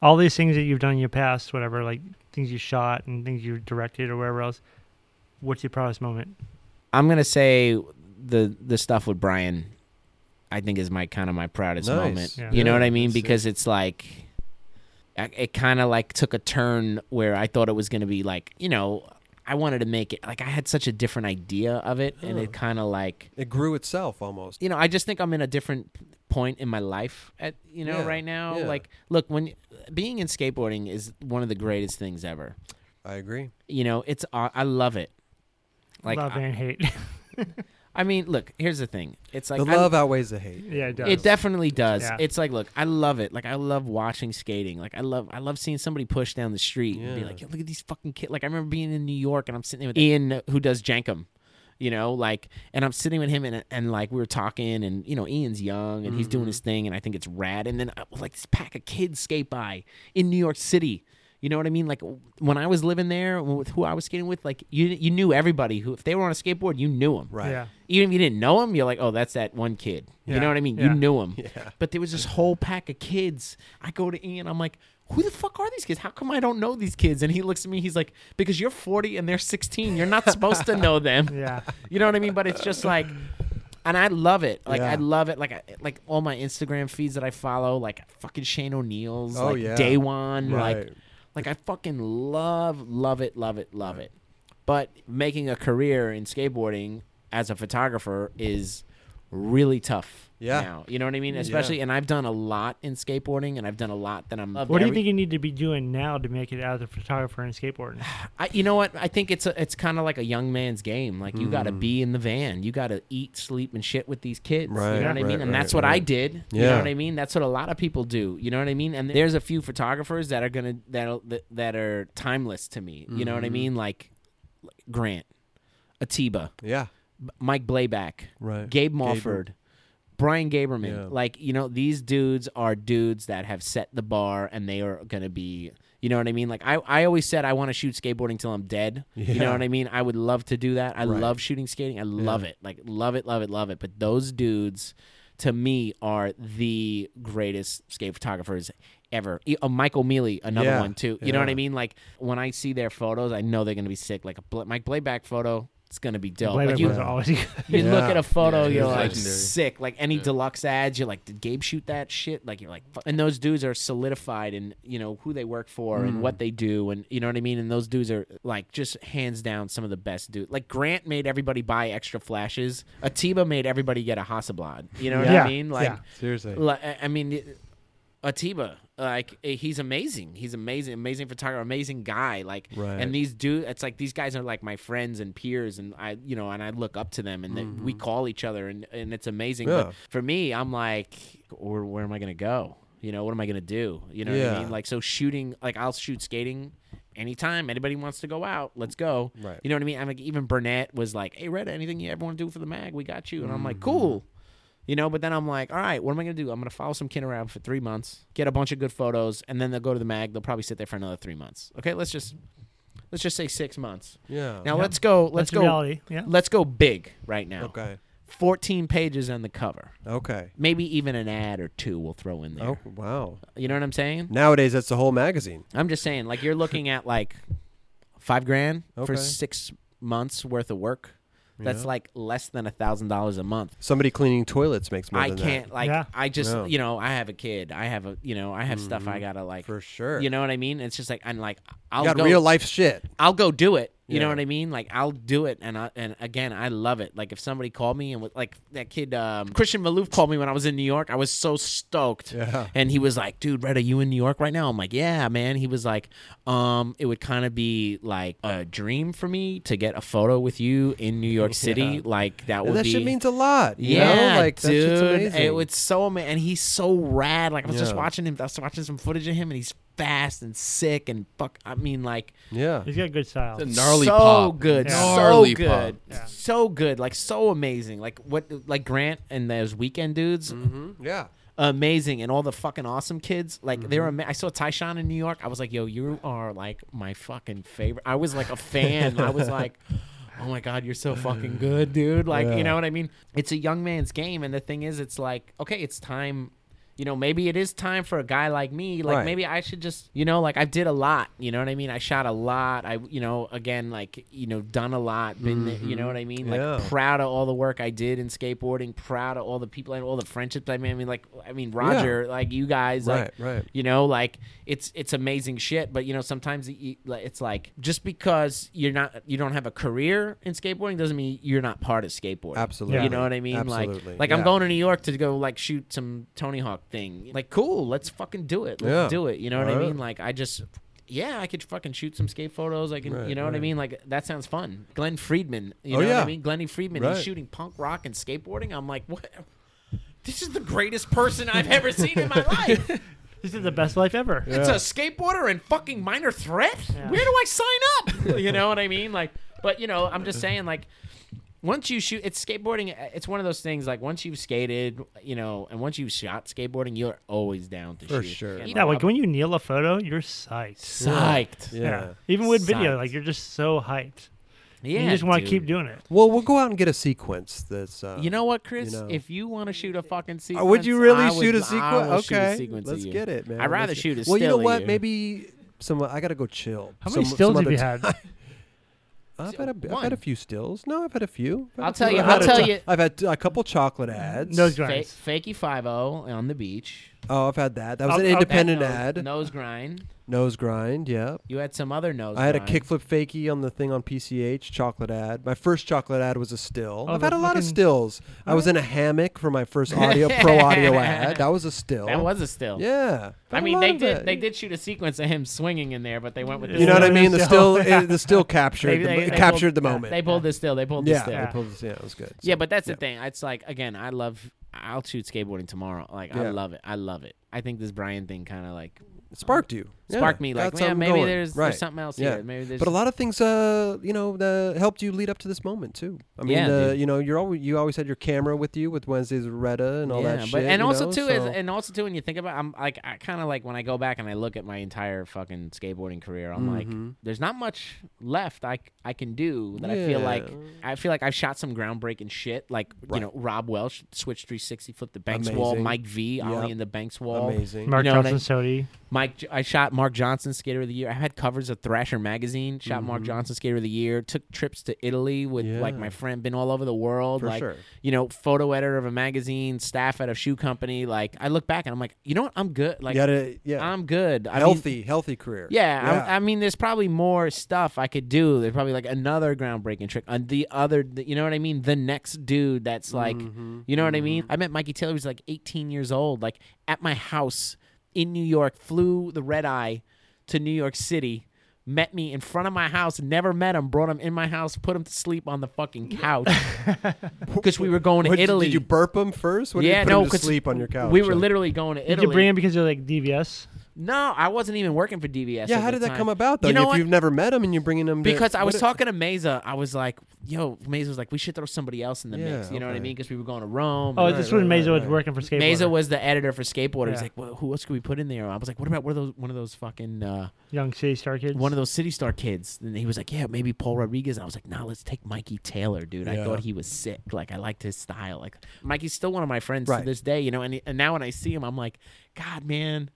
Speaker 2: all these things that you've done in your past, whatever, like things you shot and things you directed or wherever else, what's your proudest moment?
Speaker 3: I'm gonna say the the stuff with Brian, I think is my kind of my proudest
Speaker 1: Nice.
Speaker 3: moment.
Speaker 2: Yeah.
Speaker 3: You know
Speaker 1: Yeah,
Speaker 3: what I mean?
Speaker 1: that's it.
Speaker 3: Because it's like I- it kind of like took a turn where I thought it was gonna be like you know I wanted to make it like I had such a different idea of it, and it kind of like
Speaker 1: It grew itself almost.
Speaker 3: you know, I just think I'm in a different point in my life at you know
Speaker 1: Yeah,
Speaker 3: right now.
Speaker 1: yeah.
Speaker 3: Like, look, when being in skateboarding is one of the greatest things ever.
Speaker 1: I agree.
Speaker 3: You know, it's aw- I love it. Like,
Speaker 2: Love
Speaker 3: I,
Speaker 2: and hate.
Speaker 3: I mean, look, here's the thing. It's like
Speaker 1: the
Speaker 3: I-
Speaker 1: love outweighs the hate.
Speaker 2: yeah, it does.
Speaker 3: It definitely does.
Speaker 2: Yeah.
Speaker 3: It's like, look, I love it. Like, I love watching skating. Like, I love, I love seeing somebody push down the street and be
Speaker 1: Yeah.
Speaker 3: like, Yo, look at these fucking kids. Like, I remember being in New York and I'm sitting there with Ian, uh, who does Jankum, you know, like, and I'm sitting with him and, and like we were talking and you know Ian's young and he's
Speaker 1: Mm-hmm.
Speaker 3: doing his thing and I think it's rad. And then uh, like this pack of kids skate by in New York City. You know what I mean? Like when I was living there with who I was skating with, like you you knew everybody who if they were on a skateboard, you knew them
Speaker 1: Right.
Speaker 2: yeah.
Speaker 3: even if you didn't know him, you're like, oh, that's that one kid. You
Speaker 2: Yeah.
Speaker 3: know what I mean?
Speaker 2: Yeah.
Speaker 3: You knew him. But there was this whole pack of kids. I go to Ian, I'm like, who the fuck are these kids? How come I don't know these kids? And he looks at me, he's like, because you're 40 and they're 16. You're not supposed to know them.
Speaker 2: Yeah.
Speaker 3: You know what I mean? But it's just like, and I love it. Like
Speaker 1: Yeah.
Speaker 3: I love it. Like I, like all my Instagram feeds that I follow, like fucking Shane O'Neill's,
Speaker 1: Oh,
Speaker 3: like
Speaker 1: yeah.
Speaker 3: Daywan,
Speaker 1: Right.
Speaker 3: like like I fucking love, love it, love it, love it. But making a career in skateboarding as a photographer is really tough.
Speaker 1: Yeah.
Speaker 3: Now. You know what I mean? Especially, and I've done a lot in skateboarding, and I've done a lot that I'm.
Speaker 2: What do you think you need to be doing now to make it out as a photographer and skateboarding?
Speaker 3: I, you know what? I think it's a, it's kind of like a young man's game. Like you
Speaker 1: Hmm.
Speaker 3: got to be in the van, you got to eat, sleep, and shit with these kids.
Speaker 1: Right,
Speaker 3: you know what I
Speaker 1: right,
Speaker 3: mean? And
Speaker 1: right,
Speaker 3: that's what I
Speaker 1: right.
Speaker 3: did. You
Speaker 1: Yeah.
Speaker 3: know what I mean? That's what a lot of people do. You know what I mean? And there's a few photographers that are gonna that that are timeless to me. You know what I
Speaker 1: Mm-hmm.
Speaker 3: mean? Like Grant, Atiba,
Speaker 1: Yeah.
Speaker 3: Mike Blayback,
Speaker 1: Right.
Speaker 3: Gabe
Speaker 1: Gaber.
Speaker 3: Mofford, Brian Gaberman.
Speaker 1: Yeah.
Speaker 3: Like, you know, these dudes are dudes that have set the bar and they are going to be, You know what I mean? Like I, I always said I want to shoot skateboarding till I'm dead. You know what I mean? I would love to do that. I love shooting skating. I love it. Like love it, love it, love it. But those dudes to me are the greatest skate photographers ever. E- uh, Michael Mealy, another
Speaker 1: Yeah,
Speaker 3: one too. You know what I
Speaker 1: yeah.
Speaker 3: mean? Like when I see their photos, I know they're gonna be sick. Like a Bla- Mike Blayback photo, it's gonna be dope.
Speaker 2: Blade
Speaker 3: Like,
Speaker 2: Runner
Speaker 3: you,
Speaker 2: was always good.
Speaker 3: you look
Speaker 1: Yeah.
Speaker 3: at a photo,
Speaker 4: Yeah, he
Speaker 3: you're
Speaker 4: was
Speaker 3: like
Speaker 4: legendary.
Speaker 3: sick. Like any deluxe ads, you're like, did Gabe shoot that shit? Like you're like, fu- and those dudes are solidified in you know who they work for and what they do, and you know what I mean. And those dudes are like just hands down some of the best dudes. Like Grant made everybody buy extra flashes. Atiba made everybody get a Hasselblad. You know what
Speaker 2: Yeah.
Speaker 3: I mean? Like,
Speaker 2: Yeah.
Speaker 1: Seriously.
Speaker 3: li- I- I mean. it- Atiba, like eh, he's amazing. He's amazing, amazing photographer, amazing guy. Like,
Speaker 1: Right.
Speaker 3: and these dude, it's like these guys are like my friends and peers, and I, you know, and I look up to them, and they- we call each other, and and it's amazing.
Speaker 1: Mm-hmm. Yeah.
Speaker 3: But for me, I'm like, or where am I gonna go? You know, what am I gonna do? You know what
Speaker 1: Yeah.
Speaker 3: I mean? Like, so shooting, like I'll shoot skating anytime anybody wants to go out let's go
Speaker 1: Right.
Speaker 3: you know what i mean i'm like even burnett was like hey red anything you ever want to do for the mag we got you and i'm like
Speaker 1: Mm-hmm.
Speaker 3: cool you know, but then I'm like, all right, what am I going to do? I'm going to follow some kid around for three months, get a bunch of good photos, and then they'll go to the mag. They'll probably sit there for another three months. Okay, let's just let's just say six months.
Speaker 1: Yeah.
Speaker 3: Now let's go. Let's
Speaker 2: That's
Speaker 3: go.
Speaker 2: reality. Yeah.
Speaker 3: Let's go big right now.
Speaker 1: Okay.
Speaker 3: 14 pages on the cover.
Speaker 1: Okay.
Speaker 3: Maybe even an ad or two we'll throw in there.
Speaker 1: Oh wow.
Speaker 3: You know what I'm saying?
Speaker 1: Nowadays, that's the whole magazine.
Speaker 3: I'm just saying, like you're looking at like five grand
Speaker 1: Okay.
Speaker 3: for six months worth of work. That's like less than a thousand dollars a month.
Speaker 1: Somebody cleaning toilets makes more
Speaker 3: I
Speaker 1: than
Speaker 3: can't like
Speaker 2: Yeah.
Speaker 3: I just
Speaker 1: No.
Speaker 3: you know I have a kid I have a you know I have stuff I gotta like
Speaker 1: that. Mm-hmm. for sure.
Speaker 3: you know what I mean it's just like I'm like I'll
Speaker 1: you got
Speaker 3: go
Speaker 1: real life shit.
Speaker 3: I'll go do it you
Speaker 1: Yeah.
Speaker 3: know what I mean like I'll do it and I and again I love it like if somebody called me and was like that kid um, Christian Malouf called me when I was in New York I was so stoked
Speaker 1: Yeah.
Speaker 3: and he was like dude Red are you in New York right now I'm like yeah man he was like um it would kind of be like a dream for me to get a photo with you in New York City like that
Speaker 1: And
Speaker 3: would
Speaker 1: that
Speaker 3: be
Speaker 1: shit means a lot. you know?
Speaker 3: yeah,
Speaker 1: Like that
Speaker 3: dude,
Speaker 1: shit's amazing.
Speaker 3: it was so amazing, and he's so rad. Like I was just
Speaker 1: Yeah.
Speaker 3: watching him. I was watching some footage of him, and he's fast and sick and fuck. I mean, like
Speaker 1: yeah.
Speaker 2: He's got good style.
Speaker 4: It's a gnarly
Speaker 3: so
Speaker 4: pop.
Speaker 3: good,
Speaker 2: Yeah.
Speaker 3: so
Speaker 4: Gnarly
Speaker 3: good,
Speaker 4: pop.
Speaker 2: Yeah.
Speaker 3: so good, like so amazing. Like what, like Grant and those weekend dudes,
Speaker 4: Mm-hmm.
Speaker 1: Yeah.
Speaker 3: amazing, and all the fucking awesome kids. Like they're.
Speaker 1: Mm-hmm.
Speaker 3: Ama- I saw Tyshawn in New York. I was like, yo, you are like my fucking favorite. I was like a fan. I was like. Oh my God, you're so fucking good, dude. Like,
Speaker 1: Yeah.
Speaker 3: you know what I mean? It's a young man's game. And the thing is, it's like, okay, it's time. You know, maybe it is time for a guy like me. Like,
Speaker 1: Right.
Speaker 3: maybe I should just, you know, like I did a lot. You know what I mean? I shot a lot. I, you know, again, like, you know, done a lot. Been, you know what I mean? Like,
Speaker 1: Mm-hmm. Yeah.
Speaker 3: proud of all the work I did in skateboarding. Proud of all the people and all the friendships I made. I mean, like, I mean, Roger, like you guys, like,
Speaker 1: Right, right.
Speaker 3: you know, like it's it's amazing shit. But you know, sometimes it- you- like, it's like just because you're not you don't have a career in skateboarding doesn't mean you're not part of skateboarding.
Speaker 1: Absolutely.
Speaker 3: You know what I mean?
Speaker 1: Absolutely.
Speaker 3: Like, like
Speaker 1: Yeah.
Speaker 3: I'm going to New York to go like shoot some Tony Hawk thing. Like, cool, let's fucking do it. Let's
Speaker 1: Yeah.
Speaker 3: do it. You know what I
Speaker 1: Right.
Speaker 3: mean? Like, I just. Yeah, I could fucking shoot some skate photos. I can,
Speaker 1: Right,
Speaker 3: you know what I
Speaker 1: right.
Speaker 3: mean? Like that sounds fun. Glenn Friedman, you
Speaker 1: Oh,
Speaker 3: know what
Speaker 1: yeah.
Speaker 3: I mean? Glennie Friedman,
Speaker 1: Right.
Speaker 3: he's shooting punk rock and skateboarding. I'm like, what? This is the greatest person I've ever seen in my life.
Speaker 2: This is the best life ever.
Speaker 3: It's a skateboarder and fucking minor threat. Where do I sign up? you know what I mean? Like, but you know, I'm just saying, like, once you shoot, it's skateboarding. uh, It's one of those things. Like, once you've skated, you know, and once you've shot skateboarding, you're always down to
Speaker 1: For
Speaker 3: shoot.
Speaker 1: sure.
Speaker 3: And,
Speaker 2: Yeah, like
Speaker 3: I'm
Speaker 2: when you kneel a photo, you're psyched.
Speaker 3: psyched.
Speaker 1: Yeah.
Speaker 2: Yeah. Even with
Speaker 3: Psyched.
Speaker 2: video, like you're just so hyped.
Speaker 3: Yeah,
Speaker 2: you just want to
Speaker 3: dude.
Speaker 2: keep doing it.
Speaker 1: Well, we'll go out and get a sequence. That's uh,
Speaker 3: You know what, Chris?
Speaker 1: know.
Speaker 3: If you want to shoot a fucking sequence,
Speaker 1: Uh, Would you really
Speaker 3: I
Speaker 1: shoot a
Speaker 3: would- I
Speaker 1: sequence?
Speaker 3: will
Speaker 1: Okay,
Speaker 3: shoot a sequence of
Speaker 1: let's
Speaker 3: you.
Speaker 1: get it, man.
Speaker 3: I'd rather
Speaker 1: Let's get-
Speaker 3: shoot a
Speaker 1: Well, you know
Speaker 3: still of
Speaker 1: what?
Speaker 3: you.
Speaker 1: Maybe some. I gotta go chill.
Speaker 2: How many
Speaker 1: Some-
Speaker 2: stills
Speaker 1: some
Speaker 2: have
Speaker 1: other
Speaker 2: you
Speaker 1: time.
Speaker 2: had?
Speaker 1: I've had, a, I've
Speaker 3: One.
Speaker 1: had a few stills. No, I've had a few. I've had
Speaker 3: I'll
Speaker 1: a
Speaker 3: tell
Speaker 1: few.
Speaker 3: you-
Speaker 1: I've had
Speaker 3: I'll
Speaker 1: a
Speaker 3: tell
Speaker 1: t-
Speaker 3: you-
Speaker 1: I've had a couple chocolate ads.
Speaker 2: Nose
Speaker 3: Fa-
Speaker 2: grinds.
Speaker 3: fakey five O on the beach.
Speaker 1: Oh, I've had that. That was
Speaker 2: I'll-
Speaker 1: an
Speaker 2: I'll-
Speaker 3: That
Speaker 1: independent
Speaker 3: nose-
Speaker 1: ad.
Speaker 3: Nose grind.
Speaker 1: Nose grind. Yeah.
Speaker 3: You had some other nose.
Speaker 1: I had a
Speaker 3: grind.
Speaker 1: kickflip fakie on the thing on PCH chocolate ad. My first chocolate ad was a still.
Speaker 2: Oh,
Speaker 1: I've had a
Speaker 2: the
Speaker 1: lot of
Speaker 2: fucking-
Speaker 1: stills. I was in a hammock for my first audio pro audio ad. That was a still.
Speaker 3: That was a still.
Speaker 1: Oh. Yeah.
Speaker 3: I
Speaker 1: Had a
Speaker 3: mean,
Speaker 1: lot
Speaker 3: they
Speaker 1: of
Speaker 3: did.
Speaker 1: it.
Speaker 3: They did shoot a sequence of him swinging in there, but they went with. The
Speaker 1: You know what I
Speaker 2: Yeah,
Speaker 1: mean? The still,
Speaker 2: still.
Speaker 1: it, the still captured,
Speaker 3: They,
Speaker 1: the,
Speaker 3: they-
Speaker 1: it
Speaker 3: they
Speaker 1: captured
Speaker 3: pulled-
Speaker 1: the moment.
Speaker 3: They pulled the still. They pulled the
Speaker 1: yeah,
Speaker 3: still.
Speaker 1: they
Speaker 3: Yeah,
Speaker 1: pulled the- yeah, it was good.
Speaker 3: but that's the thing. It's like again, I love. I'll shoot skateboarding tomorrow. Like
Speaker 1: Yeah.
Speaker 3: I love it. I love it. I think this Brian thing kind of like
Speaker 1: It sparked you.
Speaker 3: sparked me like,
Speaker 1: got
Speaker 3: man,
Speaker 1: something
Speaker 3: maybe
Speaker 1: going.
Speaker 3: there's,
Speaker 1: Right.
Speaker 3: there's something else here. Maybe there's
Speaker 1: but a lot of things, uh, you know, that helped you lead up to this moment too. I mean,
Speaker 3: Yeah,
Speaker 1: uh,
Speaker 3: dude.
Speaker 1: you know, you're always you always had your camera with you with Wednesday's Retta and all that shit.
Speaker 3: But, and
Speaker 1: you
Speaker 3: also
Speaker 1: know,
Speaker 3: too, as,
Speaker 1: so-
Speaker 3: and also too, when you think about, I'm like, I kind of like when I go back and I look at my entire fucking skateboarding career, I'm
Speaker 1: Mm-hmm.
Speaker 3: like, there's not much left I c- I can do that I feel like
Speaker 1: Yeah.
Speaker 3: I feel like I've shot some groundbreaking shit, like you know Rob Welsh switched 360, flipped the Banks wall,
Speaker 1: Amazing.
Speaker 3: Mike V, Ollie
Speaker 1: Yep.
Speaker 3: in the Banks wall,
Speaker 1: amazing.
Speaker 2: Mark
Speaker 3: You know what I-
Speaker 2: Johnson Sodi.
Speaker 3: Mike, J- I shot Mark Johnson Skater of the Year. I had covers of Thrasher magazine. Shot Mark Johnson Skater of the Year. Took trips to Italy with like
Speaker 1: Mm-hmm. Yeah.
Speaker 3: my friend. Been all over the world.
Speaker 1: For
Speaker 3: like
Speaker 1: sure.
Speaker 3: you know, photo editor of a magazine, staff at a shoe company. Like I look back and I'm like, you know what? I'm good. Like
Speaker 1: you had a yeah,
Speaker 3: I'm good. I mean-
Speaker 1: healthy, healthy career.
Speaker 3: yeah, I, I mean, there's probably more stuff I could do. There's probably like another groundbreaking trick on the other. The, you know what I mean? The next dude that's like,
Speaker 1: Mm-hmm.
Speaker 3: you know what I mean? I met Mikey Taylor. He was like 18 years old, like at my house in New York. Flew the red eye to New York City. Met me in front of my house. Never met him. Brought him in my house. Put him to sleep on the fucking couch because we were going to
Speaker 1: What,
Speaker 3: Italy.
Speaker 1: Did you burp him first? What did
Speaker 3: yeah,
Speaker 1: you put
Speaker 3: no,
Speaker 1: him to
Speaker 3: 'cause
Speaker 1: sleep on your couch.
Speaker 3: We were
Speaker 1: Like-
Speaker 3: literally going to
Speaker 2: Did
Speaker 3: Italy.
Speaker 2: you bring him because you're like DVS?
Speaker 3: No, I wasn't even working for DVS.
Speaker 1: Yeah,
Speaker 3: at
Speaker 1: how
Speaker 3: the
Speaker 1: did that
Speaker 3: time.
Speaker 1: come about though?
Speaker 3: You know
Speaker 1: if
Speaker 3: what?
Speaker 1: you've never met him and you're bringing him to-
Speaker 3: because I
Speaker 1: what
Speaker 3: was
Speaker 1: a-
Speaker 3: talking to Mesa, I was like, "Yo, Mesa was like, we should throw somebody else in the mix."
Speaker 1: Yeah,
Speaker 3: You know what I
Speaker 1: okay.
Speaker 3: mean? Because we were going to Rome.
Speaker 2: Oh,
Speaker 3: and
Speaker 2: this
Speaker 1: right,
Speaker 2: was Mazo
Speaker 1: right,
Speaker 2: was
Speaker 1: right.
Speaker 2: working for skateboarding.
Speaker 3: Mesa was the editor for Skateboarder. He's
Speaker 2: Yeah.
Speaker 3: like, well, "Who else could we put in there?" I was like, "What about one of those one of those fucking uh,
Speaker 2: young city star kids.
Speaker 3: one of those City Star kids?" And he was like, "Yeah, maybe Paul Rodriguez." And I was like, "Nah, let's take Mikey Taylor, dude. I
Speaker 1: Yeah.
Speaker 3: thought he was sick. Like, I liked his style. Like, Mikey's still one of my friends
Speaker 1: Right.
Speaker 3: to this day. You know. And, and now when I see him, I'm like, God, man."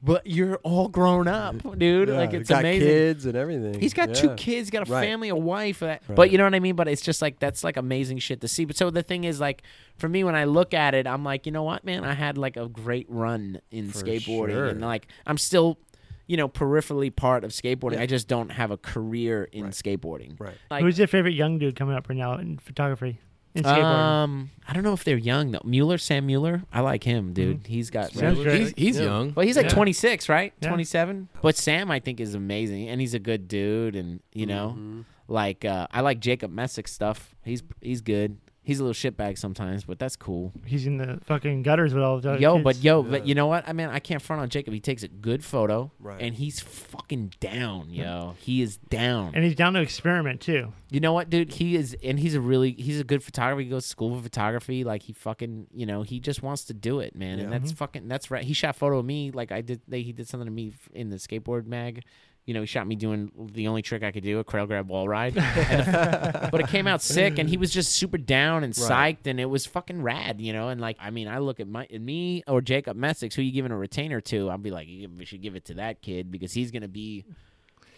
Speaker 3: But you're all grown up, dude.
Speaker 1: Yeah,
Speaker 3: like
Speaker 1: he's
Speaker 3: it's
Speaker 1: got
Speaker 3: amazing.
Speaker 1: kids and everything.
Speaker 3: He's got two
Speaker 1: Yeah.
Speaker 3: kids, got a
Speaker 1: Right.
Speaker 3: family, a wife. uh,
Speaker 1: Right.
Speaker 3: But you know what I mean? But it's just like that's like amazing shit to see. But so the thing is like for me when I look at it, I'm like, you know what, man? I had like a great run in skateboarding
Speaker 1: sure.
Speaker 3: and like I'm still you know, peripherally part of skateboarding. I just don't have a career in skateboarding.
Speaker 1: Right.
Speaker 3: Like,
Speaker 2: Who's your favorite young dude coming up right now in photography? In skateboarding.
Speaker 3: um, I don't know if they're young though. Mueller, Sam Mueller, I like him, dude.
Speaker 1: Mm-hmm.
Speaker 3: He's got
Speaker 2: Sounds great.
Speaker 4: He's, he's young.
Speaker 3: Well, he's like
Speaker 2: Yeah.
Speaker 3: 26, right?
Speaker 2: Yeah.
Speaker 3: 27. But Sam, I think, is amazing, and he's a good dude, and you know,
Speaker 2: Mm-hmm.
Speaker 3: like uh, I like Jacob Messick's stuff. He's he's good. He's a little shitbag sometimes, but that's cool.
Speaker 2: He's in the fucking gutters with all the other
Speaker 3: yo,
Speaker 2: kids.
Speaker 3: but yo, but you know what? I mean, I can't front on Jacob. He takes a good photo,
Speaker 1: Right.
Speaker 3: and he's fucking down, yo. He is down.
Speaker 2: and he's down to experiment too.
Speaker 3: You know what, dude? He is, and he's a really, he's a good photographer. He goes to school for photography. Like he fucking, you know, he just wants to do it, man. And
Speaker 2: Mm-hmm.
Speaker 3: that's fucking, that's right. He shot photo of me. Like I did, they, he did something to me f- in the skateboard mag. You know, he shot me doing the only trick I could do, a crail grab wall ride. And the- but it came out sick, and he was just super down and
Speaker 1: Right.
Speaker 3: psyched, and it was fucking rad, you know. And like, I mean, I look at my, at me or Jacob Messick, who you giving a retainer to? I'll be like, you should give it to that kid because he's gonna be,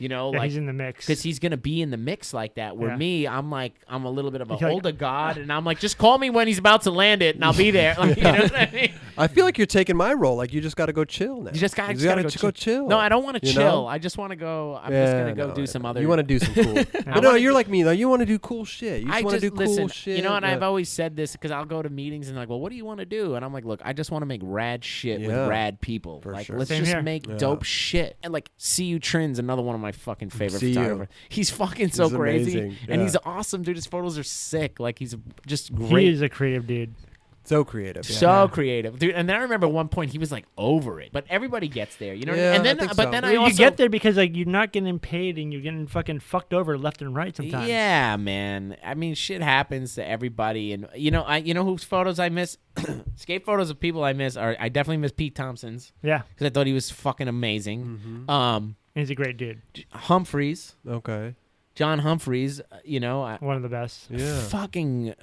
Speaker 3: you know,
Speaker 2: Yeah,
Speaker 3: like
Speaker 2: he's in the mix.
Speaker 3: because he's gonna be in the mix like that. Where
Speaker 2: Yeah.
Speaker 3: me, I'm like, I'm a little bit of an
Speaker 2: You're like,
Speaker 3: older god, and I'm like, just call me when he's about to land it, and I'll be there. Like, You know what I mean?
Speaker 1: I feel like you're taking my role. Like you just got to go chill now.
Speaker 3: You just gotta,
Speaker 1: You
Speaker 3: just gotta,
Speaker 1: ch- go chill.
Speaker 3: No, I don't want to
Speaker 1: You
Speaker 3: chill.
Speaker 1: know?
Speaker 3: I just want to go. I'm just gonna
Speaker 1: Yeah,
Speaker 3: go
Speaker 1: no,
Speaker 3: do
Speaker 1: I
Speaker 3: some
Speaker 1: know.
Speaker 3: other.
Speaker 1: You want to do some cool. but no,
Speaker 3: wanna
Speaker 1: you're
Speaker 3: do-
Speaker 1: like me though. You want to do cool shit. You just
Speaker 3: I
Speaker 1: want
Speaker 3: just
Speaker 1: to do cool
Speaker 3: listen.
Speaker 1: shit.
Speaker 3: You know, and
Speaker 1: Yeah.
Speaker 3: I've always said this because I'll go to meetings and like, well, what do you want to do? And I'm like, look, I just want to make rad shit
Speaker 1: Yeah.
Speaker 3: with rad people.
Speaker 1: For
Speaker 3: like,
Speaker 1: sure.
Speaker 3: let's
Speaker 2: Same
Speaker 3: just
Speaker 2: here.
Speaker 3: make dope shit. And like, CU Trins, another one of my fucking favorite
Speaker 1: CU.
Speaker 3: photographers. He's fucking so
Speaker 1: He's
Speaker 3: crazy,
Speaker 1: amazing.
Speaker 3: and
Speaker 1: Yeah.
Speaker 3: he's awesome, dude. His photos are sick. Like, he's just
Speaker 2: he
Speaker 3: great.
Speaker 2: is a creative dude.
Speaker 1: so creative. yeah.
Speaker 3: So creative, dude. And then I remember at one point he was like over it, but everybody gets there, you know. what I mean?
Speaker 1: Yeah,
Speaker 3: and then,
Speaker 1: I think
Speaker 3: but
Speaker 1: so.
Speaker 3: then I
Speaker 2: you
Speaker 3: also
Speaker 2: get there because like you're not getting paid and you're getting fucking fucked over left and right sometimes.
Speaker 3: Yeah, man. I mean, shit happens to everybody, and you know, I you know whose photos I miss. Skate photos of people I miss are I definitely miss Pete Thompson's
Speaker 2: yeah.
Speaker 3: because I thought he was fucking amazing. Um,
Speaker 2: And he's a great dude,
Speaker 3: J- Humphreys,
Speaker 1: Okay.
Speaker 3: John Humphreys, uh, you know, I,
Speaker 2: one of the best.
Speaker 1: Yeah.
Speaker 3: fucking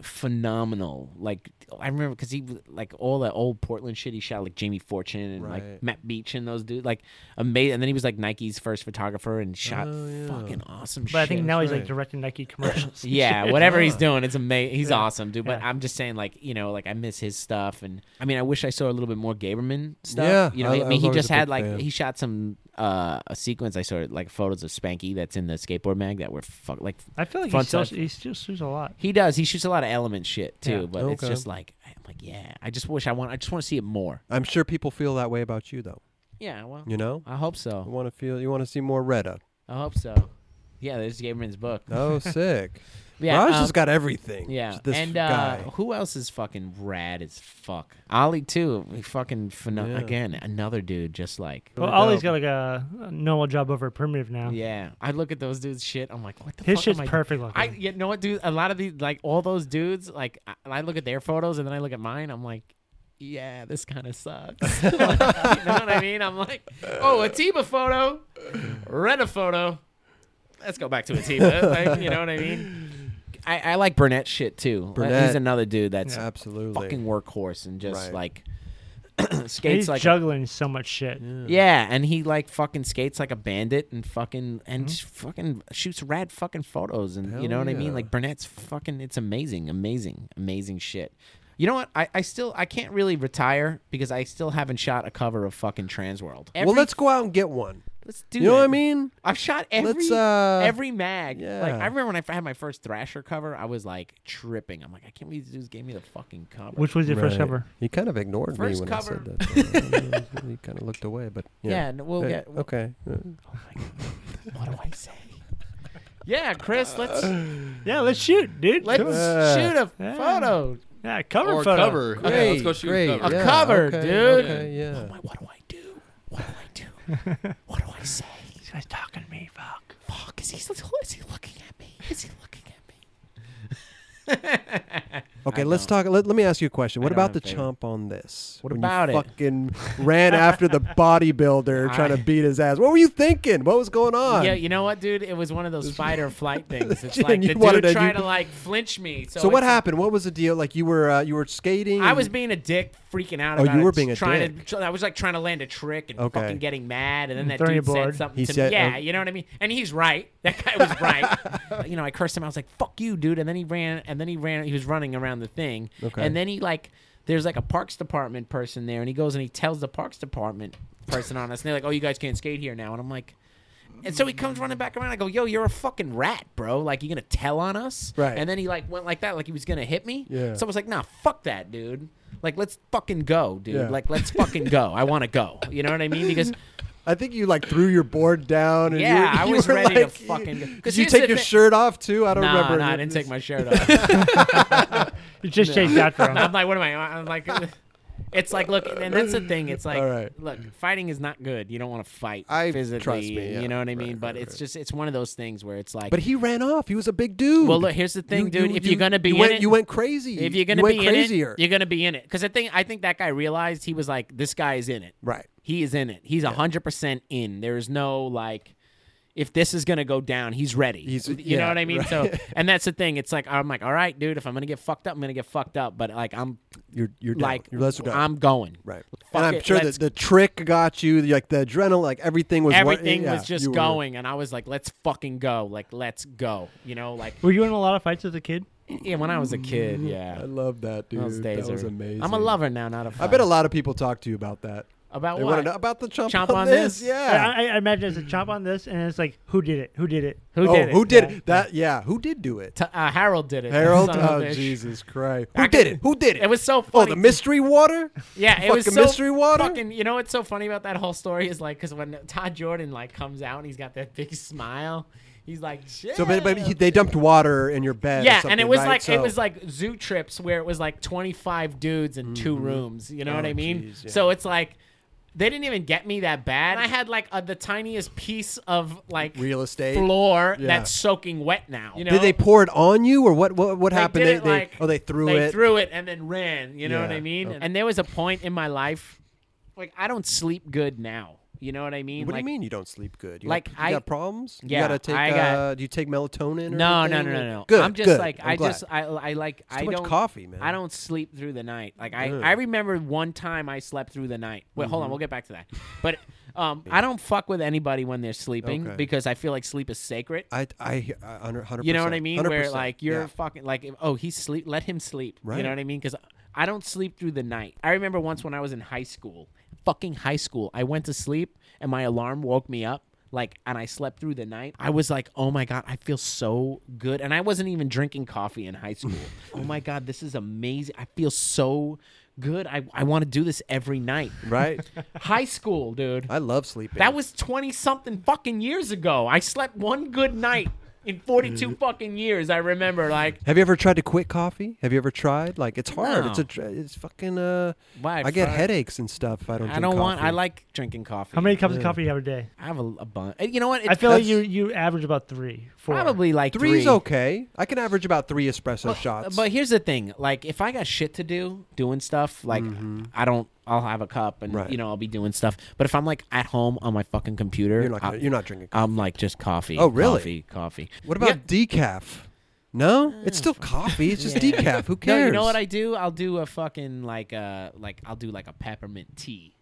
Speaker 3: phenomenal. Like I remember because he was- like all that old Portland shit he shot, like Jamie Fortune and
Speaker 1: Right.
Speaker 3: like Matt Beach and those dudes, like amazing. And then he was like Nike's first photographer and shot
Speaker 1: Oh, yeah.
Speaker 3: fucking awesome.
Speaker 2: But I think now he's
Speaker 1: right.
Speaker 2: like directing Nike commercials. and
Speaker 3: yeah,
Speaker 2: shit.
Speaker 3: whatever he's doing, it's amazing. He's
Speaker 2: Yeah.
Speaker 3: awesome, dude. But
Speaker 2: Yeah.
Speaker 3: I'm just saying, like you know, like I miss his stuff, and I mean, I wish I saw a little bit more Gaberman stuff.
Speaker 1: Yeah,
Speaker 3: you know,
Speaker 1: I-
Speaker 3: I,
Speaker 1: I
Speaker 3: mean,
Speaker 1: was
Speaker 3: he
Speaker 1: always
Speaker 3: just
Speaker 1: a
Speaker 3: had
Speaker 1: big
Speaker 3: like
Speaker 1: fan.
Speaker 3: he shot some uh a sequence I saw like photos of Spanky that's in the skateboard mag that were fuck like
Speaker 2: I feel like he
Speaker 3: Fun
Speaker 2: still,
Speaker 3: side.
Speaker 2: he still shoots a lot.
Speaker 3: he does. He shoots a lot of element shit too,
Speaker 2: Yeah.
Speaker 3: but it's
Speaker 1: Okay.
Speaker 3: just like I'm like, yeah. I just wish I want. I just want to see it more.
Speaker 1: I'm sure people feel that way about you though.
Speaker 3: Yeah. Well,
Speaker 1: You know,
Speaker 3: I hope
Speaker 1: you
Speaker 3: so.
Speaker 1: want to feel. You want to see more Retta.
Speaker 3: I hope so. Yeah, they just gave him his book.
Speaker 1: Oh, sick.
Speaker 3: Yeah,
Speaker 1: Raj
Speaker 3: um,
Speaker 1: has got everything.
Speaker 3: Yeah,
Speaker 1: This
Speaker 3: and uh,
Speaker 1: guy.
Speaker 3: who else is fucking rad as fuck? Ollie too. He fucking pheno-
Speaker 1: Yeah.
Speaker 3: again another dude just like
Speaker 2: Well,
Speaker 1: Really
Speaker 2: Ollie's got
Speaker 1: dope.
Speaker 2: like a, a normal job over at Primitive now.
Speaker 3: yeah. I look at those dudes shit. I'm like, what the
Speaker 2: His
Speaker 3: fuck
Speaker 2: shit's
Speaker 3: am I-
Speaker 2: perfect looking.
Speaker 3: I you know what, dude? A lot of these like all those dudes like I, I look at their photos and then I look at mine. I'm like. Yeah, this kind of sucks. you know what I mean? I'm like, oh, Atiba photo, Rena photo. Let's go back to Atiba. like, you know what I mean? I, I like Burnett shit too.
Speaker 1: Burnett.
Speaker 3: He's another dude that's
Speaker 1: Absolutely.
Speaker 3: fucking workhorse and just
Speaker 1: Right.
Speaker 3: like
Speaker 2: And
Speaker 3: skates
Speaker 2: he's
Speaker 3: like a,
Speaker 2: juggling so much shit.
Speaker 3: yeah, and he like fucking skates like a bandit and fucking and just fucking shoots rad fucking photos and
Speaker 1: Hmm? Hell
Speaker 3: you know what I
Speaker 1: yeah.
Speaker 3: mean? Like Burnett's fucking it's amazing, amazing, amazing shit. You know what? I, I still I can't really retire because I still haven't shot a cover of fucking Transworld. Every,
Speaker 1: well, let's go out and get one.
Speaker 3: let's do
Speaker 1: you know what I
Speaker 3: that.
Speaker 1: mean?
Speaker 3: I've shot every
Speaker 1: Let's, uh,
Speaker 3: every mag. Like
Speaker 1: yeah.
Speaker 3: I remember when I f- had my first Thrasher cover, I was like tripping. I'm like, I can't believe these dudes gave me the fucking cover.
Speaker 2: Which was your first cover?
Speaker 1: He kind of ignored
Speaker 3: First
Speaker 1: me when
Speaker 3: cover.
Speaker 1: I said that. though. he kind of looked away, but yeah.
Speaker 3: yeah, no, we'll
Speaker 1: Hey,
Speaker 3: get we'll-
Speaker 1: okay. Uh,
Speaker 3: What do I say? Yeah, Chris, let's
Speaker 2: Yeah, let's shoot, dude.
Speaker 3: let's
Speaker 2: Come on.
Speaker 1: Yeah.
Speaker 3: shoot a
Speaker 2: Yeah.
Speaker 3: photo.
Speaker 2: yeah, cover
Speaker 4: Or
Speaker 2: photo.
Speaker 4: cover. Okay, let's go shoot
Speaker 1: great,
Speaker 4: cover.
Speaker 3: A
Speaker 1: yeah,
Speaker 3: cover,
Speaker 1: okay,
Speaker 3: dude.
Speaker 1: Okay,
Speaker 3: Oh
Speaker 1: yeah.
Speaker 3: my, what do I do? What do I do? what do I say?
Speaker 2: This guy's talking to me. Fuck.
Speaker 3: Fuck, is he still- is he looking at me? Is he looking at me?
Speaker 1: Okay,
Speaker 3: I
Speaker 1: let's
Speaker 3: know.
Speaker 1: talk. Let, let me ask you a question.
Speaker 3: I
Speaker 1: What
Speaker 3: don't
Speaker 1: about
Speaker 3: have
Speaker 1: the
Speaker 3: a favorite.
Speaker 1: chomp on this?
Speaker 3: What
Speaker 1: When you
Speaker 3: about it?
Speaker 1: Fucking ran after the bodybuilder trying to
Speaker 3: I-
Speaker 1: beat his ass. What were you thinking? What was going on?
Speaker 3: Yeah, you know what, dude? It was one of those fight or flight things. It's
Speaker 1: Yeah,
Speaker 3: like
Speaker 1: and you
Speaker 3: the
Speaker 1: wanted
Speaker 3: dude
Speaker 1: to-
Speaker 3: trying
Speaker 1: you-
Speaker 3: to like flinch me. So,
Speaker 1: so what
Speaker 3: it's-
Speaker 1: happened? What was the deal? Like you were uh, you were skating.
Speaker 3: I
Speaker 1: and-
Speaker 3: was being a dick, freaking out.
Speaker 1: Oh,
Speaker 3: about
Speaker 1: you
Speaker 3: it,
Speaker 1: were being a
Speaker 3: trying
Speaker 1: dick.
Speaker 3: To, I was like trying to land a trick and
Speaker 1: Okay.
Speaker 3: fucking getting mad, and then that
Speaker 2: throwing
Speaker 3: dude
Speaker 2: you
Speaker 3: said
Speaker 2: board.
Speaker 3: something
Speaker 1: He
Speaker 3: to
Speaker 1: said,
Speaker 3: me. Yeah,
Speaker 1: oh.
Speaker 3: you know what I mean. And he's right. That guy was right. you know, I cursed him. I was like, "Fuck you, dude!" And then he ran. And then he ran. He was running around the thing.
Speaker 1: Okay.
Speaker 3: And then he like, there's like a parks department person there, and he goes and he tells the parks department person on us, and they're like, "Oh, you guys can't skate here now." And I'm like. And so he comes running back around. I go, "Yo, you're a fucking rat, bro! Like you gonna tell on us?"
Speaker 1: Right.
Speaker 3: And then he like went like that, like he was gonna hit me.
Speaker 1: Yeah.
Speaker 3: So I was like, "Nah, fuck that, dude! Like let's fucking go, dude!
Speaker 1: Yeah.
Speaker 3: Like let's fucking go! I want to go. You know what I mean? Because
Speaker 1: I think you like threw your board down. And you
Speaker 3: Yeah,
Speaker 1: were-
Speaker 3: I
Speaker 1: you
Speaker 3: was
Speaker 1: were,
Speaker 3: ready to
Speaker 1: like-
Speaker 3: fucking go. 'Cause
Speaker 1: Did you
Speaker 3: here's the
Speaker 1: take your
Speaker 3: thi-
Speaker 1: shirt off too? I don't
Speaker 3: nah,
Speaker 1: remember.
Speaker 3: nah, I
Speaker 1: It
Speaker 3: didn't
Speaker 1: was-
Speaker 3: take my shirt off.
Speaker 2: You just chase that
Speaker 3: I'm
Speaker 2: from.
Speaker 3: like, what am I? I'm like, it's like, look, and that's the thing. It's like,
Speaker 1: All right.
Speaker 3: look, fighting is not good. You don't want to fight
Speaker 1: I-
Speaker 3: physically.
Speaker 1: trust me, yeah.
Speaker 3: You know what I
Speaker 1: Right,
Speaker 3: mean?
Speaker 1: right,
Speaker 3: but
Speaker 1: right.
Speaker 3: it's just, it's one of those things where it's like,
Speaker 1: But he ran off. He was a big dude.
Speaker 3: Well, look, here's the thing, dude. If you're gonna be
Speaker 1: you
Speaker 3: in
Speaker 1: went,
Speaker 3: it-
Speaker 1: you went crazy.
Speaker 3: if you're gonna
Speaker 1: you went
Speaker 3: be
Speaker 1: crazier.
Speaker 3: in it, you're gonna be in it. Because I think, I think that guy realized he was like, this guy is in it.
Speaker 1: right.
Speaker 3: He is in it. He's a 100% in. There is no like if this is going to go down, he's ready.
Speaker 1: He's-
Speaker 3: you
Speaker 1: yeah,
Speaker 3: know what I mean? So and that's the thing. It's like I'm like, "All right, dude, if I'm going to get fucked up, I'm going to get fucked up." But like I'm
Speaker 1: You're you're down.
Speaker 3: like
Speaker 1: you're lesser down.
Speaker 3: I'm going.
Speaker 1: right.
Speaker 3: Fuck
Speaker 1: and I'm
Speaker 3: it,
Speaker 1: sure that
Speaker 3: let's-
Speaker 1: the trick got you. the- Like the adrenaline, like everything was. wor-
Speaker 3: Everything
Speaker 1: yeah,
Speaker 3: was just
Speaker 1: you were-
Speaker 3: going and I was like, "Let's fucking go. Like let's go." You know, like
Speaker 2: Were you in a lot of fights as a kid?
Speaker 3: yeah, when I was a kid,
Speaker 1: I
Speaker 3: yeah.
Speaker 1: love that, dude.
Speaker 3: Those days
Speaker 1: that was
Speaker 3: are-
Speaker 1: amazing.
Speaker 3: I'm a lover now, not a
Speaker 1: I
Speaker 3: fighter.
Speaker 1: bet a lot of people talk to you about that.
Speaker 3: about
Speaker 1: They
Speaker 3: what?
Speaker 1: want to know about the chomp,
Speaker 3: Chomp
Speaker 1: on,
Speaker 3: on
Speaker 1: this.
Speaker 3: this?
Speaker 1: Yeah.
Speaker 2: I, I- I imagine it's a chop on this, and it's like, who did it? Who did it?
Speaker 3: Who
Speaker 1: oh,
Speaker 3: did it?
Speaker 1: who did
Speaker 2: Yeah.
Speaker 1: it? That yeah. Who did do it?
Speaker 3: T- uh, Harold did it.
Speaker 1: Harold.
Speaker 3: Son of a
Speaker 1: Oh
Speaker 3: bitch.
Speaker 1: Jesus Christ.
Speaker 3: I
Speaker 1: Who
Speaker 3: could-
Speaker 1: did it? Who did it?
Speaker 3: It was so
Speaker 1: Oh,
Speaker 3: funny.
Speaker 1: the
Speaker 3: to-
Speaker 1: mystery water.
Speaker 3: Yeah, it was
Speaker 1: Fucking
Speaker 3: so
Speaker 1: mystery water?
Speaker 3: Fucking, you know what's so funny about that whole story is like because when Todd Jordan like comes out and he's got that big smile, he's like, Shit.
Speaker 1: So, but, but he, they dumped water in your bed. or
Speaker 3: yeah,
Speaker 1: something,
Speaker 3: and it was
Speaker 1: right?
Speaker 3: like
Speaker 1: So-
Speaker 3: it was like zoo trips where it was like twenty five dudes in two rooms. You know what
Speaker 1: Oh,
Speaker 3: I mean?
Speaker 1: jeez, yeah.
Speaker 3: So it's like. They didn't even get me that bad. I had like a, the tiniest piece of like
Speaker 1: Real estate?
Speaker 3: floor
Speaker 1: Yeah.
Speaker 3: that's soaking wet now. You know?
Speaker 1: Did they pour it on you, or what? What, what
Speaker 3: They
Speaker 1: happened?
Speaker 3: did
Speaker 1: They,
Speaker 3: it,
Speaker 1: they-
Speaker 3: like,
Speaker 1: oh, they threw
Speaker 3: They
Speaker 1: it.
Speaker 3: threw it and then ran. You know what
Speaker 1: Yeah.
Speaker 3: I mean?
Speaker 1: Okay.
Speaker 3: And there was a point in my life, like I don't sleep good now. You know what I mean?
Speaker 1: what
Speaker 3: like,
Speaker 1: do you mean you don't sleep good? You
Speaker 3: like,
Speaker 1: got, you
Speaker 3: I-
Speaker 1: got problems. You
Speaker 3: Yeah,
Speaker 1: gotta take.
Speaker 3: I got-
Speaker 1: uh, do you take melatonin? Or
Speaker 3: No, no,
Speaker 1: anything?
Speaker 3: no, no, no.
Speaker 1: Good.
Speaker 3: I'm just
Speaker 1: good.
Speaker 3: like
Speaker 1: I'm
Speaker 3: i
Speaker 1: glad.
Speaker 3: just I, I like I
Speaker 1: too much
Speaker 3: don't
Speaker 1: coffee, man.
Speaker 3: I don't sleep through the night. Like I,
Speaker 1: Ugh.
Speaker 3: I remember one time I slept through the night. Wait,
Speaker 1: Mm-hmm.
Speaker 3: hold on, we'll get back to that. But um, I don't fuck with anybody when they're sleeping
Speaker 1: Okay.
Speaker 3: because I feel like sleep is sacred.
Speaker 1: I I I- hundred percent.
Speaker 3: You know what I mean? Where
Speaker 1: 100%,
Speaker 3: like you're
Speaker 1: yeah.
Speaker 3: fucking like if- oh he's sleep let him sleep. You
Speaker 1: Right.
Speaker 3: know what I mean? Because I don't sleep through the night. I remember once when I was in high school, fucking high school. I went to sleep and my alarm woke me up. Like and I slept through the night. I was like, "Oh my god, I feel so good." And I wasn't even drinking coffee in high school. oh my god, this is amazing. I feel so good. I, I want to do this every night.
Speaker 1: right?
Speaker 3: High school, dude.
Speaker 1: I love sleeping.
Speaker 3: That was 20 something fucking years ago. I slept one good night in 42
Speaker 1: Mm.
Speaker 3: fucking years. I remember, like,
Speaker 1: Have you ever tried to quit coffee? Have you ever tried? Like it's hard. It's a
Speaker 3: No.
Speaker 1: tr- it's fucking uh
Speaker 3: Why,
Speaker 1: I get
Speaker 3: fuck?
Speaker 1: headaches and stuff. if I don't
Speaker 3: I
Speaker 1: drink
Speaker 3: don't want,
Speaker 1: coffee.
Speaker 3: I like drinking coffee.
Speaker 2: How many cups of coffee you have a day?
Speaker 3: I have a, a bunch. You know what?
Speaker 2: I
Speaker 3: It's
Speaker 2: feel like
Speaker 1: that's-
Speaker 2: you you average about three, four.
Speaker 3: probably like
Speaker 1: Three's
Speaker 3: three. Uh,
Speaker 1: okay. I can average about three espresso shots.
Speaker 3: But here's the thing: like, if I got shit to do, doing stuff, like, I don't. I'll have a cup, and
Speaker 1: Mm-hmm. Right.
Speaker 3: you know, I'll be doing stuff. But if I'm like at home on my fucking computer,
Speaker 1: You're not gonna-
Speaker 3: I-
Speaker 1: you're not drinking
Speaker 3: I'm like just coffee.
Speaker 1: Oh, really?
Speaker 3: Coffee. coffee.
Speaker 1: what
Speaker 3: Yeah. Mm.
Speaker 1: about decaf? No, it's still coffee. It's just decaf. Who
Speaker 3: No,
Speaker 1: cares?
Speaker 3: you know what I do? I'll do a fucking like uh like I'll do like a peppermint tea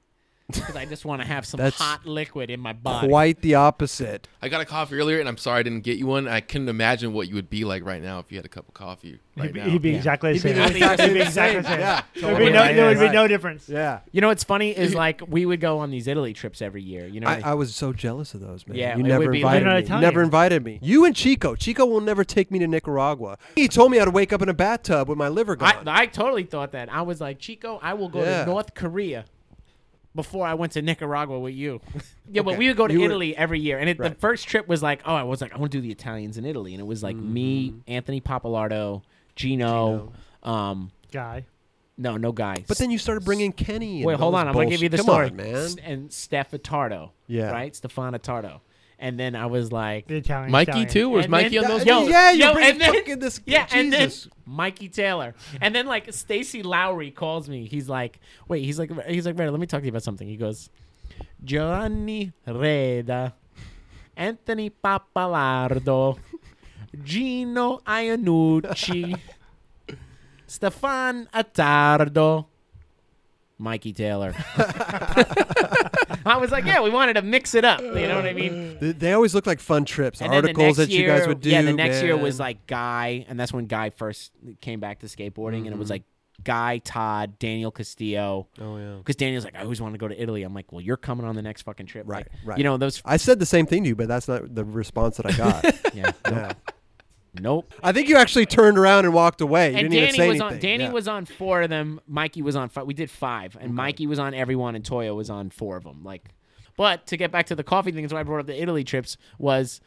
Speaker 3: because I just want to have some
Speaker 1: That's
Speaker 3: hot liquid in my body.
Speaker 1: Quite the opposite.
Speaker 4: I got a coffee earlier, and I'm sorry I didn't get you one. I couldn't imagine what you would be like right now if you had a cup of coffee right
Speaker 2: He'd be,
Speaker 4: now.
Speaker 2: he'd be exactly the
Speaker 1: He'd be
Speaker 2: same.
Speaker 1: the exact
Speaker 2: He'd be
Speaker 1: same.
Speaker 2: exactly the same.
Speaker 1: Yeah,
Speaker 2: There'd be no,
Speaker 1: totally.
Speaker 2: there would be
Speaker 1: Right.
Speaker 2: no difference.
Speaker 1: Yeah.
Speaker 3: You know what's funny is like we would go on these Italy trips every year. You know,
Speaker 1: I, I was so jealous of those, man.
Speaker 3: Yeah,
Speaker 1: you
Speaker 3: it
Speaker 1: never
Speaker 3: would be
Speaker 1: invited
Speaker 2: like- They're
Speaker 1: me.
Speaker 2: not
Speaker 1: You
Speaker 2: Italian.
Speaker 1: never invited me. You and Chico. Chico will never take me to Nicaragua. He told me I'd wake up in a bathtub with my liver
Speaker 3: I,
Speaker 1: gone.
Speaker 3: I totally thought that. I was like, Chico, I will go
Speaker 1: oh, Yeah.
Speaker 3: to North Korea before I went to Nicaragua with you. yeah, but we would go to
Speaker 1: You were-
Speaker 3: Italy every year. And it, the
Speaker 1: Right.
Speaker 3: first trip was like, oh, I was like, I want to do the Italians in Italy. And it was like me,
Speaker 1: Mm-hmm.
Speaker 3: Anthony Papalardo, Gino. Um,
Speaker 2: Guy.
Speaker 3: no, no guy.
Speaker 1: but then you started bringing Kenny. and
Speaker 3: Wait, hold
Speaker 1: those
Speaker 3: on. I'm gonna give you the
Speaker 1: bullshit.
Speaker 3: story,
Speaker 1: Come on, man.
Speaker 3: S- And Stefan Tardo,
Speaker 1: Yeah.
Speaker 3: right? Stefano Tardo. And then I was like,
Speaker 2: The Italian.
Speaker 4: Mikey
Speaker 2: Italian.
Speaker 4: too. Where's
Speaker 3: And
Speaker 4: Mikey
Speaker 3: then-
Speaker 4: on those?
Speaker 1: Yeah,
Speaker 4: ones?
Speaker 1: yeah, you bring fucking this-
Speaker 3: Yeah, and then
Speaker 1: Jesus.
Speaker 3: Mikey Taylor, and then like Stacy Lowry calls me. He's like, wait, he's like, he's like, Reda, let me talk to you about something. He goes, Giovanni Reda, Anthony Papalardo, Gino Iannucci, Stefan Attardo. Mikey Taylor. I was like, yeah, we wanted to mix it up. You know what I mean?
Speaker 1: They, they always look like fun trips.
Speaker 3: And then the
Speaker 1: articles
Speaker 3: next
Speaker 1: that you guys
Speaker 3: year-
Speaker 1: would do.
Speaker 3: Yeah, the next year
Speaker 1: man.
Speaker 3: was like Guy, and that's when Guy first came back to skateboarding, and it was like Guy, Todd, Daniel Castillo.
Speaker 1: Mm-hmm. Oh, yeah.
Speaker 3: Because Daniel's like, I always want to go to Italy. I'm like, well, you're coming on the next fucking trip,
Speaker 1: Right,
Speaker 3: Like,
Speaker 1: right.
Speaker 3: You know those?
Speaker 1: I said the same thing to you, but that's not the response that I got.
Speaker 3: yeah.
Speaker 1: yeah.
Speaker 3: Nope.
Speaker 1: I think you actually turned around and walked away. You
Speaker 3: and
Speaker 1: didn't
Speaker 3: Danny
Speaker 1: even say
Speaker 3: was
Speaker 1: anything.
Speaker 3: on. Danny
Speaker 1: Yeah.
Speaker 3: was on four of them. Mikey was on five. We did five, and Mikey was on everyone, and Toyo was on four of them. Like, but to get back to the coffee thing, is why I brought up the Italy trips was.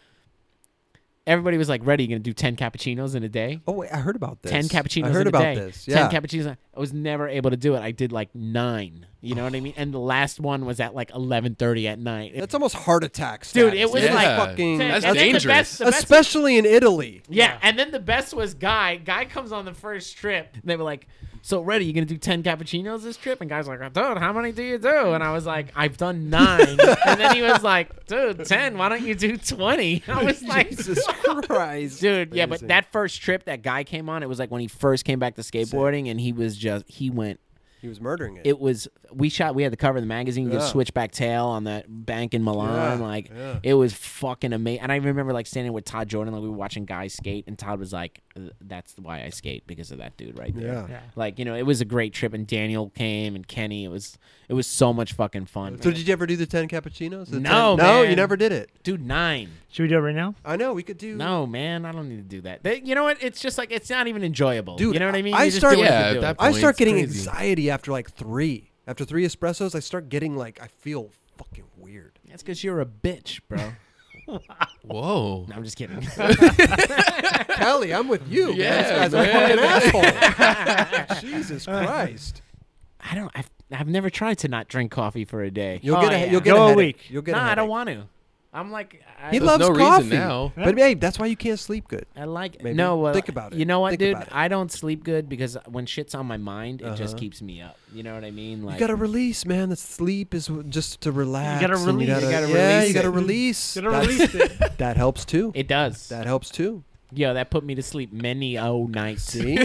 Speaker 3: Everybody was like, "Ready? You gonna do ten cappuccinos in a day?"
Speaker 1: Oh wait, I heard about this.
Speaker 3: ten cappuccinos.
Speaker 1: I heard
Speaker 3: in a
Speaker 1: about
Speaker 3: day.
Speaker 1: this. Yeah.
Speaker 3: ten cappuccinos. I was never able to do it. I did like nine. You know what I mean? And the last one was at like eleven thirty at night.
Speaker 1: That's almost heart attacks,
Speaker 3: Dude, it was
Speaker 4: Yeah.
Speaker 3: like
Speaker 1: fucking-
Speaker 3: And
Speaker 4: That's
Speaker 3: then the
Speaker 4: dangerous.
Speaker 3: best- the best-
Speaker 1: especially in Italy.
Speaker 3: yeah. and then the best was guy. Guy comes on the first trip. And they were like, "So, ready? You gonna do ten cappuccinos this trip?" And guy's like, "Dude, how many do you do?" And I was like, "I've done nine. and then he was like, "Dude, ten. Why don't you do 20? I was like,
Speaker 1: Jesus Christ,
Speaker 3: dude yeah but
Speaker 1: Amazing.
Speaker 3: that first trip that guy came on it was like when he first came back to skateboarding and he was just he went
Speaker 1: he was murdering it.
Speaker 3: it was we shot we had the cover of the magazine you
Speaker 1: Yeah.
Speaker 3: did switchback tail on that bank in milan
Speaker 1: Yeah,
Speaker 3: like
Speaker 1: yeah.
Speaker 3: it was fucking amazing and i remember like standing with todd jordan like we were watching guys skate and todd was like "Uh, that's why i skate because of that dude right there
Speaker 1: yeah.
Speaker 2: Yeah.
Speaker 3: like you know it was a great trip and daniel came and kenny it was it was so much fucking fun
Speaker 1: So did you ever do the ten cappuccinos? The
Speaker 3: No,
Speaker 1: 10 no, you
Speaker 3: man.
Speaker 1: never did it.
Speaker 3: dude nine
Speaker 2: Should we do it right now?
Speaker 1: I know we could do.
Speaker 3: no man i don't need to do that They- you know what it's just like it's not even enjoyable
Speaker 1: Dude,
Speaker 3: you know what i mean
Speaker 1: I
Speaker 3: You just
Speaker 1: start-
Speaker 3: do it if
Speaker 4: Yeah,
Speaker 3: you do
Speaker 4: that
Speaker 3: it.
Speaker 1: I
Speaker 4: Boy,
Speaker 1: start
Speaker 4: it's
Speaker 1: getting
Speaker 4: crazy.
Speaker 1: anxiety after like three. After three espressos, I start getting like I feel fucking weird.
Speaker 3: That's because you're a bitch, bro. no,
Speaker 4: Whoa.
Speaker 3: I'm just kidding.
Speaker 1: Kelly, I'm with you.
Speaker 4: Yeah,
Speaker 1: man. this guy's a fucking asshole. Jesus Christ.
Speaker 3: I don't. I've, I've never tried to not drink coffee for a day.
Speaker 1: You'll
Speaker 3: Oh,
Speaker 1: get a
Speaker 3: yeah.
Speaker 1: you'll get
Speaker 2: Go
Speaker 1: a
Speaker 2: a
Speaker 1: headache.
Speaker 2: week.
Speaker 1: You'll get
Speaker 3: No,
Speaker 1: a
Speaker 3: I
Speaker 1: headache.
Speaker 3: don't want to. I'm like, I,
Speaker 1: He
Speaker 4: There's
Speaker 1: loves
Speaker 4: no reason
Speaker 1: coffee
Speaker 4: now.
Speaker 1: But hey, that's why you can't sleep good.
Speaker 3: I like
Speaker 1: Maybe.
Speaker 3: no. Well,
Speaker 1: Think about it.
Speaker 3: You know what,
Speaker 1: Think
Speaker 3: dude?
Speaker 1: about it. Uh-huh.
Speaker 3: I don't sleep good because when shit's on my mind, it just keeps me up. You know what I mean? Like,
Speaker 1: You gotta release, man. The sleep is w- just to relax. and
Speaker 2: release.
Speaker 1: You
Speaker 2: You
Speaker 1: gotta,
Speaker 3: gotta
Speaker 1: yeah,
Speaker 3: release
Speaker 1: you gotta
Speaker 3: it.
Speaker 1: release.
Speaker 2: Gotta
Speaker 1: That's-
Speaker 2: release it.
Speaker 1: That helps too.
Speaker 3: it does.
Speaker 1: That helps too.
Speaker 3: Yo, that put me to sleep many oh nights.
Speaker 1: See,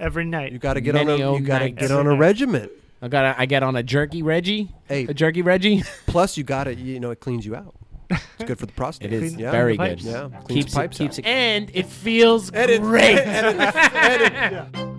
Speaker 2: Every night.
Speaker 1: you gotta get on a
Speaker 3: Many
Speaker 1: you
Speaker 3: old
Speaker 1: gotta
Speaker 3: nights.
Speaker 1: get on a
Speaker 2: Every night.
Speaker 1: regiment.
Speaker 3: I got. I get on a jerky Reggie.
Speaker 1: Hey.
Speaker 3: a jerky Reggie.
Speaker 1: Plus, you gotta you know it cleans you out. It's good for the prostate.
Speaker 3: It is
Speaker 1: yeah.
Speaker 3: very
Speaker 2: the pipes.
Speaker 3: good.
Speaker 1: Yeah, cleans
Speaker 3: Keeps
Speaker 1: pipes
Speaker 3: it,
Speaker 1: out.
Speaker 3: keeps it, and it feels great.